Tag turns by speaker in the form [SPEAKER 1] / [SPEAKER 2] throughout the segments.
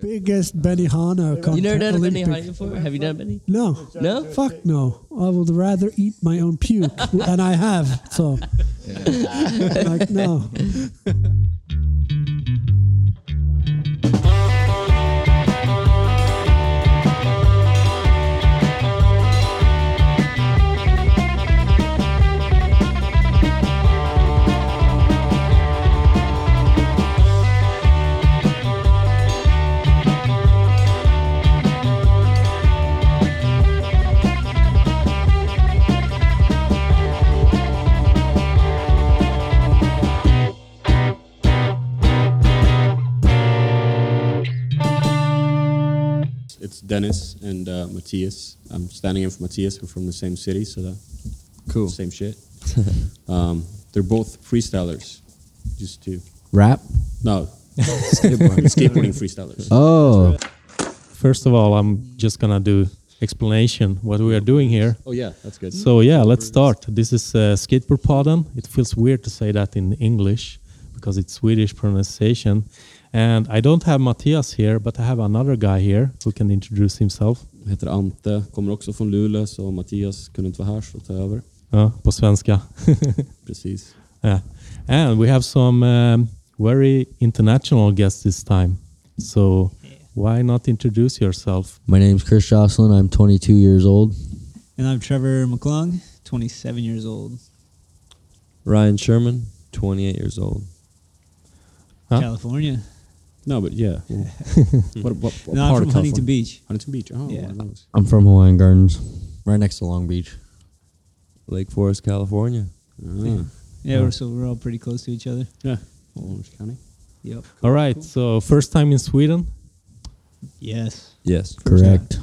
[SPEAKER 1] biggest Benihana
[SPEAKER 2] You never done a Benny
[SPEAKER 1] Olympic.
[SPEAKER 2] Hana before? Have you done Benny?
[SPEAKER 1] No.
[SPEAKER 2] No?
[SPEAKER 1] Fuck no. I would rather eat my own puke. and I have. So, like, no.
[SPEAKER 3] It's Dennis and uh, Matthias. I'm standing in for Matthias. We're from the same city, so that
[SPEAKER 4] Cool.
[SPEAKER 3] same shit. um, they're both freestylers. Just two.
[SPEAKER 4] Rap.
[SPEAKER 3] No,
[SPEAKER 4] Skateboard.
[SPEAKER 3] skateboarding freestylers.
[SPEAKER 4] oh,
[SPEAKER 5] First of all, I'm just gonna do explanation what we are doing here.
[SPEAKER 3] Oh yeah, that's good.
[SPEAKER 5] So yeah, let's start. This is uh, skateboard podden. It feels weird to say that in English because it's Swedish pronunciation. And I don't have Matthias here, but I have another guy here who can introduce himself.
[SPEAKER 3] Jag heter Ante, kommer också från Luleå så Mattias kunde inte vara här så tar jag över.
[SPEAKER 5] Ja, på svenska.
[SPEAKER 3] Precis.
[SPEAKER 5] Yeah. And we have some um, very international guests this time. So why not introduce yourself?
[SPEAKER 4] my name's Chris Jocelyn. I'm 22 years old.
[SPEAKER 6] And I'm Trevor McClung, 27 years old,
[SPEAKER 7] Ryan Sherman, 28 years old.
[SPEAKER 5] Huh?
[SPEAKER 6] California.
[SPEAKER 3] No, but yeah. Well, what, what, what
[SPEAKER 6] no, I'm
[SPEAKER 3] part
[SPEAKER 6] from
[SPEAKER 3] of
[SPEAKER 6] Huntington
[SPEAKER 3] California?
[SPEAKER 6] Beach.
[SPEAKER 3] Huntington Beach. Oh,
[SPEAKER 6] Yeah.
[SPEAKER 3] one of those.
[SPEAKER 4] I'm from Hawaiian Gardens, right next to Long Beach.
[SPEAKER 7] Lake Forest, California.
[SPEAKER 3] Ah.
[SPEAKER 6] Yeah, we're, so we're all pretty close to each other.
[SPEAKER 3] Yeah. Orange County.
[SPEAKER 6] Yep.
[SPEAKER 5] All right. So first time in Sweden,
[SPEAKER 6] Yes.
[SPEAKER 7] Yes.
[SPEAKER 6] First
[SPEAKER 4] Correct.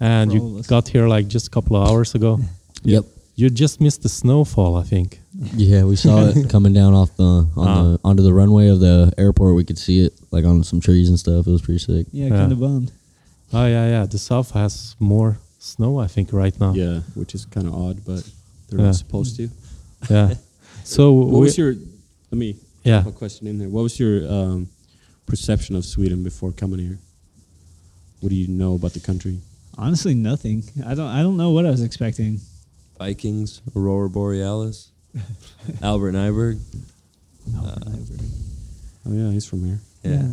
[SPEAKER 5] and
[SPEAKER 6] For all
[SPEAKER 5] you
[SPEAKER 6] of us.
[SPEAKER 5] got here like just a couple of hours ago.
[SPEAKER 4] Yep.
[SPEAKER 5] You just missed the snowfall, I think.
[SPEAKER 4] Yeah, we saw it coming down off the on the onto the runway of the airport. We could see it like on some trees and stuff. It was pretty sick.
[SPEAKER 6] Yeah,
[SPEAKER 5] Yeah.
[SPEAKER 6] kind of bummed.
[SPEAKER 5] Oh yeah, yeah. The south has more snow, I think, right now.
[SPEAKER 3] Yeah, which is kind of odd, but they're
[SPEAKER 5] Yeah.
[SPEAKER 3] not supposed to.
[SPEAKER 5] Yeah. So
[SPEAKER 3] What was your? Let me.
[SPEAKER 5] Yeah.
[SPEAKER 3] pop A question in there. What was your um, perception of Sweden before coming here? What do you know about the country?
[SPEAKER 6] Honestly, nothing. I don't. I don't know what I was expecting.
[SPEAKER 7] Vikings, Aurora Borealis, Albert Nyberg. Uh,
[SPEAKER 3] Oh yeah, he's from here.
[SPEAKER 7] Yeah.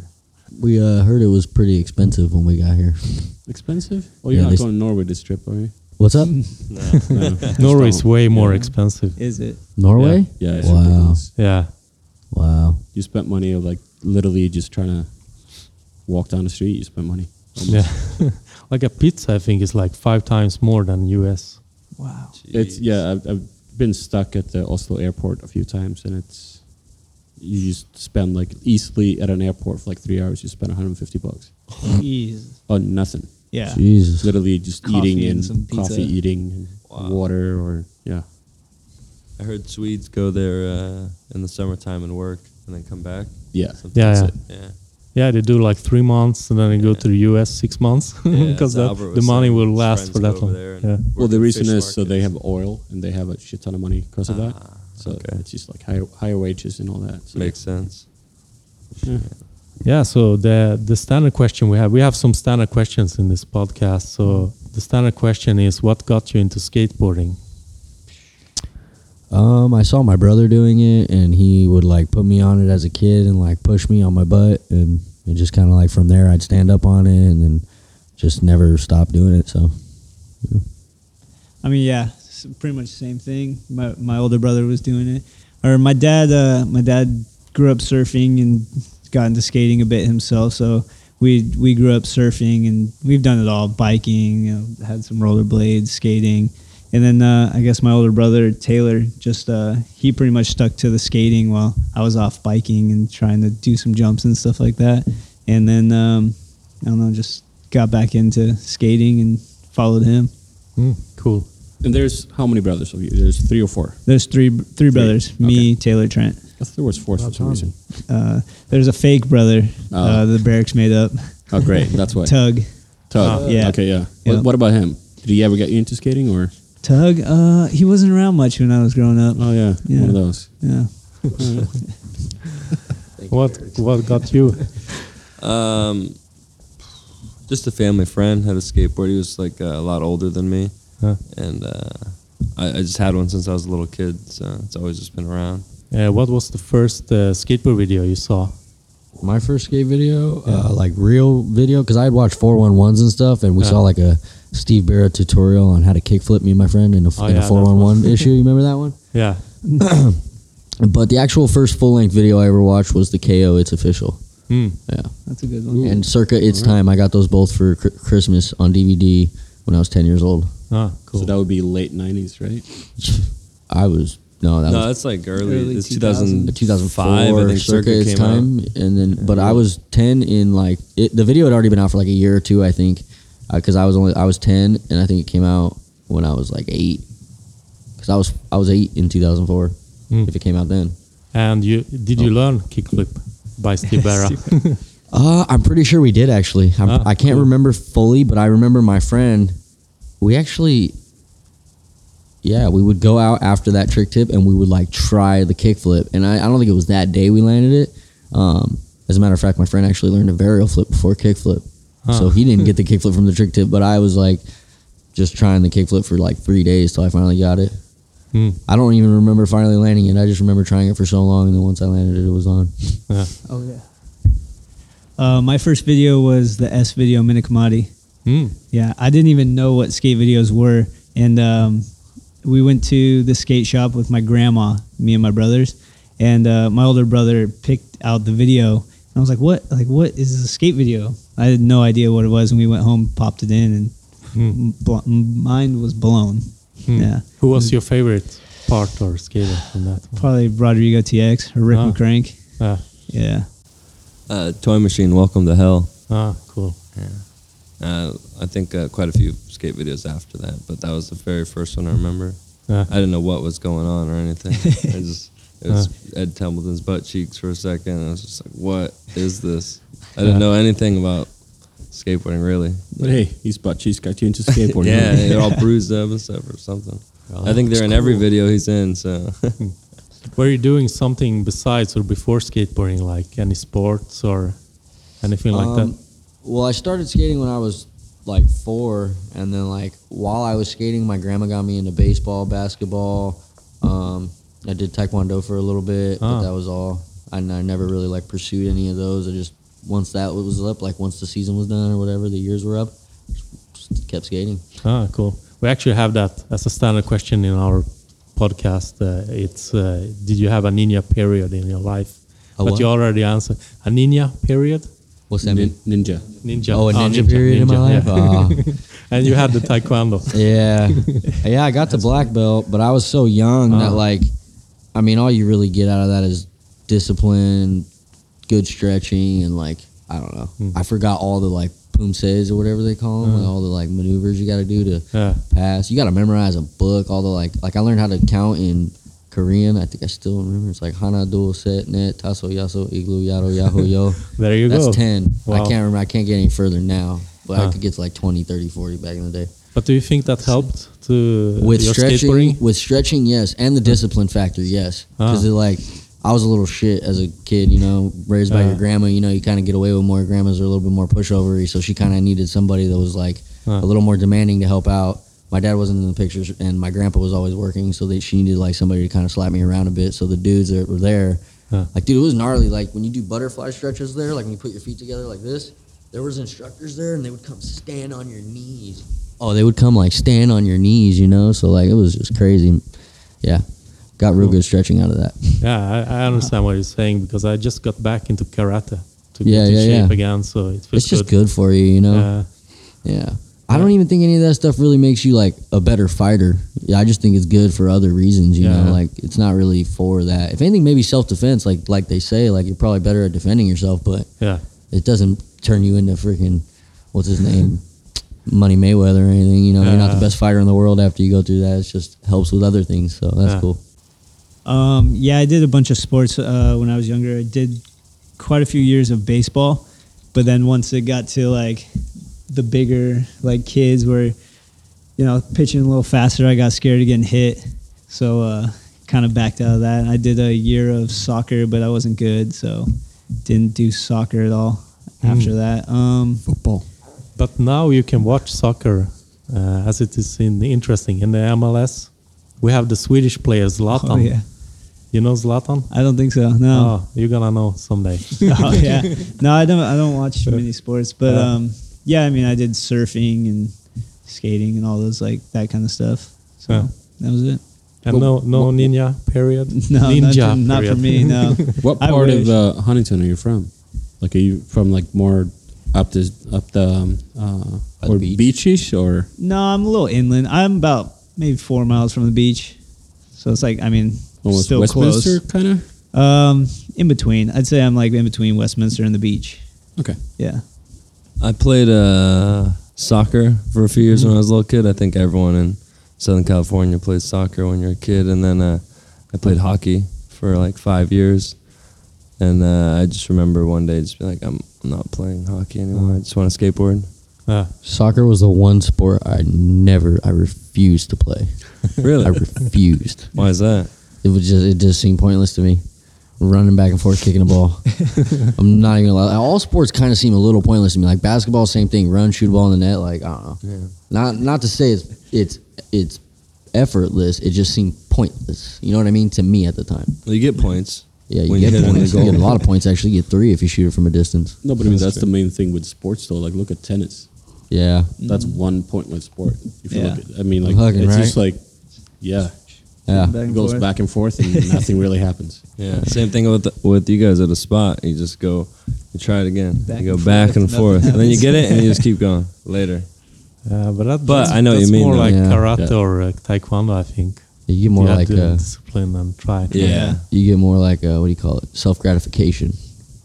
[SPEAKER 4] We uh, heard it was pretty expensive when we got here.
[SPEAKER 3] Expensive? Oh,
[SPEAKER 4] Yeah,
[SPEAKER 3] you're
[SPEAKER 4] they
[SPEAKER 3] not
[SPEAKER 4] s-
[SPEAKER 3] going to Norway this trip, are you?
[SPEAKER 4] What's up,
[SPEAKER 3] No.
[SPEAKER 5] Norway is way more
[SPEAKER 6] Yeah.
[SPEAKER 5] expensive.
[SPEAKER 6] Is it?
[SPEAKER 4] Norway?
[SPEAKER 3] Yeah. it's
[SPEAKER 4] Wow.
[SPEAKER 3] ridiculous.
[SPEAKER 5] Yeah.
[SPEAKER 4] Wow.
[SPEAKER 3] You spent money of like literally just trying to walk down the street. You spent money.
[SPEAKER 5] Yeah. like a pizza, I think, is like five times more than U.S.
[SPEAKER 6] Wow.
[SPEAKER 3] It's yeah. I've, I've been stuck at the Oslo airport a few times, and it's you just spend like easily at an airport for like three hours. You spend 150 bucks
[SPEAKER 6] Jeez.
[SPEAKER 3] on nothing.
[SPEAKER 6] Yeah.
[SPEAKER 4] Jesus.
[SPEAKER 3] Literally just
[SPEAKER 6] Coffee
[SPEAKER 3] eating
[SPEAKER 6] and
[SPEAKER 3] and,
[SPEAKER 6] some pizza.
[SPEAKER 3] coffee, eating and
[SPEAKER 7] Wow.
[SPEAKER 3] water, or yeah.
[SPEAKER 7] I heard Swedes go there uh, in the summertime and work and then come back.
[SPEAKER 3] Yeah.
[SPEAKER 7] Something-
[SPEAKER 5] Yeah.
[SPEAKER 3] That's
[SPEAKER 5] yeah.
[SPEAKER 3] it.
[SPEAKER 7] Yeah.
[SPEAKER 5] Yeah, they do like three months and then they go to the US six months
[SPEAKER 7] Yeah,
[SPEAKER 5] because
[SPEAKER 7] so
[SPEAKER 5] that
[SPEAKER 7] Albert was
[SPEAKER 5] the money
[SPEAKER 7] saying
[SPEAKER 5] will
[SPEAKER 7] his
[SPEAKER 5] last
[SPEAKER 7] friends
[SPEAKER 5] for
[SPEAKER 7] go
[SPEAKER 5] that
[SPEAKER 7] over
[SPEAKER 5] long.
[SPEAKER 7] there and
[SPEAKER 5] Yeah.
[SPEAKER 7] work
[SPEAKER 3] Well, the
[SPEAKER 7] in
[SPEAKER 3] reason
[SPEAKER 7] fish
[SPEAKER 3] is so they
[SPEAKER 7] markets. Ah,
[SPEAKER 3] have oil and they have a shit ton of money because of that. So
[SPEAKER 7] okay.
[SPEAKER 3] it's just like higher higher wages and all that. So
[SPEAKER 7] Makes sense.
[SPEAKER 5] Yeah. So the the standard question we have we have some standard questions in this podcast. So the standard question is what got you into skateboarding?
[SPEAKER 4] Um, I saw my brother doing it, and he would like put me on it as a kid and like push me on my butt, and it just kind of like from there I'd stand up on it, and then just never stop doing it. So
[SPEAKER 6] I mean, yeah, s- pretty much the same thing. My my older brother was doing it, or my dad. Uh, my dad grew up surfing and got into skating a bit himself. So we we grew up surfing and we've done it all: biking, you know, had some rollerblades, skating, and then uh, I guess my older brother Taylor just uh, he pretty much stuck to the skating while I was off biking and trying to do some jumps and stuff like that. And then um, I don't know, just got back into skating and followed him.
[SPEAKER 5] Mm, cool.
[SPEAKER 3] And there's how many brothers of you? There's three or four.
[SPEAKER 6] There's three three brothers. Me, Taylor, Trent.
[SPEAKER 3] I thought there was four for some reason.
[SPEAKER 6] Uh, there's a fake brother.
[SPEAKER 3] Oh.
[SPEAKER 6] Uh, the barracks made up.
[SPEAKER 3] Oh, great. That's why.
[SPEAKER 6] Tug.
[SPEAKER 3] Tug.
[SPEAKER 6] Ah. Yeah.
[SPEAKER 3] Okay, yeah.
[SPEAKER 6] Yeah.
[SPEAKER 3] What, what about him? Did he ever get you into skating or?
[SPEAKER 6] Tug. Uh, he wasn't around much when I was growing up.
[SPEAKER 3] Oh yeah,
[SPEAKER 6] Yeah.
[SPEAKER 3] one of those.
[SPEAKER 6] Yeah.
[SPEAKER 5] What what got you?
[SPEAKER 7] Um, just a family friend had a skateboard. He was like uh, a lot older than me,
[SPEAKER 5] Huh.
[SPEAKER 7] and uh, I, I just had one since I was a little kid. So it's always just been around.
[SPEAKER 5] Uh, what was the first uh, skateboard video you saw?
[SPEAKER 4] my first skate video, uh, like real video, because I had watched four one ones and stuff, and we
[SPEAKER 5] Yeah.
[SPEAKER 4] saw like a Steve Barra tutorial on how to kickflip. Me and my friend in a,
[SPEAKER 5] Oh,
[SPEAKER 4] in
[SPEAKER 5] yeah,
[SPEAKER 4] a
[SPEAKER 5] that
[SPEAKER 4] four one one issue. You remember that one?
[SPEAKER 5] Yeah,
[SPEAKER 4] But the actual first full length video I ever watched was the KO. It's official.
[SPEAKER 5] Hmm.
[SPEAKER 4] Yeah,
[SPEAKER 6] That's a good one.
[SPEAKER 4] and circa its time, I got those both for cr- Christmas on DVD when I was ten years old.
[SPEAKER 5] ah, cool.
[SPEAKER 3] So that would be late '90s, right?
[SPEAKER 4] I was no, that
[SPEAKER 7] no,
[SPEAKER 4] was
[SPEAKER 7] it's like early.
[SPEAKER 6] Early
[SPEAKER 7] it's
[SPEAKER 6] 2000.
[SPEAKER 7] 2000,
[SPEAKER 4] 2005
[SPEAKER 7] I
[SPEAKER 4] circa
[SPEAKER 7] think Circuit
[SPEAKER 4] its
[SPEAKER 7] came out.
[SPEAKER 4] time and then but i was 10 in like it, the video had already been out for like a year or two i think because i was only i was 10 and i think it came out when i was like 8 because i was i was 8 in 2004
[SPEAKER 5] Hmm.
[SPEAKER 4] if it came out then
[SPEAKER 5] and you did
[SPEAKER 7] Oh.
[SPEAKER 5] you learn kickflip by Steve Barra?
[SPEAKER 4] uh, i'm pretty sure we did actually I'm,
[SPEAKER 5] Ah,
[SPEAKER 4] i can't
[SPEAKER 5] cool.
[SPEAKER 4] remember fully but i remember my friend we actually yeah, we would go out after that trick tip and we would like try the kickflip. And I, I don't think it was that day we landed it. Um, as a matter of fact, my friend actually learned a varial flip before kickflip. So
[SPEAKER 5] Huh.
[SPEAKER 4] he didn't get the kickflip from the trick tip, but I was like just trying the kickflip for like three days till I finally got it.
[SPEAKER 5] Hmm.
[SPEAKER 4] I don't even remember finally landing it. I just remember trying it for so long, and then once I landed it, it was on.
[SPEAKER 5] yeah.
[SPEAKER 6] Oh yeah. Uh, my first video was the S video Minikamati.
[SPEAKER 5] Hmm.
[SPEAKER 6] Yeah, I didn't even know what skate videos were, and um, we went to the skate shop with my grandma, me and my brothers, and uh, my older brother picked out the video, and I was like, "What? Like, what is this skate video?" I had no idea what it was, and we went home, popped it in, and
[SPEAKER 5] Hmm.
[SPEAKER 6] m bl- m- mind was blown.
[SPEAKER 5] Hmm.
[SPEAKER 6] Yeah,
[SPEAKER 5] Who was your favorite part or skater from that one?
[SPEAKER 6] probably Rodrigo TX or Rick
[SPEAKER 5] Ah.
[SPEAKER 6] and Crank.
[SPEAKER 5] Ah,
[SPEAKER 6] Yeah,
[SPEAKER 7] Uh, Toy Machine, Welcome to Hell.
[SPEAKER 5] ah, cool.
[SPEAKER 7] Uh, I think uh, quite a few skate videos after that, but that was the very first one I remember.
[SPEAKER 5] Yeah.
[SPEAKER 7] I didn't know what was going on or anything. I just it was Ed Templeton's butt cheeks for a second. and I was just like, "What is this?" I didn't
[SPEAKER 5] Yeah.
[SPEAKER 7] know anything about skateboarding really.
[SPEAKER 3] But hey, he's butt cheeks got you into skateboarding.
[SPEAKER 7] yeah,
[SPEAKER 3] huh?
[SPEAKER 7] they're all bruised up and stuff or something.
[SPEAKER 4] Oh,
[SPEAKER 7] I think they're in every video he's in. So
[SPEAKER 5] Hmm. Were you doing something besides or before skateboarding, like any sports or anything like
[SPEAKER 4] Um, Well, I started skating when I was like four, and then like while I was skating, my grandma got me into baseball, basketball. Um, I did taekwondo for a little bit,
[SPEAKER 5] Ah.
[SPEAKER 4] but that was all. And I never really like pursued any of those. I just once that was up, like once the season was done or whatever, the years were up, just kept skating.
[SPEAKER 5] that? Ah, cool. We actually have that as a standard question in our podcast. Uh, it's uh, did you have a ninja period in your life?
[SPEAKER 4] A
[SPEAKER 5] but
[SPEAKER 4] what?
[SPEAKER 5] you already answered a ninja period.
[SPEAKER 4] What's that mean?
[SPEAKER 3] Nin- ninja.
[SPEAKER 5] Ninja.
[SPEAKER 4] Oh, a ninja, period in my life.
[SPEAKER 5] yeah.
[SPEAKER 4] Ah.
[SPEAKER 5] and you had the taekwondo.
[SPEAKER 4] Yeah, yeah. I got to black belt, but I was so young that
[SPEAKER 5] Oh.
[SPEAKER 4] like, I mean, all you really get out of that is discipline, good stretching, and like, I don't know.
[SPEAKER 5] Hmm.
[SPEAKER 4] I forgot all the like pumses or whatever they call them,
[SPEAKER 5] Oh.
[SPEAKER 4] all the like maneuvers you got to do to
[SPEAKER 5] Yeah.
[SPEAKER 4] pass. You got to memorize a book. All the like, like I learned how to count in Korean. I think I still remember. It's like Hana Do Set Net Taso Yaso Iglu Yaro Yaho Yo.
[SPEAKER 5] There you
[SPEAKER 4] That's
[SPEAKER 5] go.
[SPEAKER 4] ten. I
[SPEAKER 5] Wow.
[SPEAKER 4] can't remember. I can't get any further now. But
[SPEAKER 5] Huh.
[SPEAKER 4] I could get to like 20, 30, 40 back in the day
[SPEAKER 5] But do you think that helped to
[SPEAKER 4] with
[SPEAKER 5] your
[SPEAKER 4] stretching,
[SPEAKER 5] skateboarding?
[SPEAKER 4] with stretching, yes, and the discipline factor, yes, because
[SPEAKER 5] Ah.
[SPEAKER 4] like I was a little shit as a kid, you know, raised by
[SPEAKER 5] Ah.
[SPEAKER 4] your grandma, you know, you kind of get away with more. Grandmas are a little bit more pushovery, so she kind of needed somebody that was like
[SPEAKER 5] Ah.
[SPEAKER 4] a little more demanding to help out. My dad wasn't in the pictures, and my grandpa was always working, so that she needed like somebody to kind of slap me around a bit. So the dudes that were there,
[SPEAKER 5] Ah.
[SPEAKER 4] like dude, it was gnarly. Like when you do butterfly stretches there, like when you put your feet together like this, there was instructors there, and they would come stand on your knees oh, they would come like stand on your knees, you know. So like it was just crazy. Yeah, got real good stretching out of that.
[SPEAKER 5] Yeah, I, I understand what you're saying because I just got back into karate to
[SPEAKER 4] Yeah,
[SPEAKER 5] get in
[SPEAKER 4] yeah,
[SPEAKER 5] shape
[SPEAKER 4] yeah.
[SPEAKER 5] again. So it feels
[SPEAKER 4] It's just good for you, you know.
[SPEAKER 5] Uh,
[SPEAKER 4] Yeah. I don't even think any of that stuff really makes you like a better fighter. Yeah, I just think it's good for other reasons, you
[SPEAKER 5] Yeah.
[SPEAKER 4] know. Like it's not really for that. If anything, maybe self defense. Like like they say, like you're probably better at defending yourself, but
[SPEAKER 5] yeah,
[SPEAKER 4] it doesn't turn you into freaking what's his name, Money Mayweather or anything. You know, you're not
[SPEAKER 5] Yeah.
[SPEAKER 4] the best fighter in the world after you go through that. It just helps with other things. So that's
[SPEAKER 5] Yeah.
[SPEAKER 4] cool.
[SPEAKER 6] Um, yeah, I did a bunch of sports uh, when I was younger. I did quite a few years of baseball, but then once it got to like the bigger like kids were, you know, pitching a little faster, I got scared of getting hit, so uh, kind of backed out of that. I did a year of soccer, but I wasn't
[SPEAKER 4] Hmm.
[SPEAKER 6] good, so didn't do soccer at all after that. Um,
[SPEAKER 1] Football.
[SPEAKER 5] But now you can watch soccer uh, as it is in interesting in the MLS. We have the Swedish player Zlatan.
[SPEAKER 6] Oh yeah.
[SPEAKER 5] You know Zlatan?
[SPEAKER 6] I don't think so. No.
[SPEAKER 5] Oh, you're gonna know someday.
[SPEAKER 6] oh yeah. No, I don't. I don't watch many sports, but
[SPEAKER 5] Yeah.
[SPEAKER 6] um, yeah. I mean, I did surfing and skating and all those like that kind of stuff. So
[SPEAKER 5] Yeah.
[SPEAKER 6] that was it.
[SPEAKER 5] And no, no ninja period.
[SPEAKER 6] No,
[SPEAKER 5] ninja
[SPEAKER 6] not, for, not for me.
[SPEAKER 5] period.
[SPEAKER 6] No.
[SPEAKER 3] What
[SPEAKER 6] I
[SPEAKER 3] part
[SPEAKER 6] wish.
[SPEAKER 3] of uh, Huntington are you from? Like, are you from like more up the up the um, uh,
[SPEAKER 4] By the
[SPEAKER 3] or
[SPEAKER 4] beach.
[SPEAKER 3] beachish or
[SPEAKER 6] no, I'm a little inland. I'm about maybe four miles from the beach, so it's like I mean,
[SPEAKER 3] almost
[SPEAKER 6] still
[SPEAKER 3] Oh, Westminster kind of?
[SPEAKER 6] close. Um, in between, I'd say I'm like in between Westminster and the beach.
[SPEAKER 3] Okay.
[SPEAKER 6] Yeah.
[SPEAKER 7] I played uh, soccer for a few years when I was a little kid. I think everyone in Southern California plays soccer when you're a kid. And then uh, I played hockey for like five years. And uh, I just remember one day just be like, I'm, I'm not playing hockey anymore. I just want to skateboard.
[SPEAKER 5] Yeah.
[SPEAKER 4] Soccer was the one sport I never, I refused to play.
[SPEAKER 7] Really?
[SPEAKER 4] I refused.
[SPEAKER 7] Why is that?
[SPEAKER 4] It was just, it just seemed pointless to me. Running back and forth, kicking a ball. I'm not even allowed. All sports kind of seem a little pointless to me. Like basketball, same thing. Run, shoot a ball in the net. Like I don't know.
[SPEAKER 7] Yeah.
[SPEAKER 4] Not, not to say it's, it's, it's effortless. It just seemed pointless. You know what I mean? To me at the time.
[SPEAKER 7] Well, you get points.
[SPEAKER 4] Yeah, you
[SPEAKER 7] When you
[SPEAKER 4] get
[SPEAKER 7] hit it in the
[SPEAKER 4] points. You get a
[SPEAKER 7] goal.
[SPEAKER 4] lot of points. Actually, you get three if you shoot it from a distance.
[SPEAKER 3] No, but I mean that's the main thing with sports though. Like, look at tennis.
[SPEAKER 4] Yeah,
[SPEAKER 3] That's one pointless sport. If you
[SPEAKER 6] Yeah.
[SPEAKER 3] look at, I mean, like
[SPEAKER 4] Hugging,
[SPEAKER 3] it's
[SPEAKER 4] right?
[SPEAKER 3] just like, yeah,
[SPEAKER 4] yeah.
[SPEAKER 6] Back
[SPEAKER 3] it
[SPEAKER 6] and
[SPEAKER 3] goes
[SPEAKER 6] forth.
[SPEAKER 3] back and forth and nothing really happens.
[SPEAKER 7] Yeah. Same thing with with you guys at a spot. You just go, you try it again.
[SPEAKER 6] Back
[SPEAKER 7] you go
[SPEAKER 6] and
[SPEAKER 7] back
[SPEAKER 6] forth,
[SPEAKER 7] and
[SPEAKER 6] nothing
[SPEAKER 7] forth. And then you
[SPEAKER 6] happens.
[SPEAKER 7] get it and you just keep going later.
[SPEAKER 5] Uh, but that,
[SPEAKER 7] But
[SPEAKER 5] that's,
[SPEAKER 7] I know what you
[SPEAKER 5] that's
[SPEAKER 7] mean,
[SPEAKER 5] More
[SPEAKER 7] though.
[SPEAKER 5] like
[SPEAKER 4] Yeah.
[SPEAKER 5] karate
[SPEAKER 3] Yeah.
[SPEAKER 5] or uh, taekwondo, I think.
[SPEAKER 4] You get more
[SPEAKER 5] You have
[SPEAKER 4] like
[SPEAKER 5] to
[SPEAKER 4] a,
[SPEAKER 5] discipline and try.
[SPEAKER 7] Yeah.
[SPEAKER 4] you get more like a, what do you call it? Self gratification.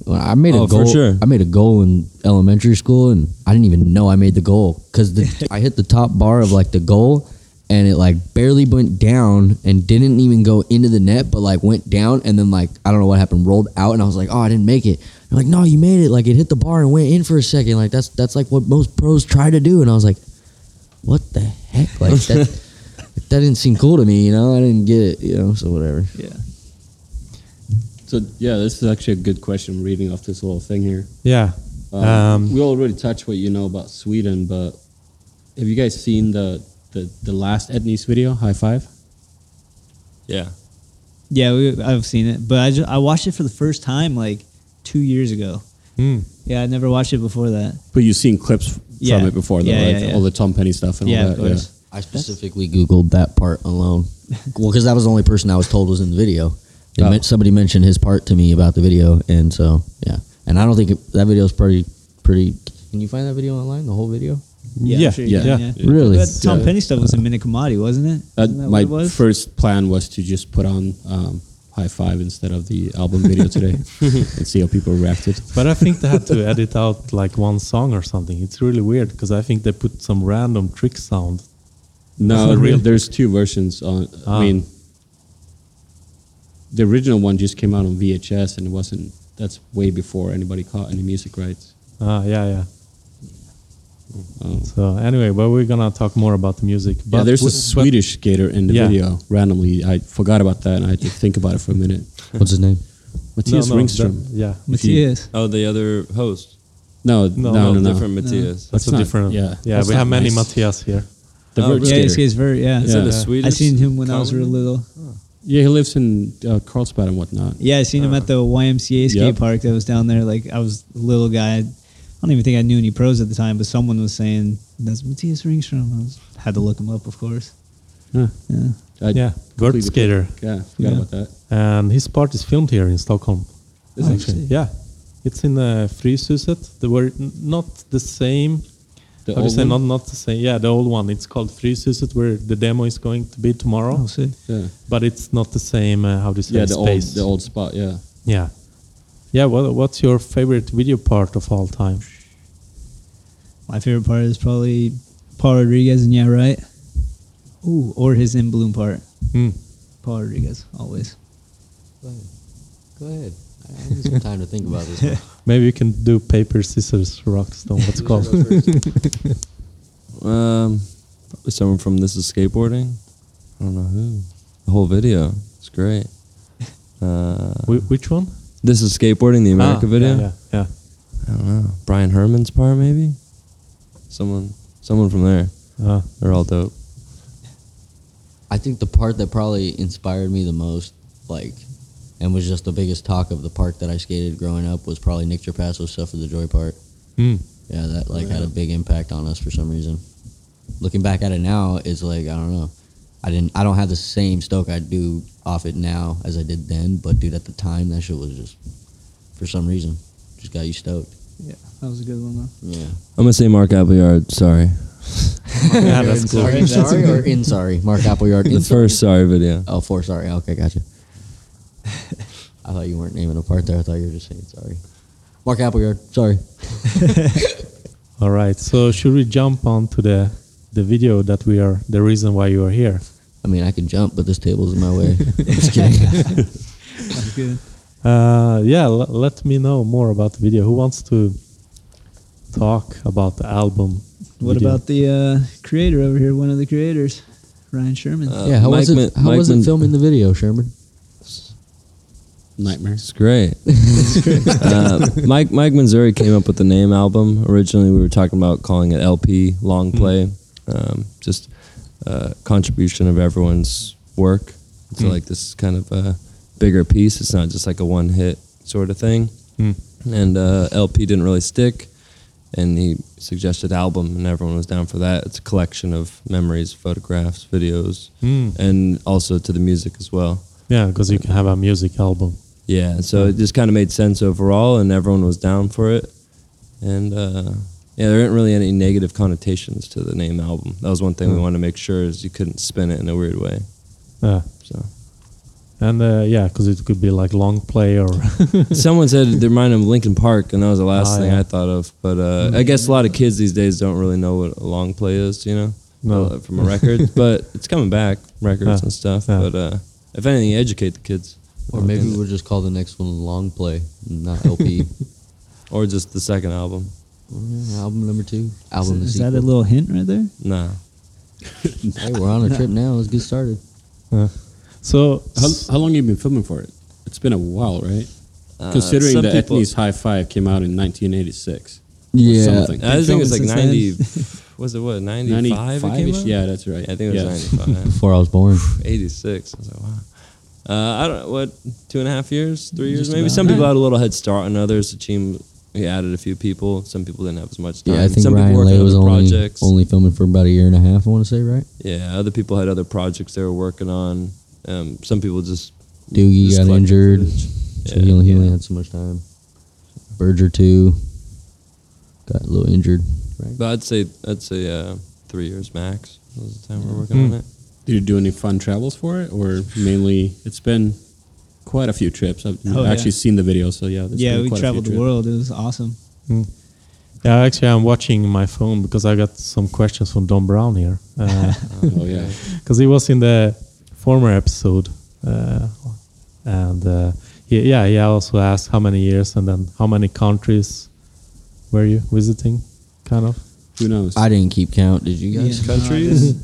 [SPEAKER 4] When I made a
[SPEAKER 7] Oh, for
[SPEAKER 4] goal,
[SPEAKER 7] sure.
[SPEAKER 4] I made a goal in elementary school, and I didn't even know I made the goal because I hit the top bar of like the goal, and it like barely went down and didn't even go into the net, but like went down and then like I don't know what happened, rolled out, and I was like, oh, I didn't make it. They're like, no, you made it. Like it hit the bar and went in for a second. Like that's that's like what most pros try to do, and I was like, what the heck? Like that that didn't seem cool to me, you know? I didn't get it, you know? So whatever.
[SPEAKER 6] Yeah.
[SPEAKER 3] So yeah, this is actually a good question. Reading off this little thing here.
[SPEAKER 5] Yeah.
[SPEAKER 3] Um,
[SPEAKER 5] Um,
[SPEAKER 3] we already touched what you know about Sweden, but have you guys seen the the, the last Edney's video, High Five?
[SPEAKER 7] Yeah.
[SPEAKER 6] Yeah, we, I've seen it, but I just, I watched it for the first time like two years ago.
[SPEAKER 5] Hmm.
[SPEAKER 6] Yeah, I never watched it before that.
[SPEAKER 3] But you've seen clips
[SPEAKER 6] Yeah.
[SPEAKER 3] from it before, though,
[SPEAKER 6] Yeah,
[SPEAKER 3] right?
[SPEAKER 6] yeah, yeah.
[SPEAKER 3] All the Tom Penny stuff and
[SPEAKER 6] yeah,
[SPEAKER 3] all
[SPEAKER 6] of
[SPEAKER 3] that.
[SPEAKER 6] course.
[SPEAKER 4] I specifically Googled that part alone. Well, because that was the only person I was told was in the video. They
[SPEAKER 3] Oh.
[SPEAKER 4] men- somebody mentioned his part to me about the video, and so, yeah. And I don't think it, that video's pretty, pretty. Can you find that video online, the whole video?
[SPEAKER 6] Yeah,
[SPEAKER 5] Yeah,
[SPEAKER 6] I'm sure you
[SPEAKER 3] yeah,
[SPEAKER 6] can,
[SPEAKER 5] yeah.
[SPEAKER 4] Really?
[SPEAKER 6] That Tom
[SPEAKER 3] Yeah.
[SPEAKER 6] Penny stuff was in Minicamati, wasn't it?
[SPEAKER 3] That,
[SPEAKER 6] Isn't that
[SPEAKER 3] Uh,
[SPEAKER 6] what
[SPEAKER 3] my
[SPEAKER 6] it was?
[SPEAKER 3] first plan was to just put on um, High Five instead of the album video today and see how people reacted.
[SPEAKER 5] But I think they had to edit out like one song or something. It's really weird because I think they put some random trick sound.
[SPEAKER 3] No,
[SPEAKER 5] Really?
[SPEAKER 3] there- there's two versions on.
[SPEAKER 5] Ah.
[SPEAKER 3] I mean, the original one just came out on VHS and it wasn't. That's way before anybody caught any music rights.
[SPEAKER 5] Ah, yeah, yeah.
[SPEAKER 3] Um,
[SPEAKER 5] So anyway, but we're gonna talk more about the music. But
[SPEAKER 3] yeah, there's a
[SPEAKER 5] w- but-
[SPEAKER 3] Swedish skater in the
[SPEAKER 5] Yeah.
[SPEAKER 3] video randomly. I forgot about that and I had to think about it for a minute.
[SPEAKER 4] What's his name?
[SPEAKER 3] Matthias
[SPEAKER 5] no, no,
[SPEAKER 3] Ringström.
[SPEAKER 5] that- yeah,
[SPEAKER 3] If you-
[SPEAKER 6] Matthias.
[SPEAKER 7] Oh, the other host.
[SPEAKER 3] No,
[SPEAKER 5] No,
[SPEAKER 3] no, no, no.
[SPEAKER 7] Different Matthias.
[SPEAKER 5] that's, a
[SPEAKER 3] not-
[SPEAKER 5] different.
[SPEAKER 3] yeah,
[SPEAKER 5] yeah,
[SPEAKER 3] that's
[SPEAKER 5] we
[SPEAKER 3] not
[SPEAKER 5] have many
[SPEAKER 3] nice.
[SPEAKER 5] Matthias here.
[SPEAKER 3] The
[SPEAKER 7] Oh, really?
[SPEAKER 3] vert
[SPEAKER 6] Yeah,
[SPEAKER 3] skater.
[SPEAKER 6] this guy's very yeah.
[SPEAKER 3] Is that a
[SPEAKER 6] Yeah. I
[SPEAKER 7] Swedish
[SPEAKER 6] seen him when I was real
[SPEAKER 7] comedy?
[SPEAKER 6] little.
[SPEAKER 3] Yeah, he lives in uh, Carlsbad and whatnot. Uh,
[SPEAKER 6] Yeah, I seen him at the YMCA skate
[SPEAKER 3] Yep.
[SPEAKER 6] park that was down there. Like I was a little guy. I don't even think I knew any pros at the time, but someone was saying that's Matthias Ringstrom. I was, had to look him up, of course.
[SPEAKER 3] Huh.
[SPEAKER 6] Yeah.
[SPEAKER 3] I
[SPEAKER 5] yeah,
[SPEAKER 3] completely-
[SPEAKER 5] vert skater,
[SPEAKER 3] Yeah, forgot
[SPEAKER 6] Yeah.
[SPEAKER 3] about that.
[SPEAKER 5] and his part is filmed here in Stockholm.
[SPEAKER 3] Is it?
[SPEAKER 5] Yeah, it's in uh, Fryshuset. They were n- not the same.
[SPEAKER 3] The
[SPEAKER 5] How do you
[SPEAKER 3] old
[SPEAKER 5] say not
[SPEAKER 3] one?
[SPEAKER 5] not the same? Yeah, the old one. It's called Fryshuset, where the demo is going to be tomorrow.
[SPEAKER 6] Oh, sick.
[SPEAKER 3] Yeah,
[SPEAKER 5] But it's not the same. Uh, how do you say
[SPEAKER 3] yeah the, old,
[SPEAKER 5] space?
[SPEAKER 3] the old spot, yeah.
[SPEAKER 5] Yeah, yeah. What, what's your favorite video part of all time?
[SPEAKER 6] My favorite part is probably Paul Rodriguez and Yeah Right. Ooh, or his in bloom part.
[SPEAKER 5] Hmm.
[SPEAKER 6] Paul Rodriguez always.
[SPEAKER 4] Go ahead. I need some time to think about this.
[SPEAKER 5] Maybe you can do paper, scissors, rock, stone. What's it called?
[SPEAKER 7] Um, probably someone from This Is Skateboarding. I don't know who. The whole video. It's great. Uh,
[SPEAKER 5] Wh- Which one?
[SPEAKER 7] this is skateboarding, the America
[SPEAKER 5] Ah,
[SPEAKER 7] video.
[SPEAKER 5] Yeah, yeah. yeah.
[SPEAKER 7] I don't know. Brian Herman's part, maybe. someone someone from there.
[SPEAKER 5] Uh,
[SPEAKER 7] They're all dope.
[SPEAKER 4] I think the part that probably inspired me the most, like, and was just the biggest talk of the park that I skated growing up was probably Nick Trapasso's stuff for the Joy Park.
[SPEAKER 5] mm,
[SPEAKER 4] Yeah, that like had a big impact on us for some reason. Looking back at it now, it's like I don't know. I didn't. I don't have the same stoke I do off it now as I did then. But dude, at the time, that shit was just for some reason just got you stoked.
[SPEAKER 6] Yeah, that was a good one though.
[SPEAKER 4] Yeah.
[SPEAKER 7] I'm gonna say Mark Appleyard. Sorry,
[SPEAKER 5] yeah, that's cool.
[SPEAKER 4] Sorry, sorry or in sorry. Mark Appleyard.
[SPEAKER 7] the
[SPEAKER 4] in sorry.
[SPEAKER 7] first sorry video.
[SPEAKER 4] Oh, four. Sorry. Okay, gotcha. I thought you weren't naming a part there. I thought you were just saying sorry. Mark Appleyard. Sorry.
[SPEAKER 5] All right. So should we jump on to the the video that we are the reason why you are here?
[SPEAKER 4] I mean, I can jump, but this table's in my way. I'm just kidding.
[SPEAKER 6] That's good.
[SPEAKER 5] Uh, yeah. L- let me know more about the video. Who wants to talk about the album?
[SPEAKER 6] What
[SPEAKER 5] video?
[SPEAKER 6] about the uh, creator over here? One of the creators, Ryan Sherman.
[SPEAKER 7] Uh,
[SPEAKER 4] yeah. How was
[SPEAKER 7] Mike
[SPEAKER 4] it?
[SPEAKER 7] Ma-
[SPEAKER 4] How
[SPEAKER 7] Mike
[SPEAKER 4] was it
[SPEAKER 7] Man-
[SPEAKER 4] filming the video, Sherman?
[SPEAKER 3] Nightmare.
[SPEAKER 7] It's great. uh, Mike Mike Manzuri came up with the name album. Originally, we were talking about calling it LP, long
[SPEAKER 5] Mm-hmm.
[SPEAKER 7] play, um, just uh, contribution of everyone's work. So
[SPEAKER 5] Mm.
[SPEAKER 7] like this is kind of a bigger piece. It's not just like a one hit sort of thing.
[SPEAKER 5] Mm.
[SPEAKER 7] And uh, LP didn't really stick. And he suggested album, and everyone was down for that. It's a collection of memories, photographs, videos,
[SPEAKER 5] Mm,
[SPEAKER 7] and also to the music as well.
[SPEAKER 5] yeah, because you can have a music album.
[SPEAKER 7] Yeah, so it just kind of made sense overall, and everyone was down for it. And uh, yeah, there weren't really any negative connotations to the name album. That was one thing we
[SPEAKER 5] Hmm.
[SPEAKER 7] wanted to make sure is you couldn't spin it in a weird way.
[SPEAKER 5] Yeah.
[SPEAKER 7] So
[SPEAKER 5] And uh, yeah, because it could be like long play or
[SPEAKER 7] someone said it reminded them of Lincoln Park, and that was the last
[SPEAKER 6] Oh,
[SPEAKER 5] Ah,
[SPEAKER 7] thing
[SPEAKER 5] yeah.
[SPEAKER 7] I thought of. But uh,
[SPEAKER 6] Mm.
[SPEAKER 7] I guess a lot of kids these days don't really know what a long play is, you know,
[SPEAKER 5] No.
[SPEAKER 7] uh, from a record. but it's coming back, records
[SPEAKER 5] Yeah,
[SPEAKER 7] and stuff.
[SPEAKER 5] yeah.
[SPEAKER 7] But uh, if anything, educate the kids,
[SPEAKER 4] Or maybe we'll just call the next one long play, not LP.
[SPEAKER 7] or just the second album.
[SPEAKER 4] Mm, album number two.
[SPEAKER 6] is
[SPEAKER 4] Album. the
[SPEAKER 6] is that a
[SPEAKER 4] sequel.
[SPEAKER 6] little hint right there?
[SPEAKER 7] Nah.
[SPEAKER 4] Hey, we're on a trip now. Let's get started.
[SPEAKER 5] Yeah. so.
[SPEAKER 3] How, how long have you been filming for it? It's been a while, right?
[SPEAKER 7] Uh,
[SPEAKER 3] Considering
[SPEAKER 7] some
[SPEAKER 3] the
[SPEAKER 7] people-
[SPEAKER 3] Etnies High Five came out in 1986. or
[SPEAKER 4] Yeah.
[SPEAKER 3] Something.
[SPEAKER 7] I think it was like
[SPEAKER 6] filming
[SPEAKER 7] ninety. Was it what ninety five? It came
[SPEAKER 3] 95-ish?
[SPEAKER 7] out?
[SPEAKER 3] Yeah, that's right.
[SPEAKER 7] I think it was
[SPEAKER 3] Yes.
[SPEAKER 7] ninety five.
[SPEAKER 4] Before I was born.
[SPEAKER 7] Eighty six. I was like, wow. Uh, I don't know what two and a half years, three years
[SPEAKER 6] Just
[SPEAKER 7] maybe.
[SPEAKER 6] about.
[SPEAKER 7] Some people had a little head start on others. The team we added a few people. Some people didn't have as much time.
[SPEAKER 4] Yeah,
[SPEAKER 6] Um,
[SPEAKER 4] I think
[SPEAKER 7] Some people
[SPEAKER 4] Ryan
[SPEAKER 7] worked
[SPEAKER 4] Lay
[SPEAKER 7] on
[SPEAKER 4] was
[SPEAKER 7] other
[SPEAKER 4] only
[SPEAKER 7] projects.
[SPEAKER 4] only filming for about a year and a half. I want to say, right?
[SPEAKER 7] Yeah, other people had other projects they were working on. Um, some people just
[SPEAKER 4] Doogie
[SPEAKER 7] just
[SPEAKER 4] got
[SPEAKER 7] collected
[SPEAKER 4] injured,
[SPEAKER 7] footage.
[SPEAKER 4] so he only, he only had so much time. Berger too got a little injured. Right.
[SPEAKER 7] But I'd say I'd say uh, three years max was the time we were working
[SPEAKER 5] Hmm.
[SPEAKER 7] on it.
[SPEAKER 3] Did you do any fun travels for it, or mainly? It's been quite a few trips. I've
[SPEAKER 6] Oh, yeah.
[SPEAKER 3] actually seen the video, so yeah. there's
[SPEAKER 6] yeah,
[SPEAKER 3] been
[SPEAKER 6] we
[SPEAKER 3] quite a few
[SPEAKER 6] traveled the
[SPEAKER 3] trips.
[SPEAKER 6] world. It was awesome.
[SPEAKER 5] Mm. Yeah, actually, I'm watching my phone because I got some questions from Don Brown here. Because
[SPEAKER 3] Oh yeah.
[SPEAKER 5] he was in the former episode. Uh, and uh, he, yeah, he also asked how many years and then how many countries were you visiting, kind of.
[SPEAKER 3] Who knows?
[SPEAKER 4] I didn't keep count. Did you guys?
[SPEAKER 6] Yeah, no, this-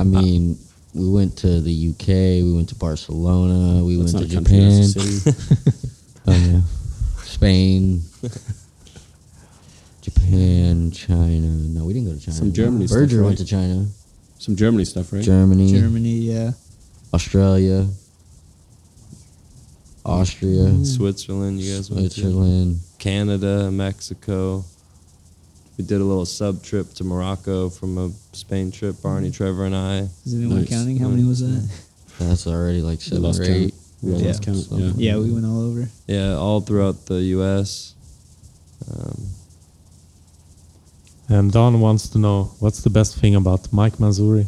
[SPEAKER 4] I mean, we went to the UK. We went to Barcelona. We
[SPEAKER 3] That's
[SPEAKER 4] went to
[SPEAKER 3] not a country,
[SPEAKER 4] Japan.
[SPEAKER 3] that's a city.
[SPEAKER 4] Oh yeah. Spain. Japan, China. No, we didn't go to China.
[SPEAKER 3] Some Germany stuff,
[SPEAKER 4] Berger went
[SPEAKER 3] right?
[SPEAKER 4] to China.
[SPEAKER 3] Some Germany stuff, right?
[SPEAKER 4] Germany,
[SPEAKER 6] Germany, yeah.
[SPEAKER 4] Australia, Austria,
[SPEAKER 6] Mm.
[SPEAKER 7] Switzerland, you guys went to.
[SPEAKER 4] Switzerland.
[SPEAKER 7] Canada, Mexico. We did a little sub trip to Morocco from a Spain trip. Barney, Trevor, and I.
[SPEAKER 6] Is anyone
[SPEAKER 3] Nice.
[SPEAKER 6] counting? How many was that?
[SPEAKER 4] That's already like
[SPEAKER 3] We
[SPEAKER 4] seven
[SPEAKER 3] lost
[SPEAKER 4] or eight.
[SPEAKER 3] count. We
[SPEAKER 6] Yeah.
[SPEAKER 3] lost count. Yeah.
[SPEAKER 6] Yeah, we went all over.
[SPEAKER 7] Yeah, all throughout the U.S. Um,
[SPEAKER 5] And Don wants to know what's the best thing about Mike Manzuri,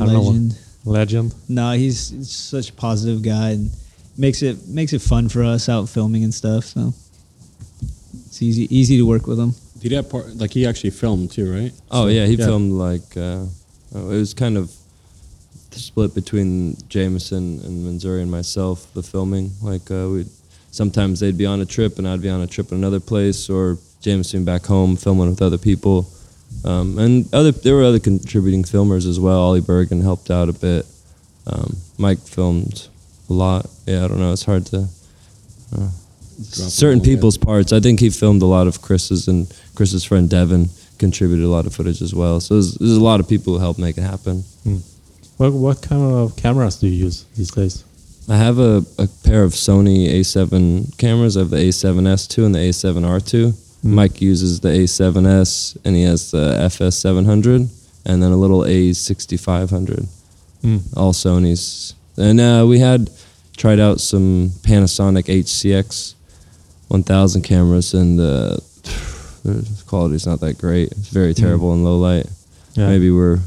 [SPEAKER 5] I don't know what-
[SPEAKER 6] Legend.
[SPEAKER 5] legend?
[SPEAKER 6] No, he's he's such a positive guy and makes it makes it fun for us out filming and stuff. So it's easy easy to work with him.
[SPEAKER 3] Did that part? Like he actually filmed too, right?
[SPEAKER 7] oh
[SPEAKER 3] So,
[SPEAKER 7] yeah, he filmed like uh, oh, it was kind of split between Jameson and Manzuri and myself. The filming, like uh, we sometimes they'd be on a trip and I'd be on a trip in another place, or Jameson back home filming with other people. Um, and other there were other contributing filmers as well. Ollie Bergen helped out a bit. Um, Mike filmed a lot. Yeah, I don't know. It's hard to. Uh,
[SPEAKER 3] Drop
[SPEAKER 7] certain
[SPEAKER 3] them all in.
[SPEAKER 7] people's parts. I think he filmed a lot of Chris's and Chris's friend Devin contributed a lot of footage as well. So there's, there's a lot of people who helped make it happen.
[SPEAKER 5] Hmm. What what kind of cameras do you use these days?
[SPEAKER 7] I have a, a pair of Sony A7 cameras. I have the A7S2 and the A7R2. Mike uses the A7S and he has the FS700 and then a little A6500. All Sony's. And uh, we had tried out some Panasonic HCX 1000 cameras and uh, the quality's not that great. It's very terrible in low light.
[SPEAKER 5] Yeah.
[SPEAKER 7] Maybe we're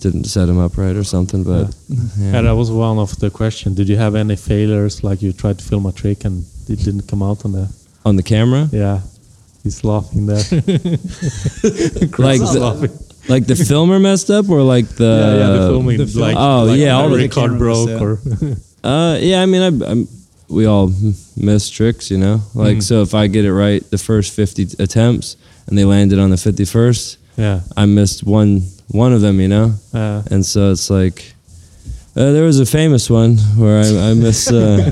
[SPEAKER 7] didn't set them up right or something, but yeah.
[SPEAKER 5] Yeah, that was one of the questions. Did you have any failures? Like you tried to film a trick and it didn't come out on the.
[SPEAKER 7] on the camera.
[SPEAKER 5] Yeah, he's laughing there.
[SPEAKER 7] Like
[SPEAKER 5] Chris is
[SPEAKER 7] the-
[SPEAKER 5] laughing.
[SPEAKER 7] like the filmer messed up or like the
[SPEAKER 5] yeah, yeah, the filming. like,
[SPEAKER 7] oh
[SPEAKER 5] like
[SPEAKER 7] yeah all
[SPEAKER 5] the
[SPEAKER 7] the
[SPEAKER 6] everything.
[SPEAKER 5] record
[SPEAKER 6] camera
[SPEAKER 5] broke
[SPEAKER 6] was,
[SPEAKER 5] or
[SPEAKER 7] uh yeah i mean I, i we all miss tricks you know like
[SPEAKER 5] Mm.
[SPEAKER 7] so if i get it right the first 50 attempts and they landed on the 51st
[SPEAKER 5] yeah.
[SPEAKER 7] i missed one one of them you know
[SPEAKER 5] Uh,
[SPEAKER 7] and so it's like uh, there was a famous one where I, I missed. Uh,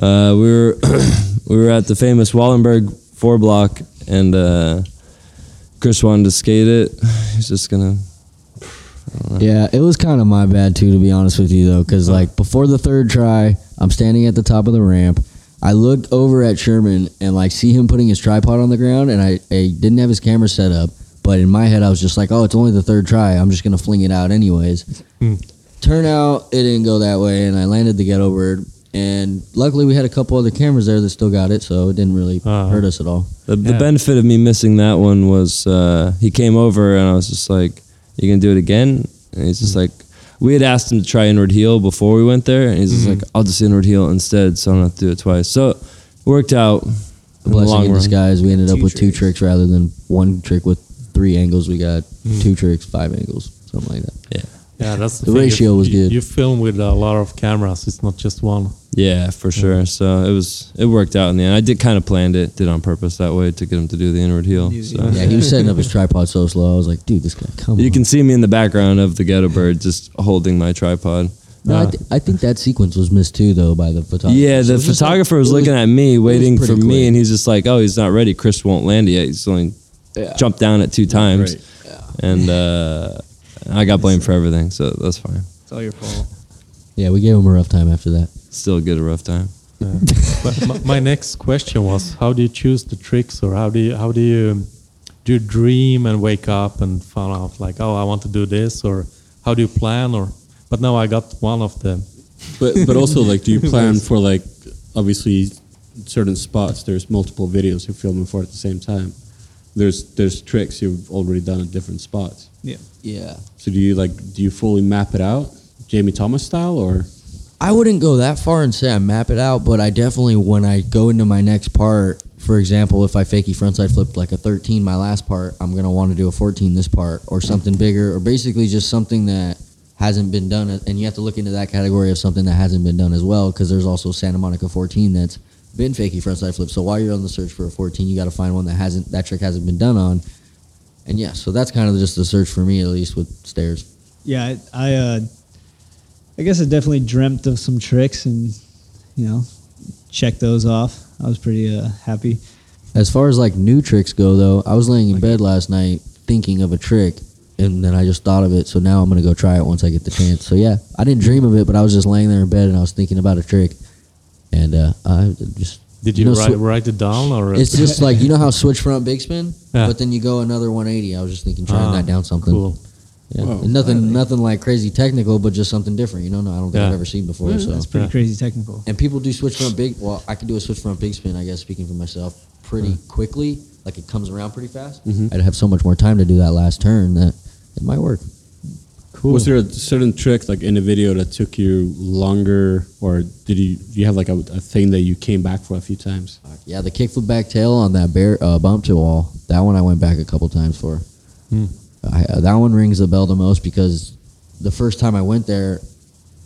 [SPEAKER 7] uh, we were we were at the famous Wallenberg four block, and uh, Chris wanted to skate it. He's just gonna
[SPEAKER 4] Yeah, it was kind of my bad too, to be honest with you, though, because like before the third try, I'm standing at the top of the ramp. I look over at Sherman and like see him putting his tripod on the ground, and I, I didn't have his camera set up. But in my head, I was just like, "Oh, it's only the third try. I'm just gonna fling it out anyways."
[SPEAKER 5] Hmm.
[SPEAKER 4] Turn out it didn't go that way, and I landed the ghetto bird. And luckily, we had a couple other cameras there that still got it, so it didn't really
[SPEAKER 5] Uh-huh.
[SPEAKER 4] hurt us at all.
[SPEAKER 7] The, the
[SPEAKER 5] Yeah.
[SPEAKER 7] benefit of me missing that one was uh, he came over and I was just like, "You gonna do it again?" And he's
[SPEAKER 4] Mm.
[SPEAKER 7] just like, "We had asked him to try inward heel before we went there, and he's just
[SPEAKER 4] Mm-hmm.
[SPEAKER 7] like, "I'll just inward heel instead, so I don't have to do it twice." So it worked out.
[SPEAKER 4] A
[SPEAKER 7] in the
[SPEAKER 4] blessing
[SPEAKER 7] long
[SPEAKER 4] in
[SPEAKER 7] run.
[SPEAKER 4] disguise. We ended
[SPEAKER 6] Two
[SPEAKER 4] up with two
[SPEAKER 6] tricks.
[SPEAKER 4] tricks rather than one trick with three angles. We got
[SPEAKER 7] Hmm.
[SPEAKER 4] two tricks, five angles, something like that.
[SPEAKER 5] yeah, that's the,
[SPEAKER 4] The
[SPEAKER 5] thing.
[SPEAKER 4] ratio
[SPEAKER 5] You-
[SPEAKER 4] was
[SPEAKER 5] you-
[SPEAKER 4] good.
[SPEAKER 5] You film with a lot of cameras. It's not just one.
[SPEAKER 7] Yeah, for sure. So it was it worked out in the end. I did kind of planned it, did on purpose that way to get him to do the inward heel.
[SPEAKER 6] Easy.
[SPEAKER 7] So.
[SPEAKER 4] Yeah, he was setting up his tripod so slow. I was like, dude, this guy, come
[SPEAKER 7] You
[SPEAKER 4] on.
[SPEAKER 7] can see me in the background of the ghetto bird just holding my tripod.
[SPEAKER 4] no, I,
[SPEAKER 5] uh,
[SPEAKER 4] th- I think that sequence was missed too, though, by the photographer.
[SPEAKER 7] Yeah, the photographer was looking at me, waiting for
[SPEAKER 4] pretty quick.
[SPEAKER 7] me, and he's just like, "Oh, he's not ready. Chris won't land yet. He's only jumped down it two times."
[SPEAKER 3] Right.
[SPEAKER 7] And uh, I got blamed for everything, so that's fine.
[SPEAKER 6] It's all your fault.
[SPEAKER 4] Yeah, we gave him a rough time after that.
[SPEAKER 7] Still get a rough time.
[SPEAKER 5] Yeah. but my, my next question was, how do you choose the tricks, or how do you how do you do you dream and wake up and find out like, oh, I want to do this, or how do you plan, or but now I got one of them.
[SPEAKER 3] But but also like, do you plan for like obviously certain spots? There's multiple videos you're filming for at the same time. There's there's tricks you've already done at different spots.
[SPEAKER 6] Yeah.
[SPEAKER 4] Yeah.
[SPEAKER 3] So do you like do you fully map it out, Jamie Thomas style, or
[SPEAKER 4] I wouldn't go that far and say I map it out, but I definitely, when I go into my next part, for example, if I fakie frontside flipped like a 13 my last part, I'm going to want to do a 14 this part or something bigger or basically just something that hasn't been done. And you have to look into that category of something that hasn't been done as well because there's also Santa Monica 14 that's been fakie frontside flip. So while you're on the search for a 14, you got to find one that hasn't, that trick hasn't been done on. And yeah, so that's kind of just the search for me, at least with stairs.
[SPEAKER 6] Yeah, I, I, uh, I guess I definitely dreamt of some tricks and, you know, checked those off. I was pretty uh, happy.
[SPEAKER 4] As far as like new tricks go, though, I was laying in bed last night thinking of a trick, and then I just thought of it. So now I'm gonna go try it once I get the chance. So yeah, I didn't dream of it, but I was just laying there in bed and I was thinking about a trick, and uh, I just
[SPEAKER 5] Did you
[SPEAKER 4] know,
[SPEAKER 5] write,
[SPEAKER 4] swi-
[SPEAKER 5] write it down, or
[SPEAKER 4] it's just like you know how switch front big spin,
[SPEAKER 5] Yeah.
[SPEAKER 4] but then you go another 180. I was just thinking trying
[SPEAKER 5] Ah,
[SPEAKER 4] that down something.
[SPEAKER 5] cool?
[SPEAKER 4] Yeah.
[SPEAKER 3] Whoa.
[SPEAKER 4] And nothing,
[SPEAKER 6] uh,
[SPEAKER 4] nothing like crazy technical, but just something different. You know, no, I don't think I've
[SPEAKER 5] Yeah.
[SPEAKER 4] ever seen before. so
[SPEAKER 6] That's pretty
[SPEAKER 5] Yeah.
[SPEAKER 6] crazy technical.
[SPEAKER 4] and people do switch front big. Well, I can do a switch front big spin. I guess speaking for myself, pretty quickly. Like it comes around pretty fast. I'd have so much more time to do that last turn that it might work.
[SPEAKER 5] Cool.
[SPEAKER 3] was there a certain trick like in the video that took you longer, or did you you have like a, a thing that you came back for a few times?
[SPEAKER 4] Yeah, the kickflip back tail on that bear uh, bump to wall. That one I went back a couple times for.
[SPEAKER 5] Hmm.
[SPEAKER 4] I, uh, that one rings the bell the most because the first time I went there,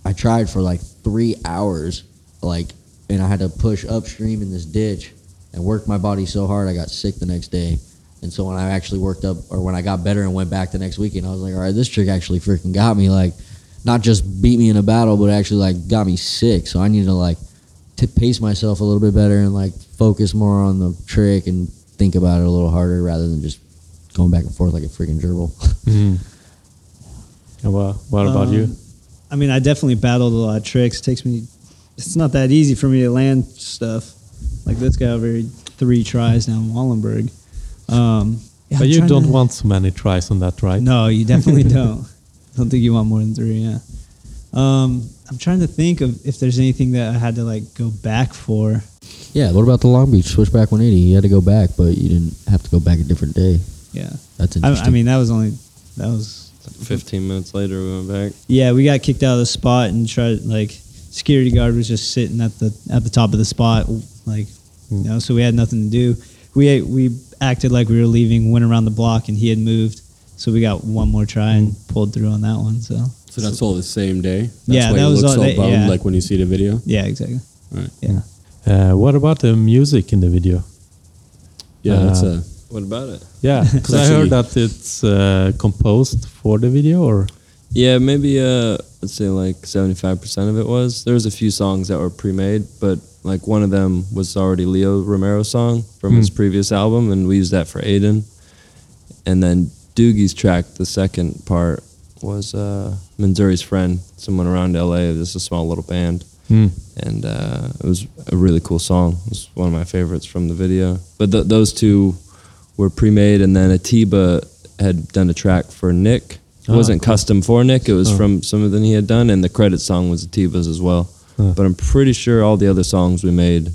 [SPEAKER 4] I tried for like three hours, like, and I had to push upstream in this ditch and work my body so hard I got sick the next day. And so when I actually worked up, or when I got better and went back the next weekend, I was like, all right, this trick actually freaking got me. Like, not just beat me in a battle, but actually like got me sick. So I need to like to pace myself a little bit better and like focus more on the trick and think about it a little harder rather than just going back and forth like a freaking gerbil.
[SPEAKER 5] Mm-hmm. And wha- what about you?
[SPEAKER 6] Um, I mean, I definitely battled a lot of tricks. takes me, it's not that easy for me to land stuff. Like this guy over here, three tries now in Wallenberg. Um, yeah,
[SPEAKER 5] but
[SPEAKER 6] I'm
[SPEAKER 5] you
[SPEAKER 6] trying
[SPEAKER 5] don't
[SPEAKER 6] to-
[SPEAKER 5] want so many tries on that, right?
[SPEAKER 6] No, you definitely don't. Don't think you want more than three. Yeah. Um, I'm trying to think of if there's anything that I had to like go back for.
[SPEAKER 4] yeah, what about the Long Beach switchback 180? You had to go back, but you didn't have to go back a different day.
[SPEAKER 6] Yeah.
[SPEAKER 4] That's
[SPEAKER 6] I,
[SPEAKER 4] interesting.
[SPEAKER 6] I mean, that was only that was
[SPEAKER 7] 15 minutes later, we went back.
[SPEAKER 6] Yeah, we got kicked out of the spot and tried like security guard was just sitting at the at the top of the spot, like you know, so we had nothing to do. We we acted like we were leaving, went around the block, and he had moved, so we got one more try and pulled through on that one. So
[SPEAKER 3] So that's all the same day. That's
[SPEAKER 6] Yeah,
[SPEAKER 3] why
[SPEAKER 6] that
[SPEAKER 3] it
[SPEAKER 6] was
[SPEAKER 3] looks
[SPEAKER 6] all
[SPEAKER 3] all
[SPEAKER 6] day-
[SPEAKER 3] bummed,
[SPEAKER 6] yeah.
[SPEAKER 3] like when you see the video.
[SPEAKER 6] yeah, exactly.
[SPEAKER 3] Right.
[SPEAKER 6] Yeah,
[SPEAKER 5] Uh, what about the music in the video?
[SPEAKER 3] Yeah,
[SPEAKER 5] Uh,
[SPEAKER 3] that's a
[SPEAKER 7] What about it?
[SPEAKER 5] Yeah, because I
[SPEAKER 3] Actually-
[SPEAKER 5] heard that it's uh, composed for the video, or
[SPEAKER 7] Yeah, maybe uh, I'd say like 75% of it was. There was a few songs that were pre-made, but like one of them was already Leo Romero's song from
[SPEAKER 5] Hmm.
[SPEAKER 7] his previous album, and we used that for Aiden. And then Doogie's track, the second part, was uh, Manzuri's friend, someone around LA, just a small little band.
[SPEAKER 5] Hmm.
[SPEAKER 7] And uh, it was a really cool song. It was one of my favorites from the video. But th- those two were pre-made, and then Atiba had done a track for Nick. It
[SPEAKER 5] Ah,
[SPEAKER 7] wasn't
[SPEAKER 5] cool.
[SPEAKER 7] custom for Nick. It was
[SPEAKER 5] Oh.
[SPEAKER 7] from something he had done, and the credit song was Atiba's as well.
[SPEAKER 5] Huh.
[SPEAKER 7] But I'm pretty sure all the other songs we made,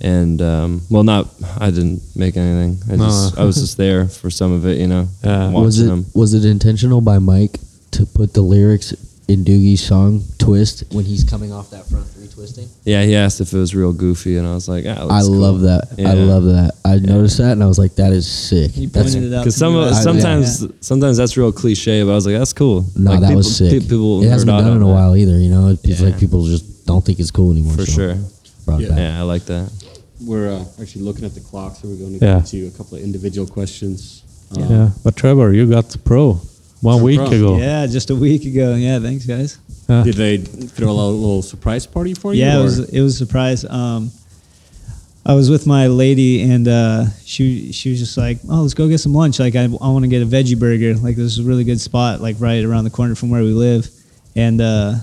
[SPEAKER 7] and um, well, not I didn't make anything. I
[SPEAKER 5] No.
[SPEAKER 7] just I was just there for some of it, you know,
[SPEAKER 5] Yeah.
[SPEAKER 7] watching
[SPEAKER 4] was it
[SPEAKER 7] them.
[SPEAKER 4] was it intentional by Mike to put the lyrics in Doogie's song twist when he's coming off that front three twisting?
[SPEAKER 7] Yeah, he asked if it was real goofy, and I was like, ah, it
[SPEAKER 4] I
[SPEAKER 7] looks cool.
[SPEAKER 4] love that.
[SPEAKER 7] Yeah.
[SPEAKER 4] I love that. I noticed that and I was like, that is sick.
[SPEAKER 6] He
[SPEAKER 4] That's
[SPEAKER 6] pointed it out.
[SPEAKER 7] Because
[SPEAKER 6] to
[SPEAKER 7] some
[SPEAKER 6] me
[SPEAKER 7] of-
[SPEAKER 6] last night.
[SPEAKER 7] sometimes sometimes that's real cliche, but I was like, that's cool.
[SPEAKER 4] No,
[SPEAKER 7] like,
[SPEAKER 4] that
[SPEAKER 7] people,
[SPEAKER 4] was sick.
[SPEAKER 7] pe- People
[SPEAKER 4] it hasn't
[SPEAKER 7] nerd
[SPEAKER 4] been
[SPEAKER 7] out
[SPEAKER 4] done in a
[SPEAKER 7] on that.
[SPEAKER 4] while either. You know, it's
[SPEAKER 7] Yeah.
[SPEAKER 4] like people just don't think it's cool anymore.
[SPEAKER 7] For
[SPEAKER 4] so
[SPEAKER 7] sure.
[SPEAKER 4] brought it
[SPEAKER 3] Yeah.
[SPEAKER 4] back.
[SPEAKER 7] Yeah, I like that.
[SPEAKER 3] we're uh, actually looking at the clock, so we're going to
[SPEAKER 5] Yeah.
[SPEAKER 3] get to you a couple of individual questions. Um,
[SPEAKER 5] yeah. But Trevor, you got pro one
[SPEAKER 3] Got
[SPEAKER 5] week
[SPEAKER 3] pro.
[SPEAKER 5] ago.
[SPEAKER 6] Yeah, just a week ago. Yeah, thanks guys.
[SPEAKER 5] Yeah.
[SPEAKER 3] Did they throw a little surprise party for you?
[SPEAKER 6] Yeah, it
[SPEAKER 3] or-
[SPEAKER 6] was it was a surprise. Um, I was with my lady, and uh, she she was just like, "Oh, let's go get some lunch. Like, I, I want to get a veggie burger. Like, this is a really good spot, like right around the corner from where we live." And uh,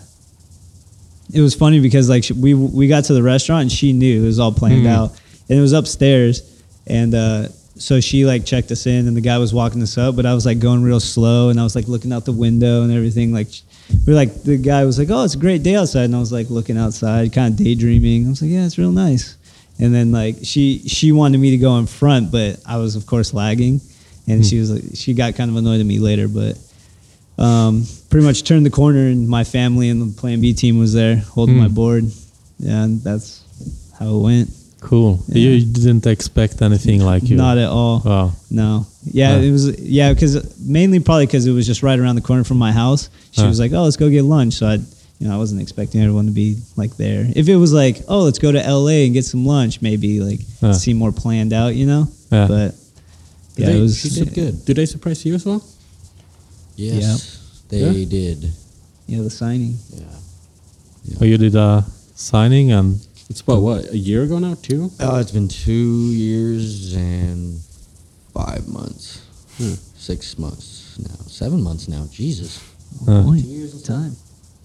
[SPEAKER 6] it was funny because like she, we we got to the restaurant, and she knew it was all planned
[SPEAKER 3] Mm-hmm.
[SPEAKER 6] out, and it was upstairs, and. Uh, so she like checked us in, and the guy was walking us up, but I was like going real slow, and I was like looking out the window and everything. Like we are like the guy was like, "Oh, it's a great day outside," and I was like looking outside, kind of daydreaming. I was like, "Yeah, it's real nice." And then like she she wanted me to go in front, but I was of course lagging, and she was like, she got kind of annoyed at me later, but um, pretty much turned the corner, and my family and the Plan B team was there holding my board, yeah, and that's how it went.
[SPEAKER 5] Cool.
[SPEAKER 6] Yeah.
[SPEAKER 5] You didn't expect anything like you.
[SPEAKER 6] Not at all.
[SPEAKER 5] Wow.
[SPEAKER 6] No. Yeah,
[SPEAKER 5] Huh.
[SPEAKER 6] it was yeah because mainly probably because it was just right around the corner from my house. She
[SPEAKER 5] Huh.
[SPEAKER 6] was like, "Oh, let's go get lunch." So I, you know, I wasn't expecting everyone to be like there. If it was like, "Oh, let's go to L.A. and get some lunch," maybe like
[SPEAKER 5] Huh.
[SPEAKER 6] seem more planned out, you know.
[SPEAKER 5] Yeah.
[SPEAKER 6] But
[SPEAKER 3] Did
[SPEAKER 6] yeah,
[SPEAKER 3] they-
[SPEAKER 6] it was
[SPEAKER 3] she did- Did they surprise you as well?
[SPEAKER 4] Yes,
[SPEAKER 3] Yeah.
[SPEAKER 4] they did.
[SPEAKER 6] Yeah, the signing.
[SPEAKER 5] Oh, you did a signing and
[SPEAKER 3] It's about what a year ago now, too.
[SPEAKER 4] Oh, it's been two years and five months,
[SPEAKER 3] Hmm.
[SPEAKER 4] six months now, seven months now. Jesus,
[SPEAKER 5] Huh.
[SPEAKER 6] Boy,
[SPEAKER 4] years
[SPEAKER 6] time.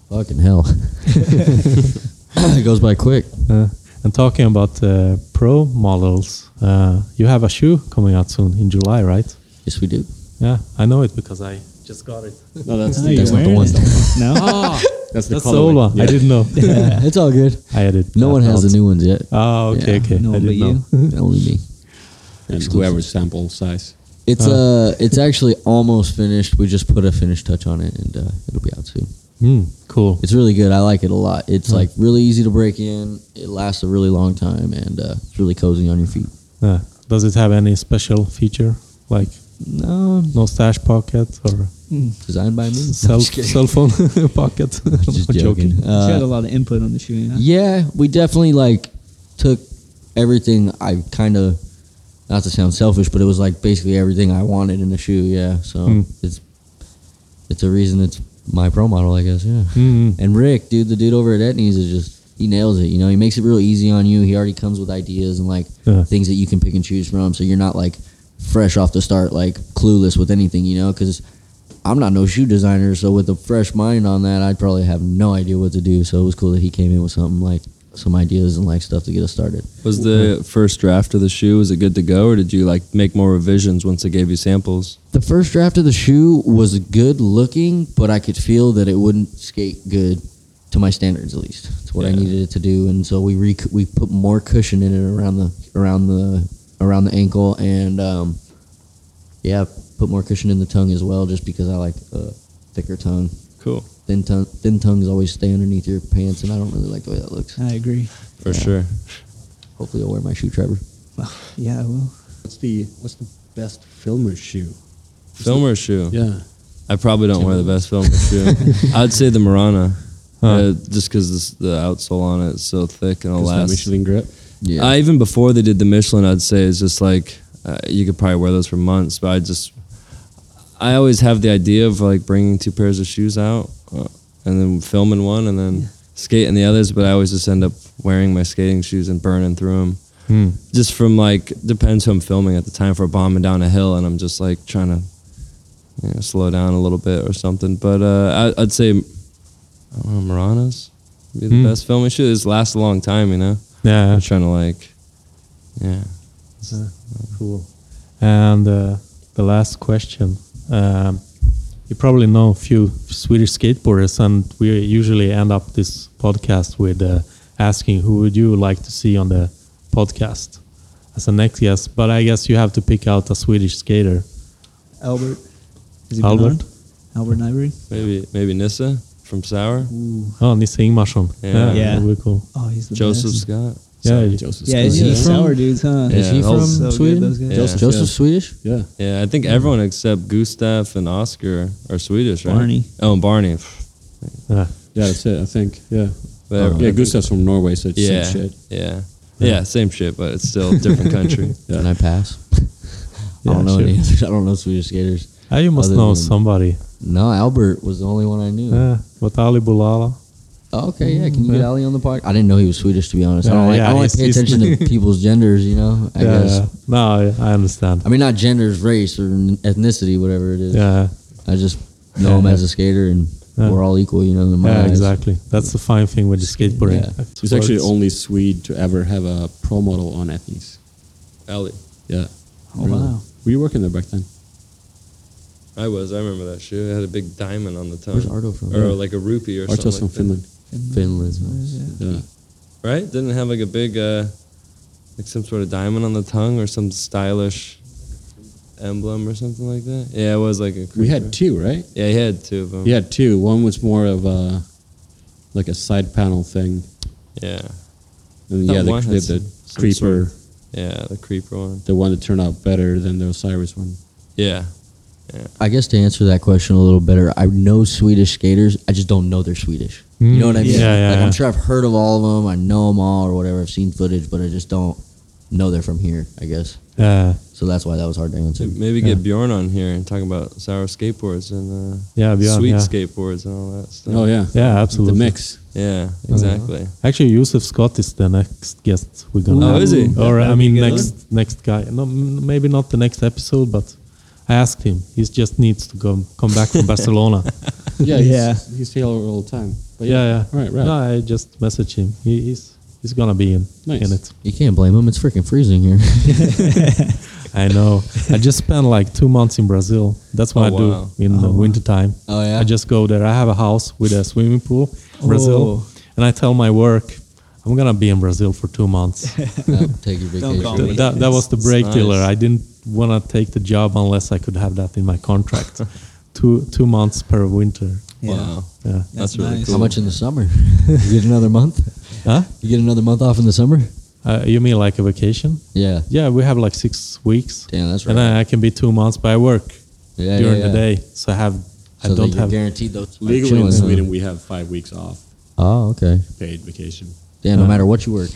[SPEAKER 4] fucking hell! it goes by quick.
[SPEAKER 5] uh, and talking about uh, pro models. Uh, you have a shoe coming out soon in July, right?
[SPEAKER 4] Yes, we do.
[SPEAKER 5] Yeah, I know it because I just got it.
[SPEAKER 3] No, that's
[SPEAKER 6] Oh,
[SPEAKER 3] the,
[SPEAKER 6] you're
[SPEAKER 3] that's not the
[SPEAKER 6] wearing
[SPEAKER 3] one.
[SPEAKER 6] it. no.
[SPEAKER 3] That's the,
[SPEAKER 5] That's the
[SPEAKER 3] colorway.
[SPEAKER 5] old one.
[SPEAKER 3] Yeah.
[SPEAKER 5] I didn't know.
[SPEAKER 4] Yeah, it's all good.
[SPEAKER 5] I had it.
[SPEAKER 4] No one has the
[SPEAKER 5] out.
[SPEAKER 4] new ones yet.
[SPEAKER 5] Oh, okay,
[SPEAKER 4] Yeah,
[SPEAKER 5] okay.
[SPEAKER 6] no
[SPEAKER 5] I
[SPEAKER 6] one but
[SPEAKER 5] didn't know.
[SPEAKER 4] Only me.
[SPEAKER 3] And whoever's sample size.
[SPEAKER 4] It's uh, it's actually almost finished. We just put a finish touch on it, and uh, it'll be out soon.
[SPEAKER 5] Mm, cool.
[SPEAKER 4] It's really good. I like it a lot. It's like really easy to break in. It lasts a really long time, and uh, it's really cozy on your feet.
[SPEAKER 5] Yeah. uh, Does it have any special feature like
[SPEAKER 4] No,
[SPEAKER 5] no stash pocket or
[SPEAKER 4] designed by me.
[SPEAKER 5] cell, cell phone pocket? I'm
[SPEAKER 4] Just
[SPEAKER 5] not
[SPEAKER 4] joking.
[SPEAKER 6] she had
[SPEAKER 4] Uh,
[SPEAKER 6] a lot of input on the shoe. You know?
[SPEAKER 4] yeah, we definitely like took everything I kind of not to sound selfish, but it was like basically everything I wanted in a shoe. Yeah, so
[SPEAKER 5] Hmm.
[SPEAKER 4] it's it's a reason it's my pro model, I guess. Yeah,
[SPEAKER 5] Mm,
[SPEAKER 4] and Rick, dude, the dude over at Etnies is just he nails it. You know, he makes it real easy on you. He already comes with ideas and like
[SPEAKER 5] Yeah.
[SPEAKER 4] things that you can pick and choose from. So you're not like fresh off the start, like clueless with anything. You know, because I'm not no shoe designer, so with a fresh mind on that, I'd probably have no idea what to do. So it was cool that he came in with something like some ideas and like stuff to get us started.
[SPEAKER 7] Was the first draft of the shoe was it good to go, or did you like make more revisions once they gave you samples?
[SPEAKER 4] The first draft of the shoe was good looking, but I could feel that it wouldn't skate good to my standards, at least to what I
[SPEAKER 7] Yeah.
[SPEAKER 4] needed it to do. And so we rec- we put more cushion in it around the around the around the ankle, and um, yeah, put more cushion in the tongue as well, just because I like a thicker tongue.
[SPEAKER 7] Cool,
[SPEAKER 4] Thin tongue, thin tongues always stay underneath your pants, and I don't really like the way that looks.
[SPEAKER 6] I agree.
[SPEAKER 7] for sure.
[SPEAKER 4] Hopefully, I'll wear my shoe, Trevor.
[SPEAKER 6] Yeah, well,
[SPEAKER 3] What's the what's the best filmer shoe?
[SPEAKER 7] Filmer shoe.
[SPEAKER 3] Yeah,
[SPEAKER 7] I probably don't wear the best filmer shoe. I'd say the Marana, uh, just because the outsole on it is so thick and it'll
[SPEAKER 3] it's that
[SPEAKER 7] last.
[SPEAKER 3] Michelin grip.
[SPEAKER 4] Yeah,
[SPEAKER 7] I, even before they did the Michelin, I'd say it's just like uh, you could probably wear those for months. But I just, I always have the idea of like bringing two pairs of shoes out uh, and then filming one and then skating the others. But I always just end up wearing my skating shoes and burning through them.
[SPEAKER 5] Hmm.
[SPEAKER 7] Just from like depends who I'm filming at the time. For bombing down a hill and I'm just like trying to you know, slow down a little bit or something. But uh, I, I'd say, I don't know, Marana's would be the
[SPEAKER 5] Hmm.
[SPEAKER 7] best filming shoe. It's lasts a long time, you know.
[SPEAKER 5] Yeah.
[SPEAKER 7] I'm trying to like, yeah.
[SPEAKER 3] Cool.
[SPEAKER 5] And uh, the last question. Um, you probably know a few Swedish skateboarders, and we usually end up this podcast with uh, asking who would you like to see on the podcast as a next guest. But I guess you have to pick out a Swedish skater.
[SPEAKER 6] Albert. Has he been
[SPEAKER 5] Albert?
[SPEAKER 6] on? Albert Ivory.
[SPEAKER 7] Maybe maybe Nissa from Sour.
[SPEAKER 5] Oh, Nisse Ingmarsson.
[SPEAKER 7] Yeah.
[SPEAKER 6] Yeah.
[SPEAKER 5] that would be cool.
[SPEAKER 6] Oh, he's the
[SPEAKER 7] Joseph
[SPEAKER 6] Best.
[SPEAKER 7] Scott.
[SPEAKER 5] Yeah, you-
[SPEAKER 3] Joseph.
[SPEAKER 6] Yeah,
[SPEAKER 3] Scott.
[SPEAKER 6] he's
[SPEAKER 4] he
[SPEAKER 6] just
[SPEAKER 4] from-
[SPEAKER 6] sour dudes, huh?
[SPEAKER 7] Yeah,
[SPEAKER 4] is he
[SPEAKER 7] those-
[SPEAKER 4] from
[SPEAKER 6] so good,
[SPEAKER 4] Sweden?
[SPEAKER 6] those guys.
[SPEAKER 4] Jos-
[SPEAKER 7] Yeah.
[SPEAKER 4] Joseph
[SPEAKER 3] Yeah.
[SPEAKER 4] Swedish?
[SPEAKER 3] yeah.
[SPEAKER 7] Yeah, I think everyone except Gustav and Oscar are Swedish, right?
[SPEAKER 6] Barney.
[SPEAKER 7] Oh, and Barney.
[SPEAKER 5] yeah.
[SPEAKER 3] Yeah, that's it. I think. Yeah. Uh,
[SPEAKER 7] But everyone-
[SPEAKER 3] yeah, Gustav's from Norway, so it's
[SPEAKER 7] Yeah,
[SPEAKER 3] yeah. same shit.
[SPEAKER 7] yeah, yeah, same shit, but it's still a different country.
[SPEAKER 3] Yeah.
[SPEAKER 4] Can I pass? I
[SPEAKER 5] Yeah,
[SPEAKER 4] don't know
[SPEAKER 5] sure.
[SPEAKER 4] any others. I don't know Swedish skaters.
[SPEAKER 5] Ah, you must
[SPEAKER 4] Other
[SPEAKER 5] know
[SPEAKER 4] than-
[SPEAKER 5] somebody.
[SPEAKER 4] No, Albert was the only one I knew.
[SPEAKER 5] Yeah. But Ali Bulala.
[SPEAKER 4] Oh, okay, yeah. Can you
[SPEAKER 5] Yeah.
[SPEAKER 4] get Ali on the podcast? I didn't know he was Swedish, to be honest. I
[SPEAKER 5] Yeah,
[SPEAKER 4] don't like,
[SPEAKER 5] yeah,
[SPEAKER 4] I don't like
[SPEAKER 5] he's-
[SPEAKER 4] pay
[SPEAKER 5] he's-
[SPEAKER 4] attention to people's genders, you know? I
[SPEAKER 5] yeah,
[SPEAKER 4] guess.
[SPEAKER 5] yeah. No, I, I understand.
[SPEAKER 4] I mean, not genders, race, or n- ethnicity, whatever it is.
[SPEAKER 5] Yeah.
[SPEAKER 4] I just know
[SPEAKER 5] Yeah,
[SPEAKER 4] him
[SPEAKER 5] yeah.
[SPEAKER 4] as a skater, and
[SPEAKER 5] uh, Yeah.
[SPEAKER 4] we're all equal, you know, in my
[SPEAKER 5] Yeah,
[SPEAKER 4] eyes.
[SPEAKER 5] exactly. That's the fine thing with the skateboarding.
[SPEAKER 4] Yeah.
[SPEAKER 3] He's actually the only Swede to ever have a pro model on Etnies.
[SPEAKER 7] Ellie,
[SPEAKER 3] Yeah.
[SPEAKER 6] Oh, wow.
[SPEAKER 3] Were you working there back then?
[SPEAKER 7] I was. I remember that shoe. It had a big diamond on the tongue,
[SPEAKER 4] Where's Ardo from?
[SPEAKER 7] Oh. or like a rupee or something.
[SPEAKER 3] Artos
[SPEAKER 7] like
[SPEAKER 3] from
[SPEAKER 7] that.
[SPEAKER 3] Finland.
[SPEAKER 4] Finland.
[SPEAKER 3] Yeah.
[SPEAKER 7] right? Didn't it have like a big, uh, like some sort of diamond on the tongue or some stylish emblem or something like that. Yeah, it was like a.
[SPEAKER 3] We
[SPEAKER 7] creeper.
[SPEAKER 3] had two, right?
[SPEAKER 7] Yeah, he had two of them.
[SPEAKER 3] He had two. One was more of a like a side panel thing,
[SPEAKER 7] Yeah.
[SPEAKER 3] and
[SPEAKER 7] That
[SPEAKER 3] yeah, the,
[SPEAKER 7] one
[SPEAKER 3] the,
[SPEAKER 7] had
[SPEAKER 3] the
[SPEAKER 7] some- some
[SPEAKER 3] creeper,
[SPEAKER 7] sort Yeah, the creeper one.
[SPEAKER 3] the one that turned out better than the Osiris one.
[SPEAKER 7] Yeah.
[SPEAKER 4] I guess to answer that question a little better, I know Swedish skaters. I just don't know they're Swedish. You
[SPEAKER 5] Mm,
[SPEAKER 4] know what I mean?
[SPEAKER 5] yeah, yeah,
[SPEAKER 4] like,
[SPEAKER 5] yeah.
[SPEAKER 4] I'm sure I've heard of all of them. I know them all or whatever. I've seen footage, but I just don't know they're from here, I guess.
[SPEAKER 5] Yeah.
[SPEAKER 4] So that's why that was hard to answer.
[SPEAKER 7] Maybe
[SPEAKER 5] Yeah.
[SPEAKER 7] get Bjorn on here and talk about sour skateboards and uh,
[SPEAKER 5] Yeah, Bjorn,
[SPEAKER 7] sweet
[SPEAKER 5] yeah.
[SPEAKER 7] skateboards and all that stuff.
[SPEAKER 3] Oh yeah,
[SPEAKER 5] Yeah, absolutely.
[SPEAKER 3] The
[SPEAKER 5] Uh-huh.
[SPEAKER 3] mix. Uh-huh.
[SPEAKER 7] Yeah, exactly.
[SPEAKER 5] Actually, Yusuf Scott is the next guest we're gonna.
[SPEAKER 7] Oh,
[SPEAKER 5] have.
[SPEAKER 7] is he?
[SPEAKER 5] Or I
[SPEAKER 7] That'd
[SPEAKER 5] mean,
[SPEAKER 7] be good.
[SPEAKER 5] next next guy. No, m- maybe not the next episode, but I asked him. He just needs to go come back from Barcelona.
[SPEAKER 3] Yeah,
[SPEAKER 6] Yeah.
[SPEAKER 3] He's, he's here all the time. But
[SPEAKER 5] yeah, yeah.
[SPEAKER 3] All right, right.
[SPEAKER 5] No, I just messaged him. He, he's he's gonna be in
[SPEAKER 3] Nice.
[SPEAKER 5] in it.
[SPEAKER 4] You can't blame them. It's freaking freezing here.
[SPEAKER 5] I know. I just spent like two months in Brazil. That's what
[SPEAKER 7] Oh,
[SPEAKER 5] I do
[SPEAKER 7] wow.
[SPEAKER 5] in the winter time.
[SPEAKER 4] Oh, yeah? Oh.
[SPEAKER 5] I just go there. I have a house with a swimming pool, Brazil, and I tell my work, I'm gonna be in Brazil for two months.
[SPEAKER 4] No, take your
[SPEAKER 6] Don't call
[SPEAKER 4] vacation.
[SPEAKER 6] me.
[SPEAKER 5] Th- that, that was the
[SPEAKER 7] It's
[SPEAKER 5] break
[SPEAKER 7] nice.
[SPEAKER 5] dealer. I didn't want to take the job unless I could have that in my contract. two two months per winter.
[SPEAKER 6] Yeah.
[SPEAKER 7] Wow.
[SPEAKER 5] Yeah.
[SPEAKER 7] That's,
[SPEAKER 6] That's
[SPEAKER 7] really
[SPEAKER 6] nice.
[SPEAKER 7] cool.
[SPEAKER 4] How much in the summer? you get another month?
[SPEAKER 5] Huh?
[SPEAKER 4] You get another month off in the summer?
[SPEAKER 5] Uh, you mean like a vacation?
[SPEAKER 4] Yeah.
[SPEAKER 5] Yeah, we have like six weeks,
[SPEAKER 4] Damn, that's right.
[SPEAKER 5] and I, I can be two months by work
[SPEAKER 4] yeah,
[SPEAKER 5] during
[SPEAKER 4] yeah,
[SPEAKER 5] the
[SPEAKER 4] yeah.
[SPEAKER 5] day. So I have
[SPEAKER 4] So
[SPEAKER 5] I don't
[SPEAKER 4] you're
[SPEAKER 5] have.
[SPEAKER 4] guaranteed those like,
[SPEAKER 3] legally in
[SPEAKER 4] chilling, huh?
[SPEAKER 3] Sweden, we have five weeks off
[SPEAKER 4] Oh, okay.
[SPEAKER 3] paid vacation.
[SPEAKER 4] Yeah,
[SPEAKER 5] Uh,
[SPEAKER 4] no matter what you work.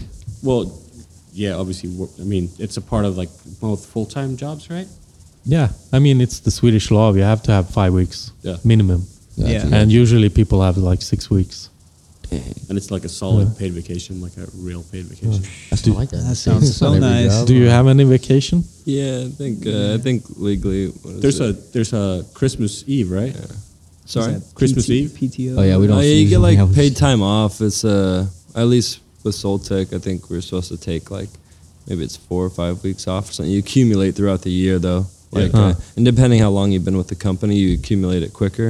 [SPEAKER 3] Well, yeah, obviously. wo- I mean, it's a part of like both full time jobs, right?
[SPEAKER 5] Yeah, I mean it's the Swedish law. You have to have five weeks
[SPEAKER 3] Yeah.
[SPEAKER 5] minimum,
[SPEAKER 6] Yeah.
[SPEAKER 5] and usually people have like six weeks.
[SPEAKER 3] and it's like a solid paid vacation, like a real paid vacation.
[SPEAKER 4] That's not like that.
[SPEAKER 6] That sounds so nice.
[SPEAKER 5] Do you have any vacation?
[SPEAKER 7] Yeah, I think uh, I think legally. What is
[SPEAKER 3] There's
[SPEAKER 7] it?
[SPEAKER 3] a there's a Christmas Eve, right?
[SPEAKER 7] sorry.
[SPEAKER 6] Is that
[SPEAKER 3] Christmas
[SPEAKER 6] PT
[SPEAKER 3] Eve?
[SPEAKER 6] PTO.
[SPEAKER 4] Oh yeah, we don't.
[SPEAKER 7] Oh, yeah, you
[SPEAKER 4] usually
[SPEAKER 7] get like
[SPEAKER 4] have-
[SPEAKER 7] paid time off. It's uh, at least with Soltech, I think we're supposed to take like maybe it's four or five weeks off or something. You accumulate throughout the year though,
[SPEAKER 3] Yeah.
[SPEAKER 7] like,
[SPEAKER 5] Huh.
[SPEAKER 7] uh, and depending how long you've been with the company, you accumulate it quicker.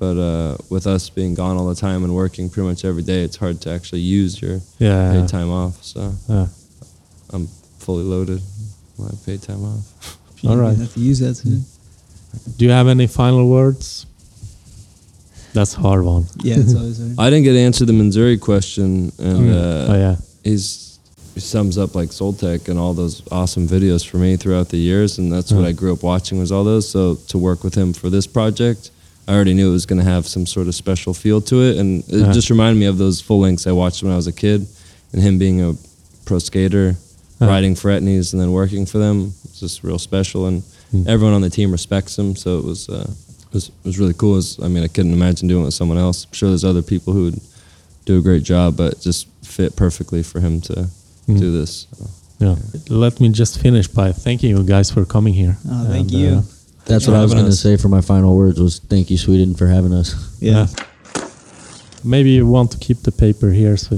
[SPEAKER 7] But uh, with us being gone all the time and working pretty much every day, it's hard to actually use your
[SPEAKER 5] Yeah.
[SPEAKER 7] paid time off. So
[SPEAKER 5] Yeah.
[SPEAKER 7] I'm fully loaded. My paid time off.
[SPEAKER 5] All right.
[SPEAKER 6] You have to use that soon.
[SPEAKER 5] Do you have any final words? That's hard one.
[SPEAKER 6] Yeah, it's always there.
[SPEAKER 7] I didn't get to answer the Missouri question, and uh,
[SPEAKER 5] oh yeah.
[SPEAKER 7] he's he sums up like Soltech and all those awesome videos for me throughout the years, and that's what
[SPEAKER 5] Yeah.
[SPEAKER 7] I grew up watching was all those. So to work with him for this project, I already knew it was going to have some sort of special feel to it, and it
[SPEAKER 5] Yeah.
[SPEAKER 7] just reminded me of those full lengths I watched when I was a kid, and him being a pro skater,
[SPEAKER 5] Yeah.
[SPEAKER 7] riding for Etnies and then working for them. It's just real special, and
[SPEAKER 5] Mm.
[SPEAKER 7] everyone on the team respects him. So it was. Uh, it was, it was really cool. It was- I mean, I couldn't imagine doing it with someone else. I'm sure there's other people who would do a great job, but it just fit perfectly for him to
[SPEAKER 5] Mm.
[SPEAKER 7] do this.
[SPEAKER 5] Yeah. Let me just finish by thanking you guys for coming here.
[SPEAKER 6] Oh, thank
[SPEAKER 5] And,
[SPEAKER 6] you.
[SPEAKER 5] uh,
[SPEAKER 4] That's
[SPEAKER 7] for
[SPEAKER 4] what I was
[SPEAKER 7] having
[SPEAKER 4] going to
[SPEAKER 7] us.
[SPEAKER 4] say for my final words was thank you Sweden for having us.
[SPEAKER 6] yeah.
[SPEAKER 5] Maybe you want to keep the paper here so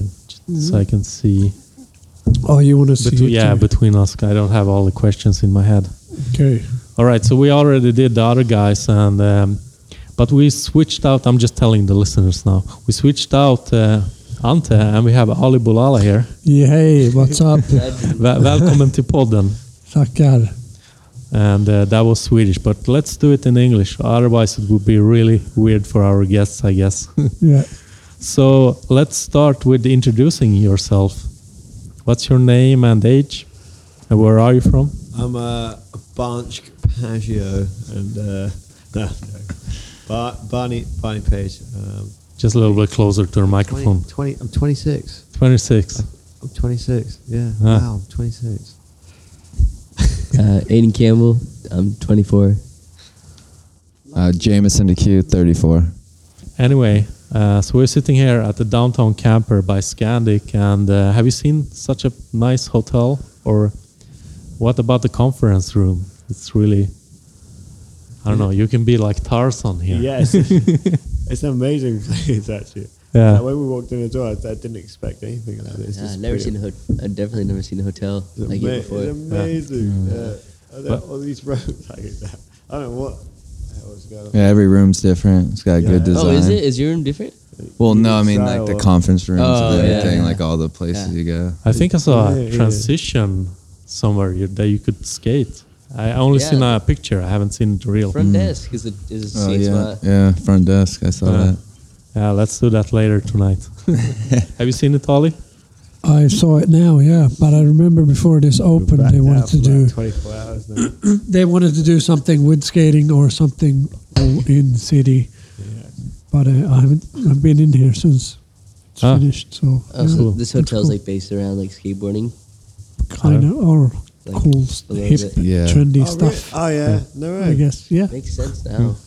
[SPEAKER 5] so I can see.
[SPEAKER 1] Oh, you want to see?
[SPEAKER 5] Between,
[SPEAKER 1] it
[SPEAKER 5] yeah,
[SPEAKER 1] too?
[SPEAKER 5] between us, I don't have all the questions in my head.
[SPEAKER 1] okay.
[SPEAKER 5] All right, so we already did the other guys, and um, but we switched out. I'm just telling the listeners now. We switched out uh, Ante, and we have Ali Bulala here.
[SPEAKER 1] Yeah, hey, what's up?
[SPEAKER 5] Väl- Välkommen till podden.
[SPEAKER 1] Tackar.
[SPEAKER 5] And uh, that was Swedish, but let's do it in English. Otherwise, it would be really weird for our guests, I guess.
[SPEAKER 1] Yeah.
[SPEAKER 5] so let's start with introducing yourself. What's your name and age? And where are you from?
[SPEAKER 2] I'm a, a Barnch Pagio and uh, no, no. Bar, Barney Barney Page. Um,
[SPEAKER 5] Just a little bit closer to the
[SPEAKER 2] 20,
[SPEAKER 5] microphone.
[SPEAKER 2] 20 I'm 26.
[SPEAKER 5] 26.
[SPEAKER 2] I'm 26. Yeah.
[SPEAKER 5] Ah.
[SPEAKER 2] Wow. I'm 26.
[SPEAKER 8] Uh, Aiden Campbell, I'm 24.
[SPEAKER 9] Uh, Jameson DeQ, 34.
[SPEAKER 5] Anyway, uh, so we're sitting here at the downtown camper by Scandic, and uh, have you seen such a nice hotel? Or what about the conference room? It's really, I don't know. You can be like Tarzan here.
[SPEAKER 2] Yes. it's an amazing place actually.
[SPEAKER 5] Yeah.
[SPEAKER 2] Like, when we walked in the door, I, I didn't expect anything like this.
[SPEAKER 8] Uh, never seen a ho- I've definitely never seen a hotel
[SPEAKER 2] It's,
[SPEAKER 8] like
[SPEAKER 2] ama-
[SPEAKER 8] it
[SPEAKER 2] it's
[SPEAKER 8] before.
[SPEAKER 2] amazing. Yeah. And then
[SPEAKER 5] Mm. But-
[SPEAKER 2] all these roads like that. I don't know what the hell was going on.
[SPEAKER 9] Yeah, every room's different. It's got
[SPEAKER 2] Yeah.
[SPEAKER 9] good design.
[SPEAKER 8] Oh, is it? Is your room different?
[SPEAKER 9] Well, no, I mean like the
[SPEAKER 2] Style.
[SPEAKER 9] conference rooms
[SPEAKER 8] Oh,
[SPEAKER 9] and
[SPEAKER 8] yeah,
[SPEAKER 9] everything,
[SPEAKER 8] yeah.
[SPEAKER 9] like all the places
[SPEAKER 8] Yeah.
[SPEAKER 9] you go.
[SPEAKER 5] I think I saw
[SPEAKER 2] Yeah,
[SPEAKER 5] a
[SPEAKER 2] yeah.
[SPEAKER 5] transition somewhere you- that you could skate. I only
[SPEAKER 8] Yeah.
[SPEAKER 5] seen a picture. I haven't seen it real.
[SPEAKER 8] Oh,
[SPEAKER 2] Mm.
[SPEAKER 8] Front desk is a, is a
[SPEAKER 9] Oh
[SPEAKER 8] seat
[SPEAKER 9] yeah,
[SPEAKER 8] spot.
[SPEAKER 9] yeah, front desk. I saw
[SPEAKER 5] Yeah.
[SPEAKER 9] that.
[SPEAKER 5] Uh, Yeah, let's do that later tonight. have you seen it, Ollie?
[SPEAKER 1] I saw it now, yeah. But I remember before this opened, they wanted to do
[SPEAKER 2] 24 hours now.
[SPEAKER 1] they wanted to do something with skating or something in the city. But uh, I haven't. I've been in here since it's
[SPEAKER 5] Ah.
[SPEAKER 1] finished. So
[SPEAKER 8] Oh, so
[SPEAKER 5] Cool.
[SPEAKER 8] this
[SPEAKER 1] That's
[SPEAKER 8] hotel's
[SPEAKER 1] cool.
[SPEAKER 8] like based around like skateboarding.
[SPEAKER 1] kind of or
[SPEAKER 8] Like,
[SPEAKER 1] cool,
[SPEAKER 8] a little
[SPEAKER 1] hip,
[SPEAKER 8] bit.
[SPEAKER 9] Yeah.
[SPEAKER 1] trendy
[SPEAKER 2] oh, really?
[SPEAKER 1] stuff.
[SPEAKER 2] Oh, yeah. No way.
[SPEAKER 1] I guess. Yeah.
[SPEAKER 8] Makes sense now.
[SPEAKER 2] Hmm.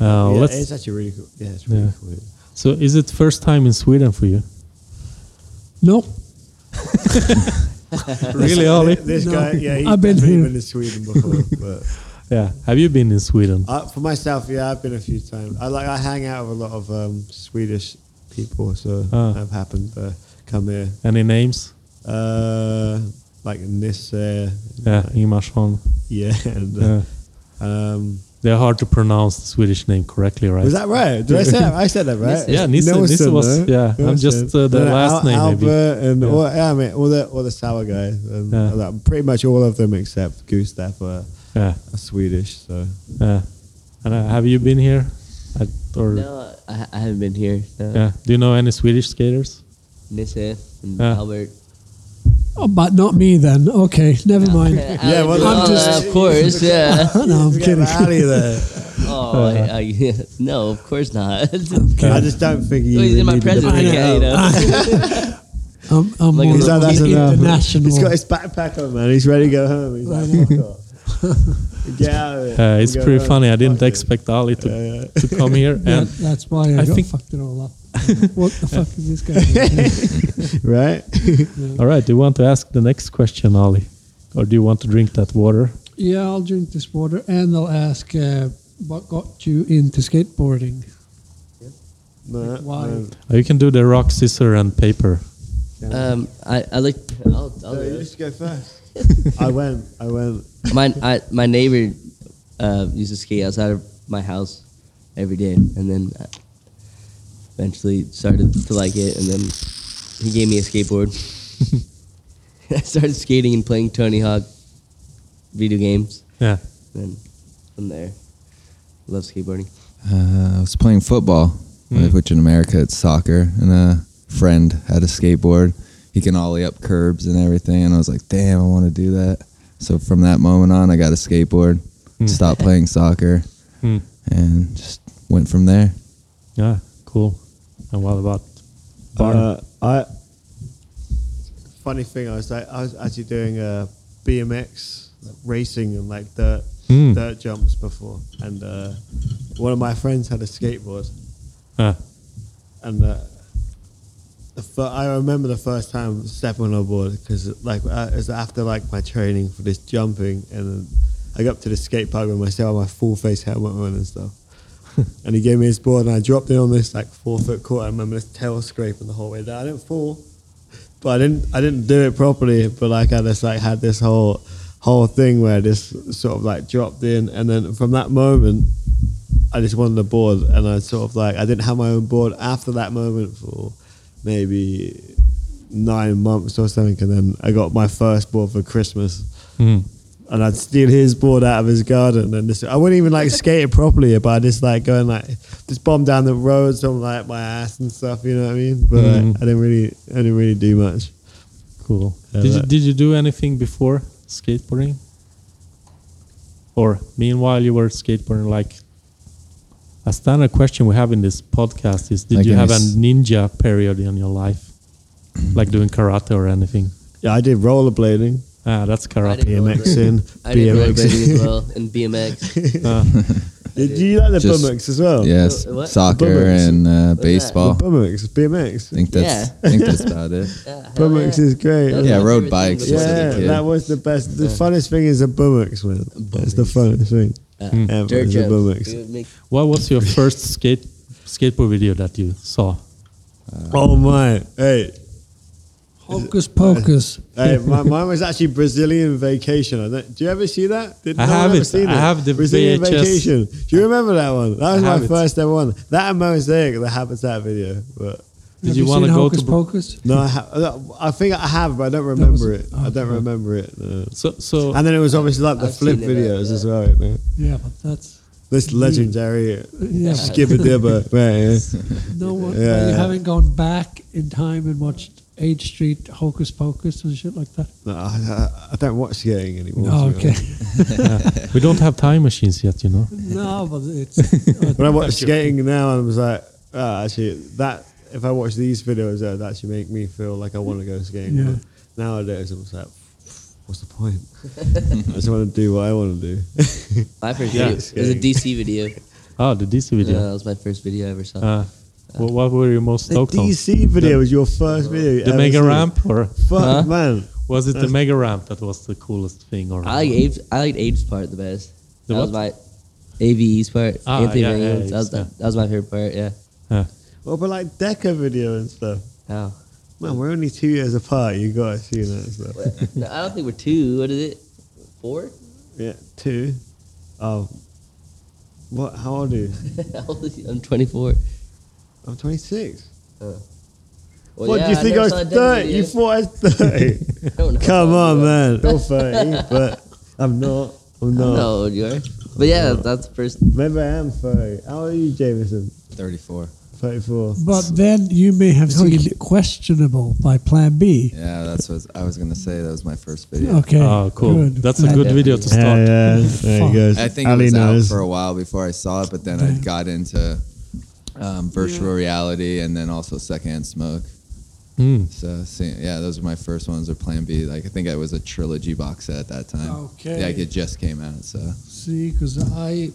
[SPEAKER 5] Uh,
[SPEAKER 2] yeah,
[SPEAKER 5] Hmm. let's.
[SPEAKER 2] it's actually really cool. Yeah, it's really
[SPEAKER 5] Yeah.
[SPEAKER 2] cool.
[SPEAKER 5] So, is it first time in Sweden for you?
[SPEAKER 1] No.
[SPEAKER 5] really, Ollie?
[SPEAKER 2] This
[SPEAKER 1] No.
[SPEAKER 2] guy, yeah, he's
[SPEAKER 1] I've been
[SPEAKER 2] definitely
[SPEAKER 1] here.
[SPEAKER 2] been to Sweden before. but
[SPEAKER 5] Yeah. Have you been in Sweden?
[SPEAKER 2] I, for myself, yeah, I've been a few times. I like I hang out with a lot of um, Swedish people, so
[SPEAKER 5] Ah.
[SPEAKER 2] I've happened to come here.
[SPEAKER 5] Any names?
[SPEAKER 2] Uh, like Nisse,
[SPEAKER 5] Yeah, Imarsson.
[SPEAKER 2] yeah, and uh,
[SPEAKER 5] Yeah.
[SPEAKER 2] um,
[SPEAKER 5] They're hard to pronounce the Swedish name correctly, right?
[SPEAKER 2] was that right? Did I say that? I said that right?
[SPEAKER 5] Yeah, Nisse- Nisse was-
[SPEAKER 2] no?
[SPEAKER 5] yeah, I'm just, uh, the
[SPEAKER 2] And
[SPEAKER 5] last name maybe.
[SPEAKER 2] Albert and
[SPEAKER 5] Yeah.
[SPEAKER 2] all, yeah, I mean, all the all the sour guys, and
[SPEAKER 5] Yeah.
[SPEAKER 2] like, pretty much all of them except Gustav are,
[SPEAKER 5] Yeah.
[SPEAKER 2] are Swedish. So
[SPEAKER 5] Yeah. And uh, have you been here? At, or
[SPEAKER 8] No, I, I haven't been here. No.
[SPEAKER 5] yeah. Do you know any Swedish skaters?
[SPEAKER 8] Nisse and
[SPEAKER 5] Yeah.
[SPEAKER 8] Mm, Albert.
[SPEAKER 1] Oh, but not me then. Okay, never mind.
[SPEAKER 8] yeah,
[SPEAKER 2] well,
[SPEAKER 1] I'm just-
[SPEAKER 8] of course, yeah.
[SPEAKER 1] no, I'm kidding.
[SPEAKER 2] out of there.
[SPEAKER 8] Oh, I, I, no, of course not.
[SPEAKER 2] I just don't think you.
[SPEAKER 8] Well, he's in my
[SPEAKER 2] need to
[SPEAKER 8] presence
[SPEAKER 2] bring it
[SPEAKER 8] again, you
[SPEAKER 2] up.
[SPEAKER 8] know.
[SPEAKER 1] I'm, I'm
[SPEAKER 8] Like a
[SPEAKER 1] more
[SPEAKER 2] He's like, that's enough.
[SPEAKER 1] international.
[SPEAKER 2] He's got his backpack on, man. He's ready to go home. He's like, fuck off. Get out of it.
[SPEAKER 5] Uh, it's
[SPEAKER 2] We're going
[SPEAKER 5] pretty
[SPEAKER 2] home.
[SPEAKER 5] funny. I didn't
[SPEAKER 2] Fuck it.
[SPEAKER 5] expect Ali to,
[SPEAKER 2] Yeah, yeah.
[SPEAKER 5] to come here.
[SPEAKER 1] yeah,
[SPEAKER 5] And
[SPEAKER 1] that's why I,
[SPEAKER 5] I
[SPEAKER 1] got
[SPEAKER 5] think-
[SPEAKER 1] fucked it all up. what the fuck is this guy? doing?
[SPEAKER 2] right?
[SPEAKER 5] All right. Do you want to ask the next question, Ali? Or do you want to drink that water?
[SPEAKER 1] yeah, I'll drink this water and I'll ask uh, what got you into skateboarding.
[SPEAKER 2] No,
[SPEAKER 1] Why?
[SPEAKER 2] no.
[SPEAKER 5] Or Oh, you can do the rock, scissor, and paper.
[SPEAKER 8] Um, I, I like. I'll,
[SPEAKER 2] No,
[SPEAKER 8] I'll do
[SPEAKER 2] you
[SPEAKER 8] it.
[SPEAKER 2] used to go first. I went. I went.
[SPEAKER 8] my I, my neighbor uh, used to skate outside of my house every day, and then I eventually started to like it, and then he gave me a skateboard. I started skating and playing Tony Hawk video games,
[SPEAKER 5] Yeah.
[SPEAKER 8] and from there, love skateboarding.
[SPEAKER 9] Uh, I was playing football,
[SPEAKER 5] Mm.
[SPEAKER 9] which in America it's soccer, and a friend had a skateboard. He can ollie up curbs and everything, and I was like, "Damn, I want to do that." So from that moment on, I got a skateboard,
[SPEAKER 5] Mm.
[SPEAKER 9] stopped playing soccer,
[SPEAKER 5] Hmm.
[SPEAKER 9] and just went from there.
[SPEAKER 5] Yeah. Cool. And what about Barney?
[SPEAKER 2] Uh, I. Funny thing, I was like, I was actually doing uh, BMX like, racing and like dirt
[SPEAKER 5] Hmm.
[SPEAKER 2] dirt jumps before, and uh, one of my friends had a skateboard,
[SPEAKER 5] Ah,
[SPEAKER 2] and uh, the fir- I remember the first time stepping on a board because like uh, it was after like my training for this jumping, and then I got up to the skate park with my still had my full face helmet on and stuff. and he gave me his board, and I dropped in on this like four foot court. I remember this tail scraping the whole way down. I didn't fall, but I didn't I didn't do it properly. But like I just like had this whole whole thing where I just sort of like dropped in, and then from that moment, I just wanted a board, and I sort of like I didn't have my own board after that moment for maybe nine months or something, and then I got my first board for Christmas.
[SPEAKER 5] hmm.
[SPEAKER 2] And I'd steal his board out of his garden, and just, I wouldn't even like skate it properly, but I just like going like just bomb down the roads on like my ass and stuff. You know what I mean? But like,
[SPEAKER 5] Mm.
[SPEAKER 2] I didn't really, I didn't really do much.
[SPEAKER 5] Cool.
[SPEAKER 2] Yeah,
[SPEAKER 5] did you
[SPEAKER 2] that-
[SPEAKER 5] did you do anything before skateboarding? Or meanwhile you were skateboarding like a standard question we have in this podcast is did
[SPEAKER 9] Like
[SPEAKER 5] you
[SPEAKER 9] in
[SPEAKER 5] have a
[SPEAKER 9] this-
[SPEAKER 5] ninja period in your life? like doing karate or anything?
[SPEAKER 2] Yeah, I did rollerblading,
[SPEAKER 5] Ah, that's karate.
[SPEAKER 8] did
[SPEAKER 2] BMXing,
[SPEAKER 8] I did rollerblading as
[SPEAKER 2] BMXing.
[SPEAKER 9] Uh,
[SPEAKER 8] well and BMX.
[SPEAKER 5] Uh.
[SPEAKER 2] Did you like the
[SPEAKER 9] Just-
[SPEAKER 2] BMX as well?
[SPEAKER 9] Yes,
[SPEAKER 8] what?
[SPEAKER 9] soccer
[SPEAKER 2] Bummers.
[SPEAKER 9] and uh,
[SPEAKER 2] The
[SPEAKER 9] baseball.
[SPEAKER 2] BMX, BMX.
[SPEAKER 9] I think that's I think that's about it.
[SPEAKER 8] Yeah, hell
[SPEAKER 2] BMX
[SPEAKER 8] yeah.
[SPEAKER 2] is great.
[SPEAKER 8] That was
[SPEAKER 9] Yeah,
[SPEAKER 8] my
[SPEAKER 9] road
[SPEAKER 8] favorite thing
[SPEAKER 9] bikes
[SPEAKER 8] was
[SPEAKER 9] is
[SPEAKER 8] rollerblading.
[SPEAKER 2] Yeah,
[SPEAKER 9] kid.
[SPEAKER 2] that was the best. The funnest thing is a BMX win. That's the funnest thing. Uh,
[SPEAKER 5] Hmm.
[SPEAKER 2] Ever
[SPEAKER 8] Dirt
[SPEAKER 2] is a
[SPEAKER 8] jumps.
[SPEAKER 2] BMX.
[SPEAKER 8] We would make-
[SPEAKER 5] What was your first skate skateboard video that you saw?
[SPEAKER 2] Oh my! Hey,
[SPEAKER 1] Hocus pocus.
[SPEAKER 2] hey, my, mine was actually Brazilian Vacation. I don't, do you ever see that? Did
[SPEAKER 5] I
[SPEAKER 2] no one
[SPEAKER 5] have
[SPEAKER 2] ever
[SPEAKER 5] it.
[SPEAKER 2] seen
[SPEAKER 5] I have the
[SPEAKER 2] Brazilian
[SPEAKER 5] VHS.
[SPEAKER 2] Vacation. Do you remember that one? That was
[SPEAKER 5] I have
[SPEAKER 2] my
[SPEAKER 5] it.
[SPEAKER 2] first ever one. That and Mosaic, the Habitat video. But
[SPEAKER 5] Did
[SPEAKER 1] Have
[SPEAKER 5] you wanna
[SPEAKER 1] seen
[SPEAKER 5] go
[SPEAKER 1] Hocus
[SPEAKER 5] to Br-
[SPEAKER 1] pocus?
[SPEAKER 2] no, I, ha- I think I have, but I don't
[SPEAKER 1] That was- oh,
[SPEAKER 2] remember it. I don't remember it. no.
[SPEAKER 5] So so
[SPEAKER 2] And then it was obviously like the
[SPEAKER 8] I've
[SPEAKER 2] flip
[SPEAKER 8] seen it, uh,
[SPEAKER 2] videos
[SPEAKER 8] yeah.
[SPEAKER 2] as well. You know?
[SPEAKER 1] Yeah, but that's
[SPEAKER 2] This legendary
[SPEAKER 1] yeah. but
[SPEAKER 2] skibidibba. right,
[SPEAKER 1] No one.
[SPEAKER 2] Yeah.
[SPEAKER 1] You haven't gone back in time and watched H Street Hocus Pocus and shit like that.
[SPEAKER 2] yeah. No, I, I don't watch skating anymore.
[SPEAKER 1] Oh,
[SPEAKER 2] to be
[SPEAKER 1] okay.
[SPEAKER 2] honest.
[SPEAKER 5] we don't have time machines yet, you know.
[SPEAKER 1] no, but it's
[SPEAKER 2] When I watch skating now, I was like, ah, actually, that if I watch these videos, that would actually make me feel like I want to go skating.
[SPEAKER 1] Yeah.
[SPEAKER 2] But nowadays, I'm just like, what's the point? I just want to do what I want to do.
[SPEAKER 8] My first video
[SPEAKER 5] Yeah.
[SPEAKER 8] it was a DC video.
[SPEAKER 5] Oh, the DC
[SPEAKER 8] Yeah,
[SPEAKER 5] video.
[SPEAKER 8] that was my first video I ever saw.
[SPEAKER 5] Uh, wh- what were you most
[SPEAKER 2] The
[SPEAKER 5] stoked on?
[SPEAKER 2] DC video was your first video. you
[SPEAKER 5] The
[SPEAKER 2] ever
[SPEAKER 5] mega
[SPEAKER 2] seen.
[SPEAKER 5] ramp or
[SPEAKER 2] Fuck,
[SPEAKER 8] Huh?
[SPEAKER 2] man.
[SPEAKER 5] Was it the mega ramp that was the coolest thing, or
[SPEAKER 8] I like Abe's, I liked Abe's part the best.
[SPEAKER 5] The
[SPEAKER 8] that was
[SPEAKER 5] what?
[SPEAKER 8] my AVE's part.
[SPEAKER 5] Ah,
[SPEAKER 8] Anthony
[SPEAKER 5] yeah, yeah,
[SPEAKER 8] Ramos.
[SPEAKER 5] yeah,
[SPEAKER 8] that, was,
[SPEAKER 5] yeah.
[SPEAKER 8] that was my favorite part. Yeah.
[SPEAKER 2] Well, but like Deca video and stuff.
[SPEAKER 8] Wow.
[SPEAKER 2] Man, we're only two years apart. You guys, you know, stuff.
[SPEAKER 8] no, I don't think we're two. What is it? Four?
[SPEAKER 2] Yeah, two. Oh, what? How old are you?
[SPEAKER 8] I'm 24.
[SPEAKER 2] I'm 26.
[SPEAKER 8] Well,
[SPEAKER 2] what
[SPEAKER 8] yeah,
[SPEAKER 2] do you think I
[SPEAKER 8] never
[SPEAKER 2] was
[SPEAKER 8] saw a Deca
[SPEAKER 2] 30?
[SPEAKER 8] video.
[SPEAKER 2] You thought I was 30?
[SPEAKER 8] I don't know.
[SPEAKER 2] Come on, man. You're 30, but I'm not. I'm not.
[SPEAKER 8] No, you are. But yeah, that's the first.
[SPEAKER 2] Maybe I am 30. How old are you, Jameson?
[SPEAKER 9] 34.
[SPEAKER 2] 34.
[SPEAKER 1] But then you may have seen Questionable by Plan B.
[SPEAKER 9] Yeah, that's what I was gonna say. That was my first video.
[SPEAKER 1] Okay.
[SPEAKER 5] Oh, cool.
[SPEAKER 1] Good.
[SPEAKER 5] That's a good video to start.
[SPEAKER 2] Yeah, yeah. There
[SPEAKER 1] Fuck.
[SPEAKER 2] he goes.
[SPEAKER 9] I think it
[SPEAKER 2] Ali
[SPEAKER 9] was
[SPEAKER 2] knows.
[SPEAKER 9] out for a while before I saw it, but then I got into um, virtual reality and then also secondhand smoke.
[SPEAKER 5] Hmm.
[SPEAKER 9] So see, yeah, those were my first ones. Or Plan B. Like I think I was a trilogy box set at that time.
[SPEAKER 1] Okay.
[SPEAKER 9] Like it just came out. So
[SPEAKER 1] See, because I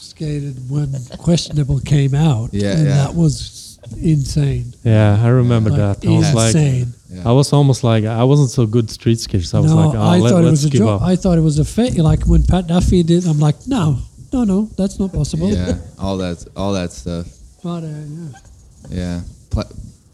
[SPEAKER 1] skated when Questionable came out.
[SPEAKER 9] Yeah,
[SPEAKER 1] and
[SPEAKER 9] yeah.
[SPEAKER 1] that was was insane.
[SPEAKER 5] Yeah, I remember
[SPEAKER 1] Like,
[SPEAKER 5] that. I was like,
[SPEAKER 1] insane.
[SPEAKER 9] Yeah.
[SPEAKER 5] I was almost like, I wasn't so good street sketches. I was
[SPEAKER 1] no,
[SPEAKER 5] like, oh,
[SPEAKER 1] I
[SPEAKER 5] let,
[SPEAKER 1] thought it
[SPEAKER 5] us
[SPEAKER 1] was a
[SPEAKER 5] give up.
[SPEAKER 1] joke. I thought it was a fake. Like when Pat Duffy did, I'm like, no, no, no, that's not possible.
[SPEAKER 9] yeah, all that, all that stuff.
[SPEAKER 1] But, uh, yeah.
[SPEAKER 9] Yeah, Pla-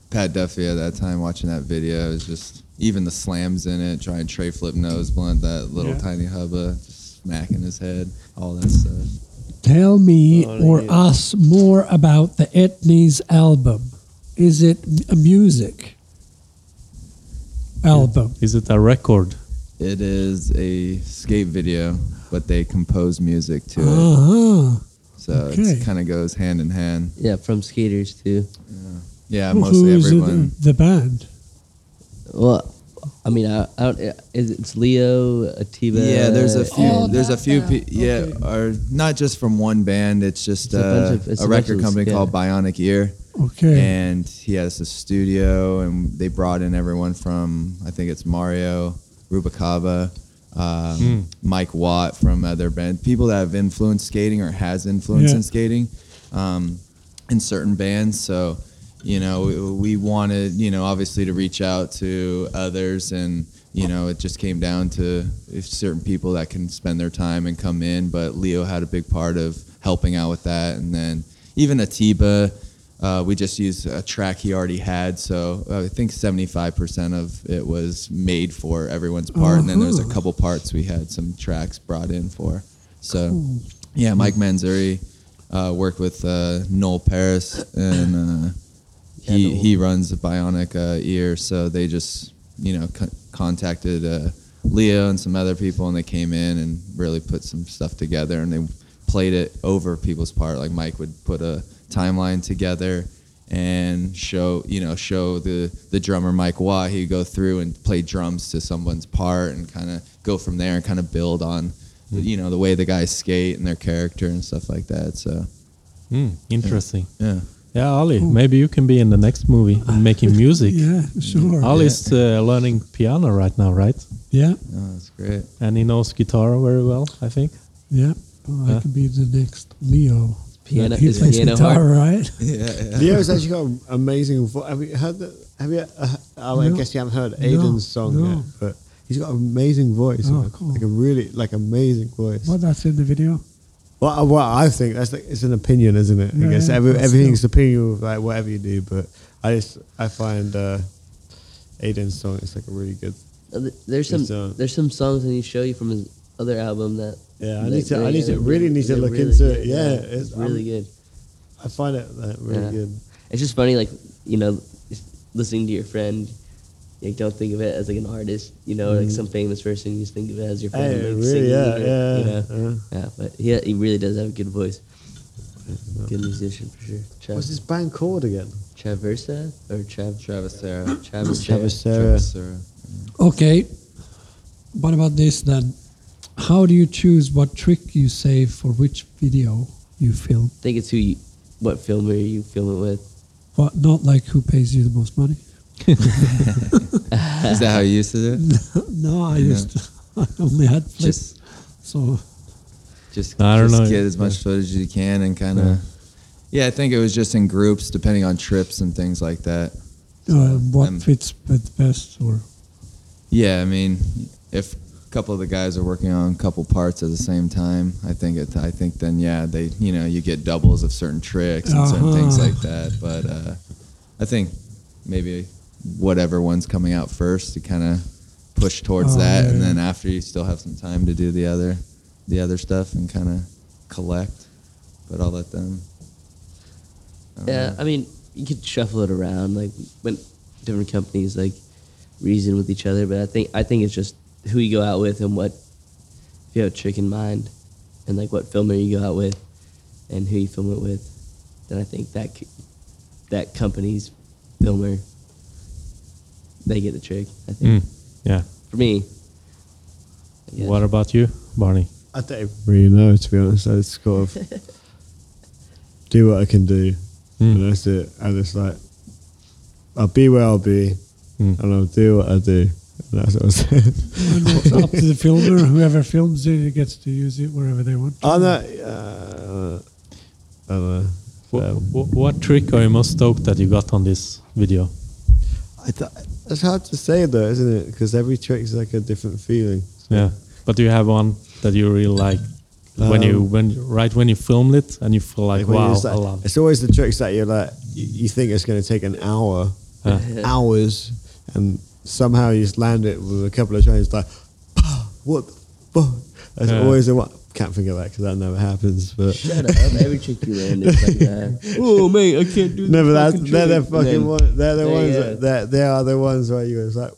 [SPEAKER 9] Pat Duffy at that time watching that video it was just even the slams in it, trying tray flip nose blunt, that little
[SPEAKER 1] Yeah.
[SPEAKER 9] tiny hubba, just smacking his head, all that stuff.
[SPEAKER 1] Tell me
[SPEAKER 2] Oh,
[SPEAKER 1] or
[SPEAKER 2] yeah.
[SPEAKER 1] us more about the Etnies album. Is it a music album?
[SPEAKER 5] Is it a record?
[SPEAKER 9] It is a skate video, but they compose music to it,
[SPEAKER 1] Uh-huh.
[SPEAKER 9] so
[SPEAKER 1] okay.
[SPEAKER 9] it kind of goes hand in hand.
[SPEAKER 8] Yeah, from skaters too.
[SPEAKER 9] Yeah,
[SPEAKER 1] Who-
[SPEAKER 9] mostly
[SPEAKER 1] Who's the-
[SPEAKER 9] everyone.
[SPEAKER 1] the band?
[SPEAKER 8] Well, I mean, I, I don't, eh, is it's Leo Atiba?
[SPEAKER 9] Yeah, there's a few.
[SPEAKER 1] Oh,
[SPEAKER 8] and-
[SPEAKER 9] there's a
[SPEAKER 1] that
[SPEAKER 9] few.
[SPEAKER 1] band.
[SPEAKER 9] Pe- yeah,
[SPEAKER 1] Okay.
[SPEAKER 9] or not just from one band. It's just
[SPEAKER 8] It's a
[SPEAKER 9] uh,
[SPEAKER 8] bunch of- it's
[SPEAKER 9] a,
[SPEAKER 8] a bunch
[SPEAKER 9] record
[SPEAKER 8] of-
[SPEAKER 9] company
[SPEAKER 8] yeah.
[SPEAKER 9] called Bionic Ear,
[SPEAKER 1] Okay.
[SPEAKER 9] and he has a studio, and they brought in everyone from I think it's Mario Rubicava, um, Mike Watt from other band, people that have influenced skating or has influence
[SPEAKER 1] Yeah.
[SPEAKER 9] in skating, um, in certain bands. So. You know, we, we wanted, you know, obviously to reach out to others and you know, it just came down to if certain people that can spend their time and come in. But Leo had a big part of helping out with that, and then even Atiba, uh, we just used a track he already had. So I think seventy-five percent of it was made for everyone's part, and then there's a
[SPEAKER 1] Uh-huh.
[SPEAKER 9] couple parts we had some tracks brought in for. So uh, yeah, Mike Manzuri uh, worked with uh, Noel Paris and. Uh,
[SPEAKER 8] Yeah,
[SPEAKER 9] he
[SPEAKER 8] the-
[SPEAKER 9] he runs the bionic uh, ear so they just you know con- contacted uh, leo and some other people and they came in and really put some stuff together and they played it over people's part like mike would put a timeline together and show you know show the the drummer mike watt he'd go through and play drums to someone's part and kind of go from there and kind of build on you know the way the guys skate and their character and stuff like that so
[SPEAKER 5] Hmm, interesting.
[SPEAKER 9] yeah
[SPEAKER 5] Yeah, Ali, maybe you can be in the next movie making music.
[SPEAKER 1] Yeah, sure.
[SPEAKER 5] Ali's uh, learning piano right now, right?
[SPEAKER 1] Yeah,
[SPEAKER 9] no, Oh, that's great
[SPEAKER 5] And he knows guitar very well, I think.
[SPEAKER 1] yeah. Well, I
[SPEAKER 5] Huh?
[SPEAKER 1] could be the next Leo.
[SPEAKER 8] Piano-
[SPEAKER 1] he
[SPEAKER 8] is
[SPEAKER 1] plays
[SPEAKER 8] piano
[SPEAKER 1] guitar,
[SPEAKER 8] hard?
[SPEAKER 1] right?
[SPEAKER 2] Leo's actually got an amazing voice. Have you heard that? Have you? Uh, oh, I
[SPEAKER 1] No.
[SPEAKER 2] guess you haven't heard
[SPEAKER 1] No,
[SPEAKER 2] Aiden's song
[SPEAKER 1] no.
[SPEAKER 2] yet, but he's got an amazing voice.
[SPEAKER 1] Oh,
[SPEAKER 2] man.
[SPEAKER 1] cool.
[SPEAKER 2] Like a really, like amazing voice.
[SPEAKER 1] Well, that's in the video.
[SPEAKER 2] Well, I- well, I think that's like, it's an opinion, isn't it?
[SPEAKER 1] Yeah,
[SPEAKER 2] I guess
[SPEAKER 1] yeah,
[SPEAKER 2] every,
[SPEAKER 1] but
[SPEAKER 2] everything's opinion with like whatever you do, but I just I find uh, Aiden's song is like a really good.
[SPEAKER 8] Uh, th- There's some
[SPEAKER 2] It's, uh,
[SPEAKER 8] there's some songs that he show you from his other album that
[SPEAKER 2] Yeah, I
[SPEAKER 8] that-
[SPEAKER 2] need to.
[SPEAKER 8] that-
[SPEAKER 2] I need
[SPEAKER 8] yeah,
[SPEAKER 2] to really need to
[SPEAKER 8] they're
[SPEAKER 2] look
[SPEAKER 8] really
[SPEAKER 2] into
[SPEAKER 8] good,
[SPEAKER 2] it. Yeah,
[SPEAKER 8] it's really
[SPEAKER 2] I'm-
[SPEAKER 8] good.
[SPEAKER 2] I find it uh, like, really
[SPEAKER 8] Yeah.
[SPEAKER 2] good.
[SPEAKER 8] It's just funny, like you know, just listening to your friend. Like, don't think of it as like an artist, you know, or, like some famous person. You just think of it as your friend.
[SPEAKER 2] Mm-hmm. Hey,
[SPEAKER 8] like, singing
[SPEAKER 2] really, yeah,
[SPEAKER 8] or,
[SPEAKER 2] yeah,
[SPEAKER 8] You know?
[SPEAKER 2] yeah.
[SPEAKER 8] Yeah, but he he really does have a good voice. Good musician for sure. Tra-
[SPEAKER 2] What's this band called again?
[SPEAKER 8] Traversa or Trav
[SPEAKER 9] travis sarah
[SPEAKER 8] Travis
[SPEAKER 2] Traversera.
[SPEAKER 9] sarah
[SPEAKER 1] Okay. What about this then? How do you choose what trick you save for which video you film?
[SPEAKER 8] I think it's who you, what filmer you film it with.
[SPEAKER 1] What not like who pays you the most money?
[SPEAKER 9] Is that how you used to do it?
[SPEAKER 1] no, I
[SPEAKER 9] Yeah.
[SPEAKER 1] used I only had flip,
[SPEAKER 9] Just,
[SPEAKER 1] so
[SPEAKER 9] just,
[SPEAKER 5] I don't
[SPEAKER 9] just
[SPEAKER 5] know.
[SPEAKER 9] get as much footage as you can and kind of. Yeah, I think it was just in groups, depending on trips and things like that.
[SPEAKER 1] uh, what
[SPEAKER 9] um,
[SPEAKER 1] fits with best or
[SPEAKER 9] Yeah, I mean, if a couple of the guys are working on a couple parts at the same time, I think it. I think then yeah, they you know you get doubles of certain tricks and certain things
[SPEAKER 1] Uh-huh.
[SPEAKER 9] like that. But uh, I think maybe whatever one's coming out first, you kind of push towards
[SPEAKER 1] Oh,
[SPEAKER 9] that, and
[SPEAKER 1] yeah.
[SPEAKER 9] then after you still have some time to do the other, the other stuff, and kind of collect. But I'll let them. I don't
[SPEAKER 8] Yeah,
[SPEAKER 5] Uh,
[SPEAKER 9] know.
[SPEAKER 8] I mean, you could shuffle it around, like when different companies like reason with each other. But I think I think it's just who you go out with and what if you have a trick in mind, and like what filmer you go out with, and who you film it with. Then I think that c- that company's filmer they get the trick. I think
[SPEAKER 5] Mm, yeah.
[SPEAKER 8] for me. Yeah.
[SPEAKER 5] What about you, Barney?
[SPEAKER 2] I don't even really know to be honest. I just kind of do what I can do,
[SPEAKER 5] Hmm.
[SPEAKER 2] and that's it. I just like I'll be where I'll be,
[SPEAKER 5] Mm.
[SPEAKER 2] and I'll do what I do. And that's what I was saying.
[SPEAKER 1] And it's up to the filmer, whoever
[SPEAKER 2] Uh,
[SPEAKER 1] films it gets to use it wherever they want.
[SPEAKER 2] Oh no, uh, I don't know.
[SPEAKER 5] What, what trick are you most stoked that you got on this video?
[SPEAKER 2] I th- it's hard to say though, isn't it? Because every trick is like a different feeling.
[SPEAKER 5] Yeah, but do you have one that you really like when you
[SPEAKER 2] Um,
[SPEAKER 5] when right when you filmed it and you feel like,
[SPEAKER 2] when you're
[SPEAKER 5] wow,
[SPEAKER 2] just
[SPEAKER 5] I
[SPEAKER 2] like-
[SPEAKER 5] love it.
[SPEAKER 2] It's always the tricks that you're like, you, you think it's going to take an hour,
[SPEAKER 5] Yeah.
[SPEAKER 2] hours, and somehow you just land it with a couple of tries. Like, what? the fuck? That's
[SPEAKER 5] Yeah.
[SPEAKER 2] always the one. Can't think of that because that never happens. But
[SPEAKER 8] Shut up. Every trick you land is like that. Oh, mate, I can't do
[SPEAKER 2] No, but
[SPEAKER 8] this
[SPEAKER 2] that's,
[SPEAKER 8] fucking
[SPEAKER 2] they're the
[SPEAKER 8] trick. And
[SPEAKER 2] fucking
[SPEAKER 8] then-
[SPEAKER 2] one, they're the
[SPEAKER 8] Yeah,
[SPEAKER 2] ones
[SPEAKER 8] yeah.
[SPEAKER 2] that that- they are the ones where you was like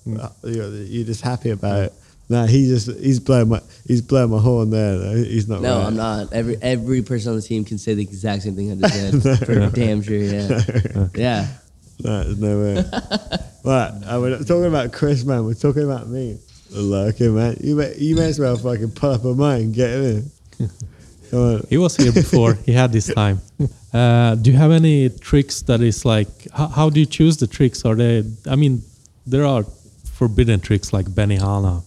[SPEAKER 2] you're, you're just happy about it. No, he just he's blowing my he's blowing my horn there. though. He's not.
[SPEAKER 8] No,
[SPEAKER 2] Oh, right.
[SPEAKER 8] I'm not. Every every person on the team can say the exact same thing I just said. For damn sure, yeah. Yeah.
[SPEAKER 2] No, there's no way. but uh, we're not talking about Chris, man. We're talking about me. Lucky man, you may, you may as well fucking pull up a mic and get it in. Come on.
[SPEAKER 5] He was here before. he had this time. Uh, do you have any tricks that is like? How, how do you choose the tricks? Are they? I mean, there are forbidden tricks like Benihana,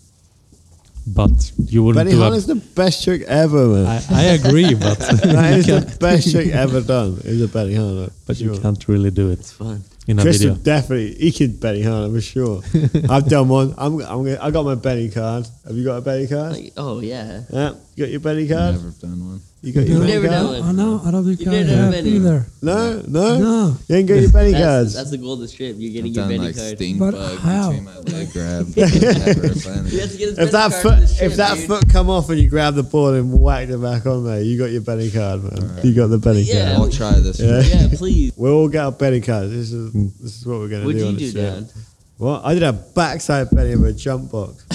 [SPEAKER 5] but you wouldn't
[SPEAKER 2] Benny
[SPEAKER 5] do
[SPEAKER 2] Hahn is the best trick ever,
[SPEAKER 5] it.
[SPEAKER 2] man.
[SPEAKER 5] I, I agree, but
[SPEAKER 2] that
[SPEAKER 5] you
[SPEAKER 2] is
[SPEAKER 5] can't,
[SPEAKER 2] the best trick ever done. Is a Benny Hahn.
[SPEAKER 5] but you can't really do it
[SPEAKER 8] Fun.
[SPEAKER 5] in a
[SPEAKER 2] Chris
[SPEAKER 5] video.
[SPEAKER 2] would definitely he could Benny Hahn, I'm sure. I've done one. I'm, I'm gonna, I got my Benny card. Have you got a Benny card?
[SPEAKER 8] Like, oh yeah.
[SPEAKER 2] yeah, you got your Benny card.
[SPEAKER 9] Never done one.
[SPEAKER 2] You got your
[SPEAKER 8] You've
[SPEAKER 2] Benny
[SPEAKER 8] never
[SPEAKER 2] card?
[SPEAKER 8] done
[SPEAKER 1] Oh, no, I don't think
[SPEAKER 8] You
[SPEAKER 1] I
[SPEAKER 8] didn't have
[SPEAKER 1] have
[SPEAKER 8] any.
[SPEAKER 1] either.
[SPEAKER 2] No, no,
[SPEAKER 1] No.
[SPEAKER 2] You ain't got your Benny
[SPEAKER 8] That's,
[SPEAKER 2] cards.
[SPEAKER 8] that's the goal of this trip. You're getting
[SPEAKER 9] I've done
[SPEAKER 8] your Benny
[SPEAKER 9] like
[SPEAKER 8] card.
[SPEAKER 9] sting
[SPEAKER 1] But
[SPEAKER 9] bug
[SPEAKER 1] how?
[SPEAKER 9] between my leg grab. Never done it.
[SPEAKER 8] You have to get his
[SPEAKER 2] if
[SPEAKER 8] Benny
[SPEAKER 2] that
[SPEAKER 8] card
[SPEAKER 2] foot,
[SPEAKER 8] for this
[SPEAKER 2] if
[SPEAKER 8] trip,
[SPEAKER 2] that
[SPEAKER 8] dude.
[SPEAKER 2] foot come off and you grab the ball and whacked it back on there, you got your Benny card, man. You got the Benny
[SPEAKER 8] Yeah.
[SPEAKER 2] card.
[SPEAKER 9] I'll try this.
[SPEAKER 2] Yeah.
[SPEAKER 9] one.
[SPEAKER 8] Yeah, please.
[SPEAKER 2] We'll all get our Benny cards. This is this is what we're gonna
[SPEAKER 8] What'd
[SPEAKER 2] do
[SPEAKER 8] you
[SPEAKER 2] on
[SPEAKER 8] do,
[SPEAKER 2] this
[SPEAKER 8] Dan?
[SPEAKER 2] show. Well, I did a backside Benny with a jump box.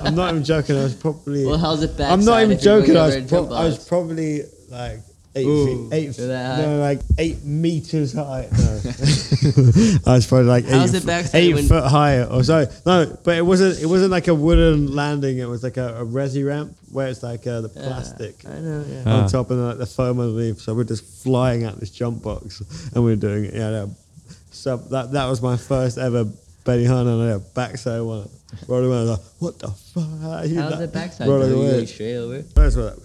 [SPEAKER 2] I'm not even joking. I was probably.
[SPEAKER 8] Well, how's it back?
[SPEAKER 2] I'm not even joking. I was, prob- I was probably like eight
[SPEAKER 8] Ooh,
[SPEAKER 2] feet, eight,
[SPEAKER 8] you're that high?
[SPEAKER 2] no, like eight meters high. No. I was probably like
[SPEAKER 8] How's
[SPEAKER 2] eight,
[SPEAKER 8] it backside
[SPEAKER 2] eight
[SPEAKER 8] when-
[SPEAKER 2] foot high or so. No, but it wasn't. It wasn't like a wooden landing. It was like a, a resi ramp where it's like uh, the plastic
[SPEAKER 8] I know. Yeah.
[SPEAKER 5] Ah.
[SPEAKER 2] on top and like the foam underneath. So we're just flying at this jump box and we're doing it. Yeah, no. so that that was my first ever Benny Hahn and I had a backside one. Rolling away, I was like, what the fuck? How you
[SPEAKER 8] How's
[SPEAKER 2] that-
[SPEAKER 8] it backside?
[SPEAKER 2] rolling
[SPEAKER 8] Rolling
[SPEAKER 2] away?
[SPEAKER 8] away. Straight over.
[SPEAKER 2] First of all, that-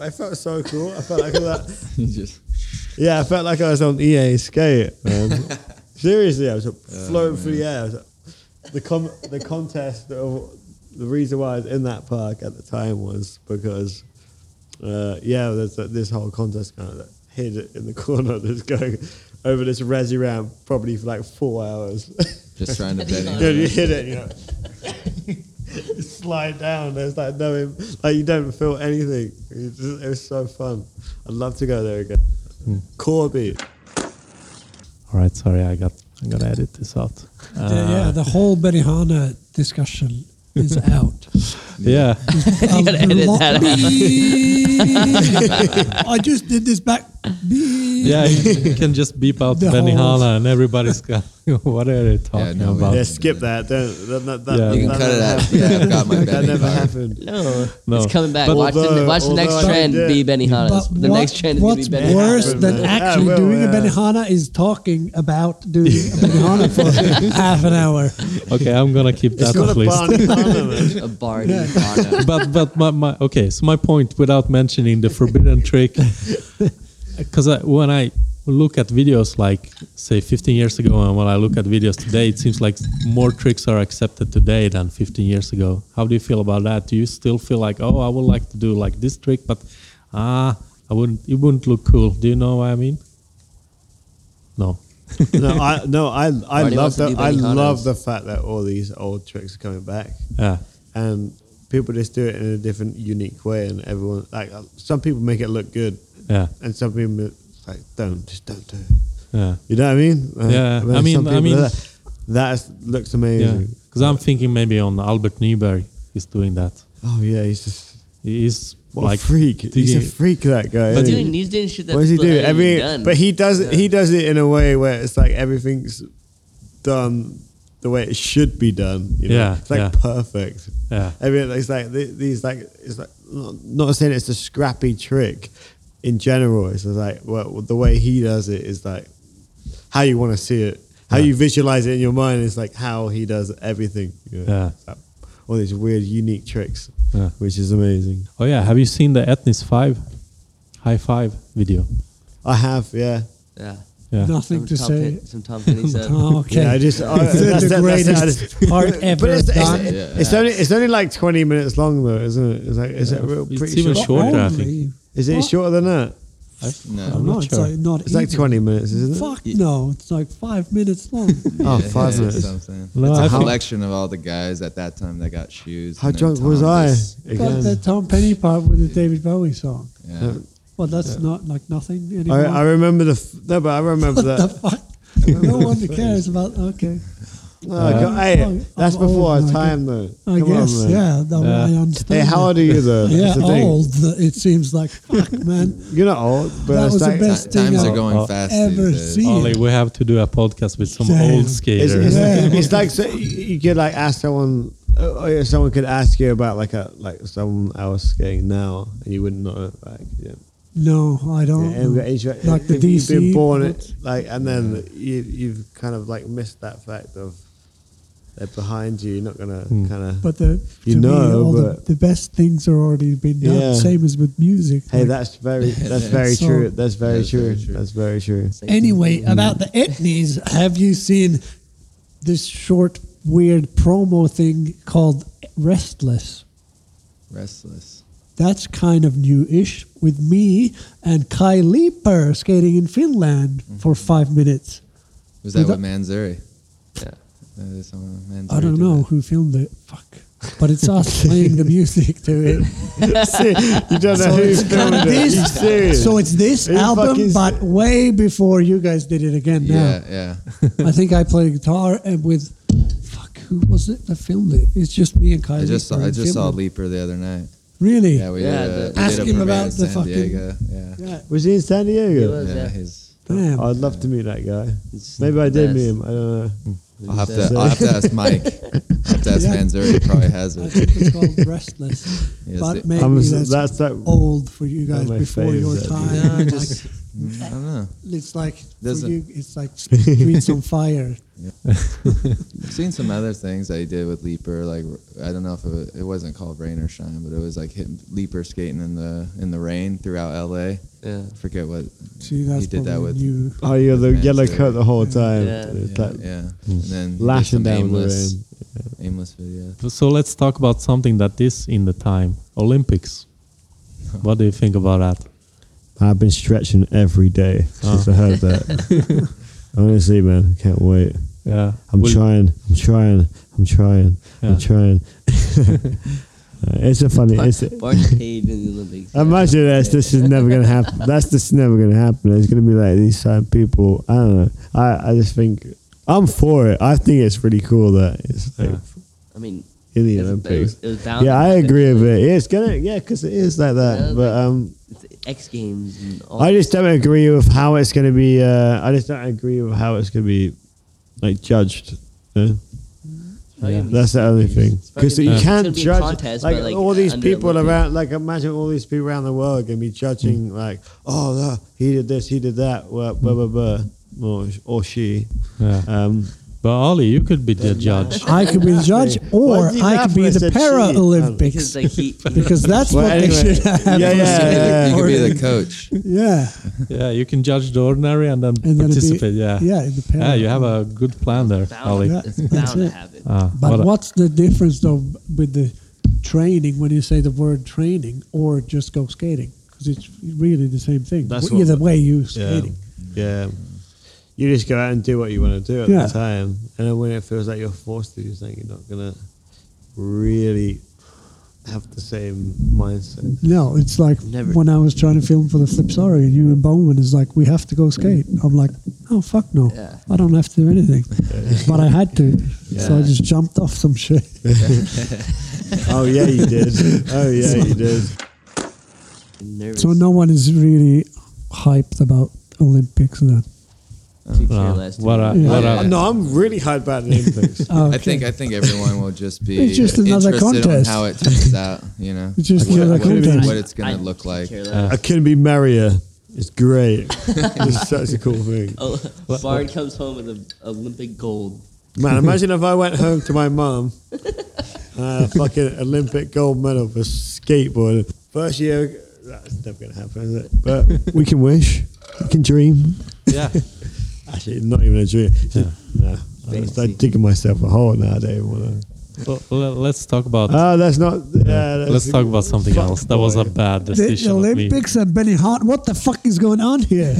[SPEAKER 2] I felt so cool. I felt like that.
[SPEAKER 9] You just
[SPEAKER 2] Yeah, I felt like I was on EA Skate. Man. Seriously, I was like,
[SPEAKER 8] Oh,
[SPEAKER 2] floating through the air. I was like- the com- the contest of the reason why I was in that park at the time was because, uh, yeah, there's uh, this whole contest kind of that hid in the corner that's going over this resi ramp probably for like four hours.
[SPEAKER 9] just trying to bet
[SPEAKER 2] Yeah,
[SPEAKER 9] it.
[SPEAKER 2] you hit it, you know. You slide down. There's like no, like you don't feel anything. It was, just- it was so fun. I'd love to go there again.
[SPEAKER 9] Hmm.
[SPEAKER 2] Corby,
[SPEAKER 5] All right, sorry, I got. I'm gonna edit this out.
[SPEAKER 1] The- yeah, the whole Benihana discussion is out.
[SPEAKER 5] Yeah,
[SPEAKER 1] Um,
[SPEAKER 8] gotta edit
[SPEAKER 1] lo-
[SPEAKER 8] that out.
[SPEAKER 1] Beep. I just did this back. Beep.
[SPEAKER 5] yeah, you can just beep out
[SPEAKER 1] The
[SPEAKER 5] Benihana and everybody's got. what are they talking
[SPEAKER 9] no, we-
[SPEAKER 5] about?
[SPEAKER 2] yeah, skip that. Don't that, that, that,
[SPEAKER 5] Yeah.
[SPEAKER 9] You can
[SPEAKER 2] that
[SPEAKER 9] cut
[SPEAKER 2] never
[SPEAKER 9] it out.
[SPEAKER 2] happened.
[SPEAKER 9] Yeah, I've got my
[SPEAKER 2] that
[SPEAKER 9] Benny
[SPEAKER 2] never
[SPEAKER 9] card.
[SPEAKER 2] happened.
[SPEAKER 8] No,
[SPEAKER 5] No.
[SPEAKER 8] it's coming back.
[SPEAKER 5] But-
[SPEAKER 8] watch the
[SPEAKER 2] Although-
[SPEAKER 8] watch the next
[SPEAKER 2] although I
[SPEAKER 8] trend
[SPEAKER 2] did-
[SPEAKER 8] be Benny Hannes. The
[SPEAKER 1] what-
[SPEAKER 8] next trend is gonna be
[SPEAKER 1] what's
[SPEAKER 8] Benny
[SPEAKER 1] worse
[SPEAKER 8] Hannes.
[SPEAKER 1] than
[SPEAKER 2] Yeah,
[SPEAKER 1] actually
[SPEAKER 2] well,
[SPEAKER 1] doing a
[SPEAKER 2] yeah.
[SPEAKER 1] Benihana is talking about doing a Benihana for half an hour.
[SPEAKER 5] Okay, I'm gonna keep
[SPEAKER 2] It's
[SPEAKER 5] that
[SPEAKER 2] got
[SPEAKER 5] off
[SPEAKER 2] a
[SPEAKER 5] list.
[SPEAKER 2] Barney Connor.
[SPEAKER 8] A Barney Hannes.
[SPEAKER 5] but but my, my okay. So my point, without mentioning the forbidden trick, because I, when I look at videos like say 15 years ago, and when I look at videos today, it seems like more tricks are accepted today than 15 years ago. How do you feel about that? Do you still feel like oh, I would like to do like this trick, but ah, I wouldn't. It wouldn't look cool. Do you know what I mean? No.
[SPEAKER 2] no, I no, I I
[SPEAKER 8] Barney
[SPEAKER 2] love
[SPEAKER 8] wants to
[SPEAKER 2] the
[SPEAKER 8] do
[SPEAKER 2] I
[SPEAKER 8] Benny Hanna's.
[SPEAKER 2] love the fact that all these old tricks are coming back.
[SPEAKER 5] Yeah.
[SPEAKER 2] and people just do it in a different, unique way. And everyone, like, uh, some people make it look good,
[SPEAKER 5] Yeah.
[SPEAKER 2] and some people it's like don't, just don't do it.
[SPEAKER 5] Yeah.
[SPEAKER 2] You know what I mean? Uh,
[SPEAKER 5] Yeah, I mean-
[SPEAKER 2] some
[SPEAKER 5] I
[SPEAKER 2] people
[SPEAKER 5] mean-
[SPEAKER 2] are like, that is- looks
[SPEAKER 5] Yeah.
[SPEAKER 2] amazing.
[SPEAKER 5] Because I'm thinking maybe on Albert Nyberg is doing that.
[SPEAKER 2] Oh yeah, he's just
[SPEAKER 5] He's
[SPEAKER 2] what
[SPEAKER 5] like
[SPEAKER 2] a freak. He's a
[SPEAKER 5] digging-
[SPEAKER 2] freak. That guy.
[SPEAKER 8] He's
[SPEAKER 2] isn't
[SPEAKER 8] doing,
[SPEAKER 2] he?
[SPEAKER 8] he's doing shit that's
[SPEAKER 2] what does he
[SPEAKER 8] still
[SPEAKER 2] do?
[SPEAKER 8] hasn't even
[SPEAKER 2] Every,
[SPEAKER 8] done.
[SPEAKER 2] but he does
[SPEAKER 8] Yeah.
[SPEAKER 2] he does it in a way where it's like everything's done the way it should be done. You know?
[SPEAKER 5] Yeah,
[SPEAKER 2] it's like
[SPEAKER 5] yeah.
[SPEAKER 2] perfect.
[SPEAKER 5] Yeah.
[SPEAKER 2] I mean, it's like th- these like it's like not, not saying it's a scrappy trick in general. It's just like well, the way he does it is like how you want to see it, how you visualize it in your mind is like how he does everything. you know?
[SPEAKER 5] Yeah.
[SPEAKER 2] It's like all these weird, unique tricks,
[SPEAKER 5] Yeah.
[SPEAKER 2] which is amazing.
[SPEAKER 5] Oh yeah, have you seen the Etnis Five, High Five video?
[SPEAKER 2] I have, yeah.
[SPEAKER 8] Yeah.
[SPEAKER 5] Yeah.
[SPEAKER 8] Some
[SPEAKER 1] Nothing to
[SPEAKER 8] Tom
[SPEAKER 1] say.
[SPEAKER 8] Pen- some Tom Penny stuff.
[SPEAKER 1] Oh, okay.
[SPEAKER 2] Yeah, I just. I-
[SPEAKER 1] Is it
[SPEAKER 2] that's it,
[SPEAKER 1] the
[SPEAKER 2] that's it, I
[SPEAKER 1] greatest
[SPEAKER 2] just-
[SPEAKER 1] part
[SPEAKER 2] but
[SPEAKER 1] ever
[SPEAKER 2] it's, it's,
[SPEAKER 1] done?
[SPEAKER 2] it's- it's only it's only like twenty minutes long though, isn't it? It's like is it real
[SPEAKER 5] It's
[SPEAKER 2] pretty
[SPEAKER 5] even
[SPEAKER 2] short?
[SPEAKER 5] shorter, I think.
[SPEAKER 1] Only-
[SPEAKER 2] Is it
[SPEAKER 1] What?
[SPEAKER 2] shorter than that?
[SPEAKER 1] No,
[SPEAKER 9] No.
[SPEAKER 5] I'm not
[SPEAKER 1] it's
[SPEAKER 5] sure.
[SPEAKER 1] like not
[SPEAKER 2] It's like
[SPEAKER 1] even-
[SPEAKER 2] twenty minutes, isn't it?
[SPEAKER 1] Fuck no, it's like five minutes long.
[SPEAKER 2] Oh,
[SPEAKER 9] Yeah,
[SPEAKER 2] five
[SPEAKER 9] yeah,
[SPEAKER 2] minutes.
[SPEAKER 9] Something.
[SPEAKER 5] No, I
[SPEAKER 9] it's a
[SPEAKER 5] think-
[SPEAKER 9] collection of all the guys at that time that got shoes.
[SPEAKER 2] How
[SPEAKER 9] and then
[SPEAKER 2] drunk was
[SPEAKER 9] Tom
[SPEAKER 2] I?
[SPEAKER 9] just-
[SPEAKER 1] Got
[SPEAKER 2] Again.
[SPEAKER 1] that Tom Penny part with the David Bowie song.
[SPEAKER 9] yeah.
[SPEAKER 1] Well, that's not like nothing
[SPEAKER 2] Uh, I,
[SPEAKER 1] anymore.
[SPEAKER 2] I remember the f- no, but I remember
[SPEAKER 1] what the
[SPEAKER 2] that.
[SPEAKER 1] fuck? no one cares about. Okay,
[SPEAKER 2] No, God, hey,
[SPEAKER 1] I'm
[SPEAKER 2] that's before
[SPEAKER 1] old
[SPEAKER 2] our
[SPEAKER 1] now,
[SPEAKER 2] time though.
[SPEAKER 1] I
[SPEAKER 2] Come
[SPEAKER 1] guess.
[SPEAKER 2] on, man.
[SPEAKER 1] yeah, no,
[SPEAKER 5] Yeah.
[SPEAKER 1] I understand.
[SPEAKER 2] Hey, how old are you though?
[SPEAKER 1] Yeah,
[SPEAKER 2] That's the thing.
[SPEAKER 1] old. It seems like fuck, man.
[SPEAKER 2] You're not old, but
[SPEAKER 1] That
[SPEAKER 2] it's
[SPEAKER 1] was the
[SPEAKER 2] like,
[SPEAKER 1] best thing
[SPEAKER 9] Times
[SPEAKER 1] I've
[SPEAKER 9] are going
[SPEAKER 5] I'll
[SPEAKER 9] fast.
[SPEAKER 1] ever
[SPEAKER 9] these days.
[SPEAKER 1] seen.
[SPEAKER 5] Ollie, we have to do a podcast with some
[SPEAKER 1] Damn.
[SPEAKER 5] old
[SPEAKER 1] It's-
[SPEAKER 2] It's,
[SPEAKER 5] skaters.
[SPEAKER 2] it's,
[SPEAKER 1] Yeah.
[SPEAKER 2] it's like so you could like ask someone, uh, or someone could ask you about like a like someone else skating now, and you wouldn't know. Like, yeah.
[SPEAKER 1] No, I don't.
[SPEAKER 2] Yeah, and
[SPEAKER 1] know.
[SPEAKER 2] we're intro-
[SPEAKER 1] Like the
[SPEAKER 2] if you've
[SPEAKER 1] DC
[SPEAKER 2] been born
[SPEAKER 1] books.
[SPEAKER 2] it, like, and then you you've kind of like missed that fact of they're behind you. You're not gonna kind of.
[SPEAKER 1] But the
[SPEAKER 2] You
[SPEAKER 1] to me,
[SPEAKER 2] know,
[SPEAKER 1] all the,
[SPEAKER 2] but-
[SPEAKER 1] the best things are already been done.
[SPEAKER 2] Yeah.
[SPEAKER 1] Same as with music.
[SPEAKER 2] Hey,
[SPEAKER 1] Like,
[SPEAKER 2] that's very that's very
[SPEAKER 1] So-
[SPEAKER 2] true. That's very
[SPEAKER 9] That's
[SPEAKER 2] true.
[SPEAKER 9] very true.
[SPEAKER 2] That's very true.
[SPEAKER 1] Anyway, about the etnies, have you seen this short, weird promo thing called Restless?
[SPEAKER 9] Restless.
[SPEAKER 1] That's kind of new-ish with me and Kai Leeper skating in Finland for five minutes.
[SPEAKER 9] Mm-hmm. Was
[SPEAKER 1] Did
[SPEAKER 9] that with
[SPEAKER 1] that-
[SPEAKER 9] Manzuri?
[SPEAKER 8] Yeah.
[SPEAKER 9] Uh, someone- Manzuri
[SPEAKER 1] I don't
[SPEAKER 9] did
[SPEAKER 1] know
[SPEAKER 9] that.
[SPEAKER 1] who filmed it. Fuck. But it's us playing the music to it.
[SPEAKER 2] See, you don't know
[SPEAKER 1] So
[SPEAKER 2] who's
[SPEAKER 1] it's
[SPEAKER 2] filmed
[SPEAKER 1] kinda
[SPEAKER 2] it.
[SPEAKER 1] this-
[SPEAKER 2] You serious?
[SPEAKER 1] So it's this
[SPEAKER 2] Are you
[SPEAKER 1] album,
[SPEAKER 2] fucking
[SPEAKER 1] but way before you guys did it again now.
[SPEAKER 9] Yeah, yeah.
[SPEAKER 1] I think I played guitar and with fuck, who was it that filmed it? It's just me and Kai.
[SPEAKER 9] I just saw,
[SPEAKER 1] Leeper
[SPEAKER 9] I
[SPEAKER 1] in
[SPEAKER 9] just saw
[SPEAKER 1] Finland.
[SPEAKER 9] Leaper the other night.
[SPEAKER 1] Really?
[SPEAKER 9] Yeah, we
[SPEAKER 8] Yeah,
[SPEAKER 9] did.
[SPEAKER 8] the-
[SPEAKER 9] A, we
[SPEAKER 1] Ask
[SPEAKER 9] did a
[SPEAKER 1] him
[SPEAKER 9] premiere
[SPEAKER 1] about
[SPEAKER 9] in
[SPEAKER 1] the
[SPEAKER 9] San
[SPEAKER 1] fucking-
[SPEAKER 9] Diego. Yeah,
[SPEAKER 1] Yeah.
[SPEAKER 2] was he in San Diego?
[SPEAKER 8] was,
[SPEAKER 9] yeah.
[SPEAKER 8] yeah.
[SPEAKER 9] He's.
[SPEAKER 1] Damn.
[SPEAKER 2] I'd love to meet that guy.
[SPEAKER 8] It's
[SPEAKER 2] Maybe I
[SPEAKER 8] the
[SPEAKER 2] did
[SPEAKER 8] best.
[SPEAKER 2] meet him. I don't know.
[SPEAKER 9] Hmm. I'll have to.
[SPEAKER 2] That's
[SPEAKER 9] I'll have to ask Mike. I have to ask
[SPEAKER 1] Yeah.
[SPEAKER 9] Manzuri. He probably has
[SPEAKER 1] I
[SPEAKER 9] it.
[SPEAKER 1] think it's called Restless.
[SPEAKER 9] Yes,
[SPEAKER 1] but
[SPEAKER 9] it-
[SPEAKER 1] maybe
[SPEAKER 2] I'm s-
[SPEAKER 1] that's,
[SPEAKER 2] that's that-
[SPEAKER 1] old for you guys
[SPEAKER 2] my
[SPEAKER 1] before your
[SPEAKER 2] faves,
[SPEAKER 1] time.
[SPEAKER 9] No,
[SPEAKER 1] Like,
[SPEAKER 9] just- I don't know.
[SPEAKER 1] it's like
[SPEAKER 9] There's
[SPEAKER 1] for
[SPEAKER 9] a-
[SPEAKER 1] you, it's like streets on fire.
[SPEAKER 9] I've seen some other things that he did with Leaper. Like I don't know if it, was, it wasn't called Rain or Shine, but it was like him, Leaper skating in the in the rain throughout L.A.
[SPEAKER 8] Yeah.
[SPEAKER 9] I forget what
[SPEAKER 1] See, that's
[SPEAKER 9] he did that
[SPEAKER 1] probably
[SPEAKER 9] with.
[SPEAKER 1] new.
[SPEAKER 2] Oh, you're the
[SPEAKER 9] Man's
[SPEAKER 2] yellow
[SPEAKER 9] there.
[SPEAKER 2] coat the whole time.
[SPEAKER 8] Yeah.
[SPEAKER 2] It's
[SPEAKER 9] Yeah,
[SPEAKER 2] like
[SPEAKER 9] yeah. and
[SPEAKER 1] Mm.
[SPEAKER 9] then he did
[SPEAKER 2] lashing
[SPEAKER 9] some
[SPEAKER 2] down with
[SPEAKER 9] aimless,
[SPEAKER 2] rain.
[SPEAKER 9] aimless video.
[SPEAKER 5] So let's talk about something that is in the time Olympics. What do you think about that?
[SPEAKER 2] I've been stretching every day since I heard that. Honestly, man, I can't wait.
[SPEAKER 5] Yeah.
[SPEAKER 2] I'm
[SPEAKER 5] Will-
[SPEAKER 2] trying. I'm trying. I'm trying.
[SPEAKER 5] Yeah.
[SPEAKER 2] I'm trying. Uh, it's a funny. It's a,
[SPEAKER 8] Barton Cave in the Olympics.
[SPEAKER 2] Imagine this. This is never gonna happen. That's just never gonna happen. It's gonna be like these same people. I don't know. I, I just think I'm for it. I think it's really cool that it's like
[SPEAKER 5] Yeah.
[SPEAKER 8] I mean,
[SPEAKER 2] in the
[SPEAKER 8] it was- It was,
[SPEAKER 2] Olympics.
[SPEAKER 8] it was bound
[SPEAKER 2] Yeah,
[SPEAKER 8] to
[SPEAKER 2] I
[SPEAKER 8] happen.
[SPEAKER 2] agree with it. It's gonna yeah, because it is like
[SPEAKER 8] Yeah,
[SPEAKER 2] that. But
[SPEAKER 8] like-
[SPEAKER 2] um,
[SPEAKER 8] It's X Games and all.
[SPEAKER 2] I just don't agree with how it's gonna be. Uh, I just don't agree with how it's gonna be like judged. you know?
[SPEAKER 8] Oh, yeah.
[SPEAKER 2] That's the only thing.
[SPEAKER 8] It's
[SPEAKER 2] Because
[SPEAKER 8] fucking-
[SPEAKER 2] you
[SPEAKER 8] it's
[SPEAKER 2] can't
[SPEAKER 8] gonna be a
[SPEAKER 2] judge
[SPEAKER 8] contest,
[SPEAKER 2] like,
[SPEAKER 8] but, like,
[SPEAKER 2] all these
[SPEAKER 8] under
[SPEAKER 2] people
[SPEAKER 8] Olympic.
[SPEAKER 2] around. Like imagine all these people around the world gonna be judging
[SPEAKER 8] Mm.
[SPEAKER 2] like, oh, no, he did this, he did that, blah blah blah, blah or, or she.
[SPEAKER 5] Yeah.
[SPEAKER 2] Um,
[SPEAKER 5] But Ollie, you could be the judge.
[SPEAKER 1] I could be the judge, or
[SPEAKER 2] Why did
[SPEAKER 1] I could be
[SPEAKER 2] Rafa
[SPEAKER 1] the
[SPEAKER 2] said she-
[SPEAKER 8] Because
[SPEAKER 1] Paralympics
[SPEAKER 8] like he, he
[SPEAKER 1] Uh, because that's
[SPEAKER 2] Well,
[SPEAKER 1] what they
[SPEAKER 2] anyway,
[SPEAKER 1] should have.
[SPEAKER 2] yeah,
[SPEAKER 1] for
[SPEAKER 9] You
[SPEAKER 2] yeah,
[SPEAKER 1] skating.
[SPEAKER 9] could- you could be the
[SPEAKER 1] Or-
[SPEAKER 9] coach.
[SPEAKER 1] yeah,
[SPEAKER 5] yeah, you can judge the ordinary and then
[SPEAKER 1] and then it'd be-
[SPEAKER 5] participate. yeah.
[SPEAKER 1] yeah, in the
[SPEAKER 5] Yeah, you have
[SPEAKER 1] Paralympics.
[SPEAKER 5] a good plan there,
[SPEAKER 8] bound,
[SPEAKER 5] Ollie.
[SPEAKER 1] Yeah.
[SPEAKER 8] it's
[SPEAKER 1] That's
[SPEAKER 8] bound to
[SPEAKER 1] it.
[SPEAKER 8] happen.
[SPEAKER 5] Ah,
[SPEAKER 1] But
[SPEAKER 5] what-
[SPEAKER 1] what's the difference though with the training when you say the word training or just go skating? Because it's really the same thing.
[SPEAKER 2] That's
[SPEAKER 1] Either
[SPEAKER 2] what-
[SPEAKER 1] way, you
[SPEAKER 2] yeah,
[SPEAKER 1] skating.
[SPEAKER 2] yeah. You just go out and do what you want to do at
[SPEAKER 1] Yeah.
[SPEAKER 2] the time, and then when it feels like you're forced to do something, you're not gonna really have the same mindset.
[SPEAKER 1] No, it's like
[SPEAKER 8] Never.
[SPEAKER 1] when I was trying to film for the Flip Sorry, and you and Bowman is like, we have to go skate. I'm like, oh fuck no,
[SPEAKER 8] Yeah.
[SPEAKER 1] I don't have to do anything, but I had to, so I just jumped off some shit.
[SPEAKER 2] oh yeah, you did. Oh yeah, you did.
[SPEAKER 8] I'm nervous.
[SPEAKER 1] So no one is really hyped about Olympics. and That
[SPEAKER 8] Took your
[SPEAKER 5] Ah,
[SPEAKER 8] last
[SPEAKER 5] what
[SPEAKER 8] two.
[SPEAKER 5] a-
[SPEAKER 1] Yeah.
[SPEAKER 5] what a-
[SPEAKER 2] I- no, I'm really hyped about the Olympics.
[SPEAKER 9] I think I think everyone will just be
[SPEAKER 1] Oh, It's just another
[SPEAKER 9] interested
[SPEAKER 1] contest.
[SPEAKER 9] on how it turns out. You know,
[SPEAKER 1] It's just
[SPEAKER 9] what,
[SPEAKER 1] another
[SPEAKER 9] what-
[SPEAKER 1] contest.
[SPEAKER 9] what it's
[SPEAKER 8] I
[SPEAKER 9] gonna look
[SPEAKER 8] couldn't
[SPEAKER 9] like.
[SPEAKER 8] care
[SPEAKER 5] Ah.
[SPEAKER 8] less.
[SPEAKER 2] Uh, I couldn't be merrier. It's great. it's such a cool thing.
[SPEAKER 8] Oh, Bard comes home with an Olympic gold.
[SPEAKER 2] Man, imagine if I went home to my mum, and I had a fucking Olympic gold medal for skateboarding. First year, that's never gonna happen, is it? But we can wish. You can dream.
[SPEAKER 5] Yeah.
[SPEAKER 2] Actually, not even a dream. It's just- no. I'm
[SPEAKER 8] Fancy.
[SPEAKER 2] just digging myself a hole nowadays. wanna-
[SPEAKER 5] Well, le- let's talk about.
[SPEAKER 2] Oh, that's not. Yeah, that's
[SPEAKER 5] let's talk about something
[SPEAKER 2] fuck
[SPEAKER 5] else. That was
[SPEAKER 2] boy.
[SPEAKER 5] a bad
[SPEAKER 1] The,
[SPEAKER 5] decision. of me.
[SPEAKER 1] Olympics and Benny Hart. What the fuck is going on here?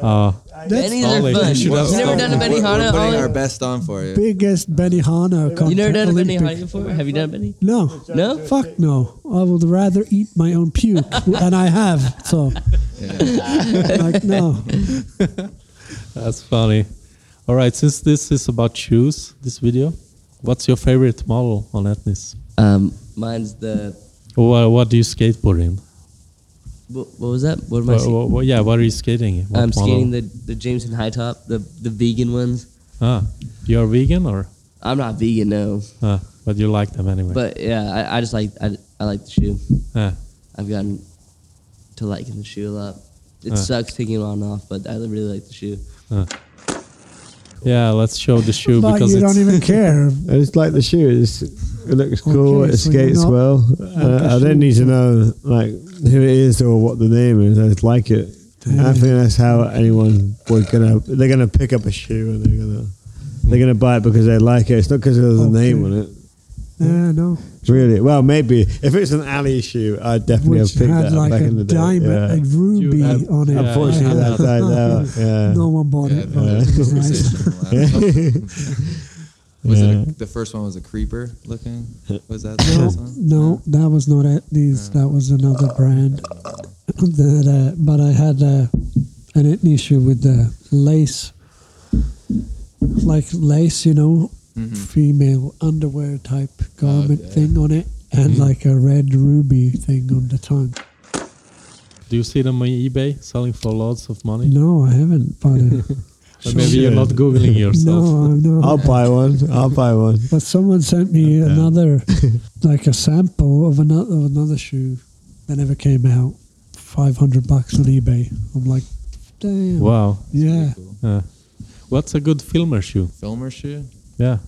[SPEAKER 5] Uh,
[SPEAKER 1] That's
[SPEAKER 8] Bennies
[SPEAKER 5] Ollie,
[SPEAKER 8] are fun.
[SPEAKER 5] you should
[SPEAKER 8] You
[SPEAKER 5] have
[SPEAKER 8] never
[SPEAKER 5] started.
[SPEAKER 9] We're-
[SPEAKER 8] done a
[SPEAKER 9] we're
[SPEAKER 8] Benihana,
[SPEAKER 9] putting our
[SPEAKER 8] Ollie?
[SPEAKER 9] best on for you.
[SPEAKER 1] biggest Benihana contest.
[SPEAKER 8] You never done a
[SPEAKER 1] Olympic.
[SPEAKER 8] Benihana before? Have you done a Benny?
[SPEAKER 1] No.
[SPEAKER 8] No?
[SPEAKER 1] Fuck no. I would rather eat my own puke, and I have. So, like, no.
[SPEAKER 5] that's funny. All right, since this is about shoes, this video, what's your favorite model on Etnis?
[SPEAKER 8] Um, mine's the.
[SPEAKER 5] What, what do you skateboard in?
[SPEAKER 8] What, what was that? What am I
[SPEAKER 5] What,
[SPEAKER 8] skating?
[SPEAKER 5] what, what- yeah, what are you skating? in? What
[SPEAKER 8] I'm
[SPEAKER 5] model?
[SPEAKER 8] skating the, the Jameson High Top, the, the vegan ones.
[SPEAKER 5] Ah, you're vegan or?
[SPEAKER 8] I'm not vegan, no.
[SPEAKER 5] Ah, but you like them anyway.
[SPEAKER 8] But yeah, I, I just like I, I like the shoe.
[SPEAKER 5] Ah,
[SPEAKER 8] I've gotten to liking the shoe a lot. It
[SPEAKER 5] Huh.
[SPEAKER 8] sucks taking it on and off, but I really like the shoe.
[SPEAKER 5] yeah, let's show the shoe
[SPEAKER 1] But
[SPEAKER 5] because
[SPEAKER 1] you
[SPEAKER 5] it's,
[SPEAKER 1] don't even care.
[SPEAKER 2] I just like the shoe. It's, it looks cool.
[SPEAKER 1] Okay,
[SPEAKER 2] It
[SPEAKER 1] so you're
[SPEAKER 2] skates
[SPEAKER 1] not
[SPEAKER 2] well. Uh, I don't need to know like who it is or what the name is. I just like it. I think that's how anyone would gonna. They're gonna pick up a shoe and they're gonna they're gonna buy it because they like it. It's not because there's a name on it.
[SPEAKER 1] Yeah, no.
[SPEAKER 2] Really? Well, maybe if it's an alley shoe, I'd definitely
[SPEAKER 1] Which
[SPEAKER 2] have picked
[SPEAKER 1] had
[SPEAKER 2] that
[SPEAKER 1] like
[SPEAKER 2] back
[SPEAKER 1] a
[SPEAKER 2] in the day.
[SPEAKER 1] diamond,
[SPEAKER 2] yeah.
[SPEAKER 1] a ruby
[SPEAKER 5] You have-
[SPEAKER 1] on it.
[SPEAKER 5] yeah,
[SPEAKER 2] Unfortunately,
[SPEAKER 5] yeah.
[SPEAKER 2] that died out. Yeah.
[SPEAKER 1] no one bought
[SPEAKER 9] Yeah,
[SPEAKER 1] it.
[SPEAKER 9] no,
[SPEAKER 1] but it was nice.
[SPEAKER 9] conversation last- Was
[SPEAKER 2] Yeah.
[SPEAKER 9] it a, the first one was a creeper looking? Was that the
[SPEAKER 1] No,
[SPEAKER 9] first one?
[SPEAKER 1] no, that was not at these. That was another brand. that, uh, but I had uh, an issue with the lace, like lace, you know, female underwear type garment
[SPEAKER 9] yeah.
[SPEAKER 1] thing on it, and like a red ruby thing on the tongue.
[SPEAKER 5] do you see them on eBay selling for lots of money?
[SPEAKER 1] No, I haven't. But uh,
[SPEAKER 5] But maybe you're not googling yourself.
[SPEAKER 1] no, I'm not.
[SPEAKER 2] I'll buy one. I'll buy one.
[SPEAKER 1] But someone sent me another, like a sample of another of another shoe that never came out. Five hundred bucks on eBay. I'm like, damn.
[SPEAKER 5] Wow.
[SPEAKER 1] Yeah.
[SPEAKER 5] Uh, what's a good filmer shoe?
[SPEAKER 9] Filmer shoe?
[SPEAKER 5] Yeah.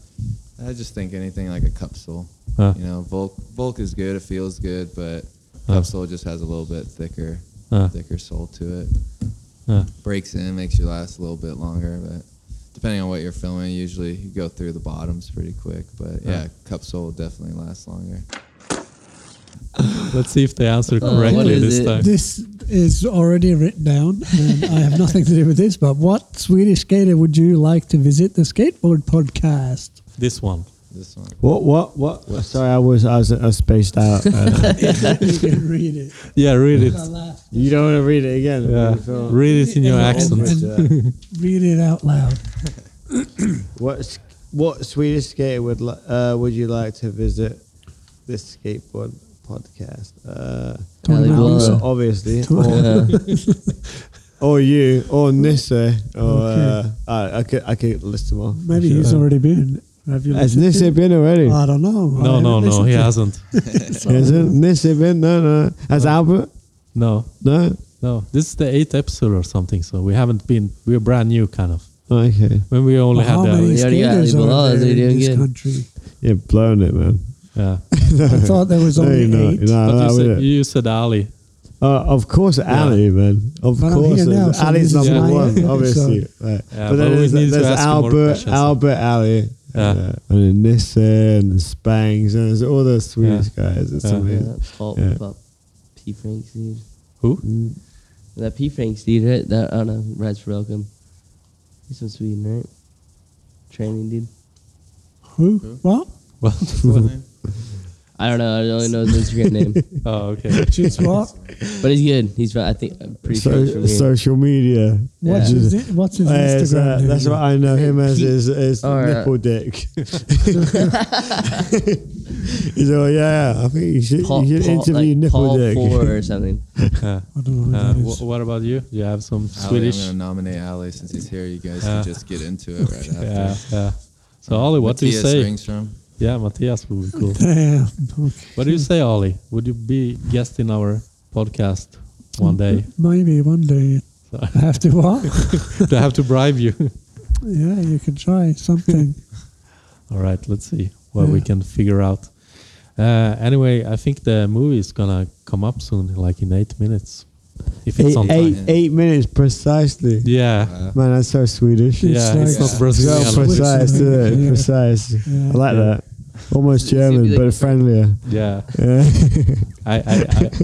[SPEAKER 9] I just think anything like a cup sole.
[SPEAKER 5] Uh,
[SPEAKER 9] You know, Volk Volk is good. It feels good, but
[SPEAKER 5] Huh.
[SPEAKER 9] cup sole just has a little bit thicker,
[SPEAKER 5] Huh.
[SPEAKER 9] thicker sole to it.
[SPEAKER 5] Huh.
[SPEAKER 9] Breaks in, makes you last a little bit longer, but depending on what you're filming, usually you go through the bottoms pretty quick. But yeah, cup sole definitely lasts longer.
[SPEAKER 5] Let's see if they answer
[SPEAKER 8] Uh, what
[SPEAKER 5] correctly
[SPEAKER 8] is
[SPEAKER 5] this
[SPEAKER 8] it?
[SPEAKER 5] time.
[SPEAKER 1] This is already written down, and I have nothing to do with this. But what Swedish skater would you like to visit the skateboard podcast?
[SPEAKER 5] This one.
[SPEAKER 9] This one.
[SPEAKER 2] What? What? What? Sorry, I was I was, I was spaced out. Uh,
[SPEAKER 1] you can read it.
[SPEAKER 5] Yeah, read it.
[SPEAKER 1] I laugh.
[SPEAKER 2] you don't want to read it again.
[SPEAKER 5] Yeah.
[SPEAKER 2] So-
[SPEAKER 5] Read it in your
[SPEAKER 1] Yeah.
[SPEAKER 5] accent.
[SPEAKER 2] Yeah.
[SPEAKER 1] Read it out loud.
[SPEAKER 2] what? s- What Swedish skater would li- uh, would you like to visit? This skateboard podcast. Uh,
[SPEAKER 1] Talking about
[SPEAKER 8] Alibaba.
[SPEAKER 1] Lisa.
[SPEAKER 2] obviously, or,
[SPEAKER 9] Yeah.
[SPEAKER 2] or you, or Nisse, or
[SPEAKER 1] Okay.
[SPEAKER 2] uh, I, I could I could list them all.
[SPEAKER 1] Maybe he's already been. Have you?
[SPEAKER 2] Has
[SPEAKER 1] listened
[SPEAKER 2] Nisse
[SPEAKER 1] to
[SPEAKER 2] been
[SPEAKER 1] it?
[SPEAKER 2] already?
[SPEAKER 1] I don't know. I
[SPEAKER 5] No,
[SPEAKER 1] haven't
[SPEAKER 5] no, no,
[SPEAKER 1] listened
[SPEAKER 5] he
[SPEAKER 1] to it.
[SPEAKER 5] hasn't.
[SPEAKER 2] Hasn't Nisse been? No, no. Has Albert?
[SPEAKER 5] No,
[SPEAKER 2] No.
[SPEAKER 5] no. This is the eighth episode or something, so we haven't been, we're brand new kind of.
[SPEAKER 2] Okay.
[SPEAKER 5] When we only
[SPEAKER 1] Well, how
[SPEAKER 5] had
[SPEAKER 2] uh,
[SPEAKER 1] many
[SPEAKER 5] the.
[SPEAKER 8] They already got
[SPEAKER 1] skaters
[SPEAKER 8] Alibaba, they're
[SPEAKER 1] are there in
[SPEAKER 8] doing
[SPEAKER 1] this
[SPEAKER 8] good.
[SPEAKER 1] country?
[SPEAKER 2] You're blowing it, man.
[SPEAKER 5] Yeah.
[SPEAKER 1] I thought there was
[SPEAKER 2] No,
[SPEAKER 1] only
[SPEAKER 2] you're not.
[SPEAKER 1] eight.
[SPEAKER 2] You're not
[SPEAKER 5] But
[SPEAKER 2] allowed
[SPEAKER 5] you
[SPEAKER 2] with it.
[SPEAKER 5] said, you said Ali.
[SPEAKER 2] Uh, of course, Ali, man. Of
[SPEAKER 1] But I'm
[SPEAKER 2] course,
[SPEAKER 1] here now, so
[SPEAKER 2] Ali's
[SPEAKER 1] this is
[SPEAKER 2] number
[SPEAKER 1] my-
[SPEAKER 2] one,
[SPEAKER 1] so-
[SPEAKER 2] obviously. Right.
[SPEAKER 5] Yeah,
[SPEAKER 2] but
[SPEAKER 5] but
[SPEAKER 2] then
[SPEAKER 5] we
[SPEAKER 2] there's,
[SPEAKER 5] need to
[SPEAKER 2] there's
[SPEAKER 5] ask more
[SPEAKER 2] Albert,
[SPEAKER 5] questions.
[SPEAKER 2] Albert Ali,
[SPEAKER 5] Yeah.
[SPEAKER 2] uh, and then Nissan and Spangs, and there's all those Swedish guys. It's
[SPEAKER 5] Yeah.
[SPEAKER 2] amazing.
[SPEAKER 8] Paul,
[SPEAKER 2] Yeah. Mm.
[SPEAKER 8] Paul- P. Franks, dude.
[SPEAKER 5] Who?
[SPEAKER 8] That P. Franks, dude, right? That, I don't know, rides for Welcome. He's from Sweden, right? Training, dude.
[SPEAKER 1] Who? What?
[SPEAKER 8] I don't know. I only know his Instagram name.
[SPEAKER 5] Oh, okay.
[SPEAKER 1] She's what?
[SPEAKER 8] But he's good. He's from, I think, I'm pretty sure he's from
[SPEAKER 2] So,
[SPEAKER 8] here.
[SPEAKER 2] social media.
[SPEAKER 1] What's
[SPEAKER 8] Yeah.
[SPEAKER 1] his, ni- what's his
[SPEAKER 2] Uh, it's,
[SPEAKER 1] Instagram
[SPEAKER 2] uh,
[SPEAKER 1] name?
[SPEAKER 2] that's what I know him as
[SPEAKER 8] Pete-
[SPEAKER 2] is, is
[SPEAKER 8] or, uh,
[SPEAKER 2] nipple dick. He's all, yeah, I think you should,
[SPEAKER 8] Paul,
[SPEAKER 2] you should
[SPEAKER 8] Paul,
[SPEAKER 2] interview
[SPEAKER 8] like,
[SPEAKER 2] nipple
[SPEAKER 8] Paul
[SPEAKER 2] dick.
[SPEAKER 8] Four or something.
[SPEAKER 5] Uh,
[SPEAKER 1] I don't know who
[SPEAKER 5] uh,
[SPEAKER 1] that
[SPEAKER 5] wh-
[SPEAKER 1] is.
[SPEAKER 5] what about you? Do you have some
[SPEAKER 9] Ali, I'm
[SPEAKER 5] Swedish?
[SPEAKER 9] gonna nominate Ali since he's here. You guys
[SPEAKER 5] Yeah.
[SPEAKER 9] can just get into it right after.
[SPEAKER 5] Yeah, yeah. So, Ollie, what
[SPEAKER 9] Matthias
[SPEAKER 5] do you say?
[SPEAKER 9] Ringström.
[SPEAKER 5] Yeah, Matthias would be cool.
[SPEAKER 1] Damn. Okay.
[SPEAKER 5] What do you say, Ollie? Would you be guest in our podcast one day?
[SPEAKER 1] Maybe one day.
[SPEAKER 5] Sorry.
[SPEAKER 1] I have to what?
[SPEAKER 5] Do I have to bribe you?
[SPEAKER 1] yeah, you can try something.
[SPEAKER 5] All right, let's see what we
[SPEAKER 1] Yeah.
[SPEAKER 5] can figure out. Uh, anyway, I think the movie is gonna come up soon, like in eight minutes. if it's
[SPEAKER 2] Eight,
[SPEAKER 5] on
[SPEAKER 2] eight,
[SPEAKER 5] time.
[SPEAKER 2] eight minutes precisely.
[SPEAKER 5] Yeah.
[SPEAKER 9] Uh,
[SPEAKER 2] Man, that's so Swedish.
[SPEAKER 5] yeah, it's,
[SPEAKER 1] like-
[SPEAKER 5] not
[SPEAKER 9] Yeah.
[SPEAKER 5] Brazilian.
[SPEAKER 2] So
[SPEAKER 1] Yeah.
[SPEAKER 2] precise,
[SPEAKER 1] Yeah.
[SPEAKER 2] isn't it?
[SPEAKER 1] Yeah.
[SPEAKER 2] Precise.
[SPEAKER 1] Yeah.
[SPEAKER 2] I like that. Almost
[SPEAKER 8] It's gonna
[SPEAKER 2] German,
[SPEAKER 8] be like-
[SPEAKER 2] but friendlier.
[SPEAKER 5] Yeah,
[SPEAKER 2] Yeah.
[SPEAKER 5] I, I,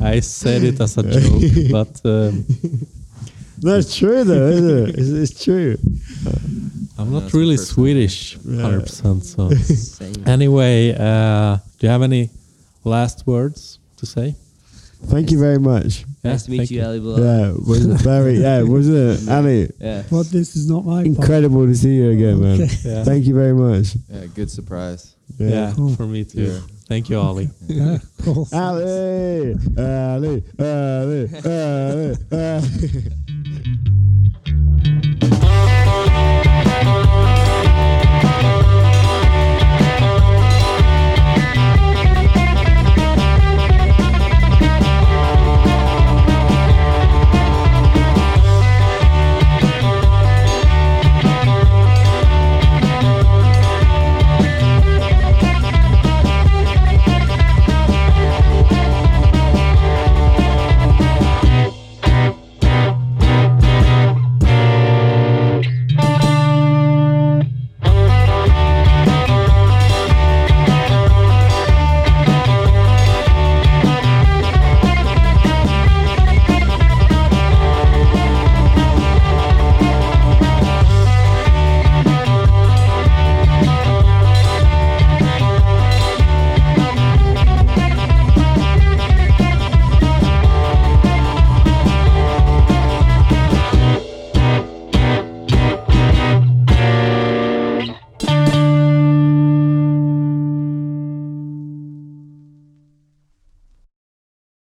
[SPEAKER 5] I, I said it as a joke, but um,
[SPEAKER 2] That's true, though, isn't it? It's, it's true.
[SPEAKER 5] I'm
[SPEAKER 9] that's
[SPEAKER 5] not
[SPEAKER 9] my
[SPEAKER 5] really
[SPEAKER 9] first time.
[SPEAKER 5] Swedish,
[SPEAKER 2] Yeah.
[SPEAKER 5] hundred percent. So,
[SPEAKER 8] Same.
[SPEAKER 5] anyway, uh, do you have any last words to say?
[SPEAKER 2] Thank you very much.
[SPEAKER 8] Nice to meet
[SPEAKER 5] thank
[SPEAKER 8] you,
[SPEAKER 5] you.
[SPEAKER 8] Ali Bilal.
[SPEAKER 2] Yeah, it was very, yeah, wasn't it? Ali,
[SPEAKER 8] Yeah.
[SPEAKER 1] But this is not my part.
[SPEAKER 2] incredible to see you again, man.
[SPEAKER 1] Okay.
[SPEAKER 5] Yeah,
[SPEAKER 2] Thank you very much.
[SPEAKER 9] yeah, good surprise.
[SPEAKER 5] yeah,
[SPEAKER 1] Cool.
[SPEAKER 5] for me too.
[SPEAKER 9] Yeah.
[SPEAKER 5] Thank you, Ollie.
[SPEAKER 1] Yeah, cool.
[SPEAKER 2] Ali, Ali, Ali, Ali, Ali.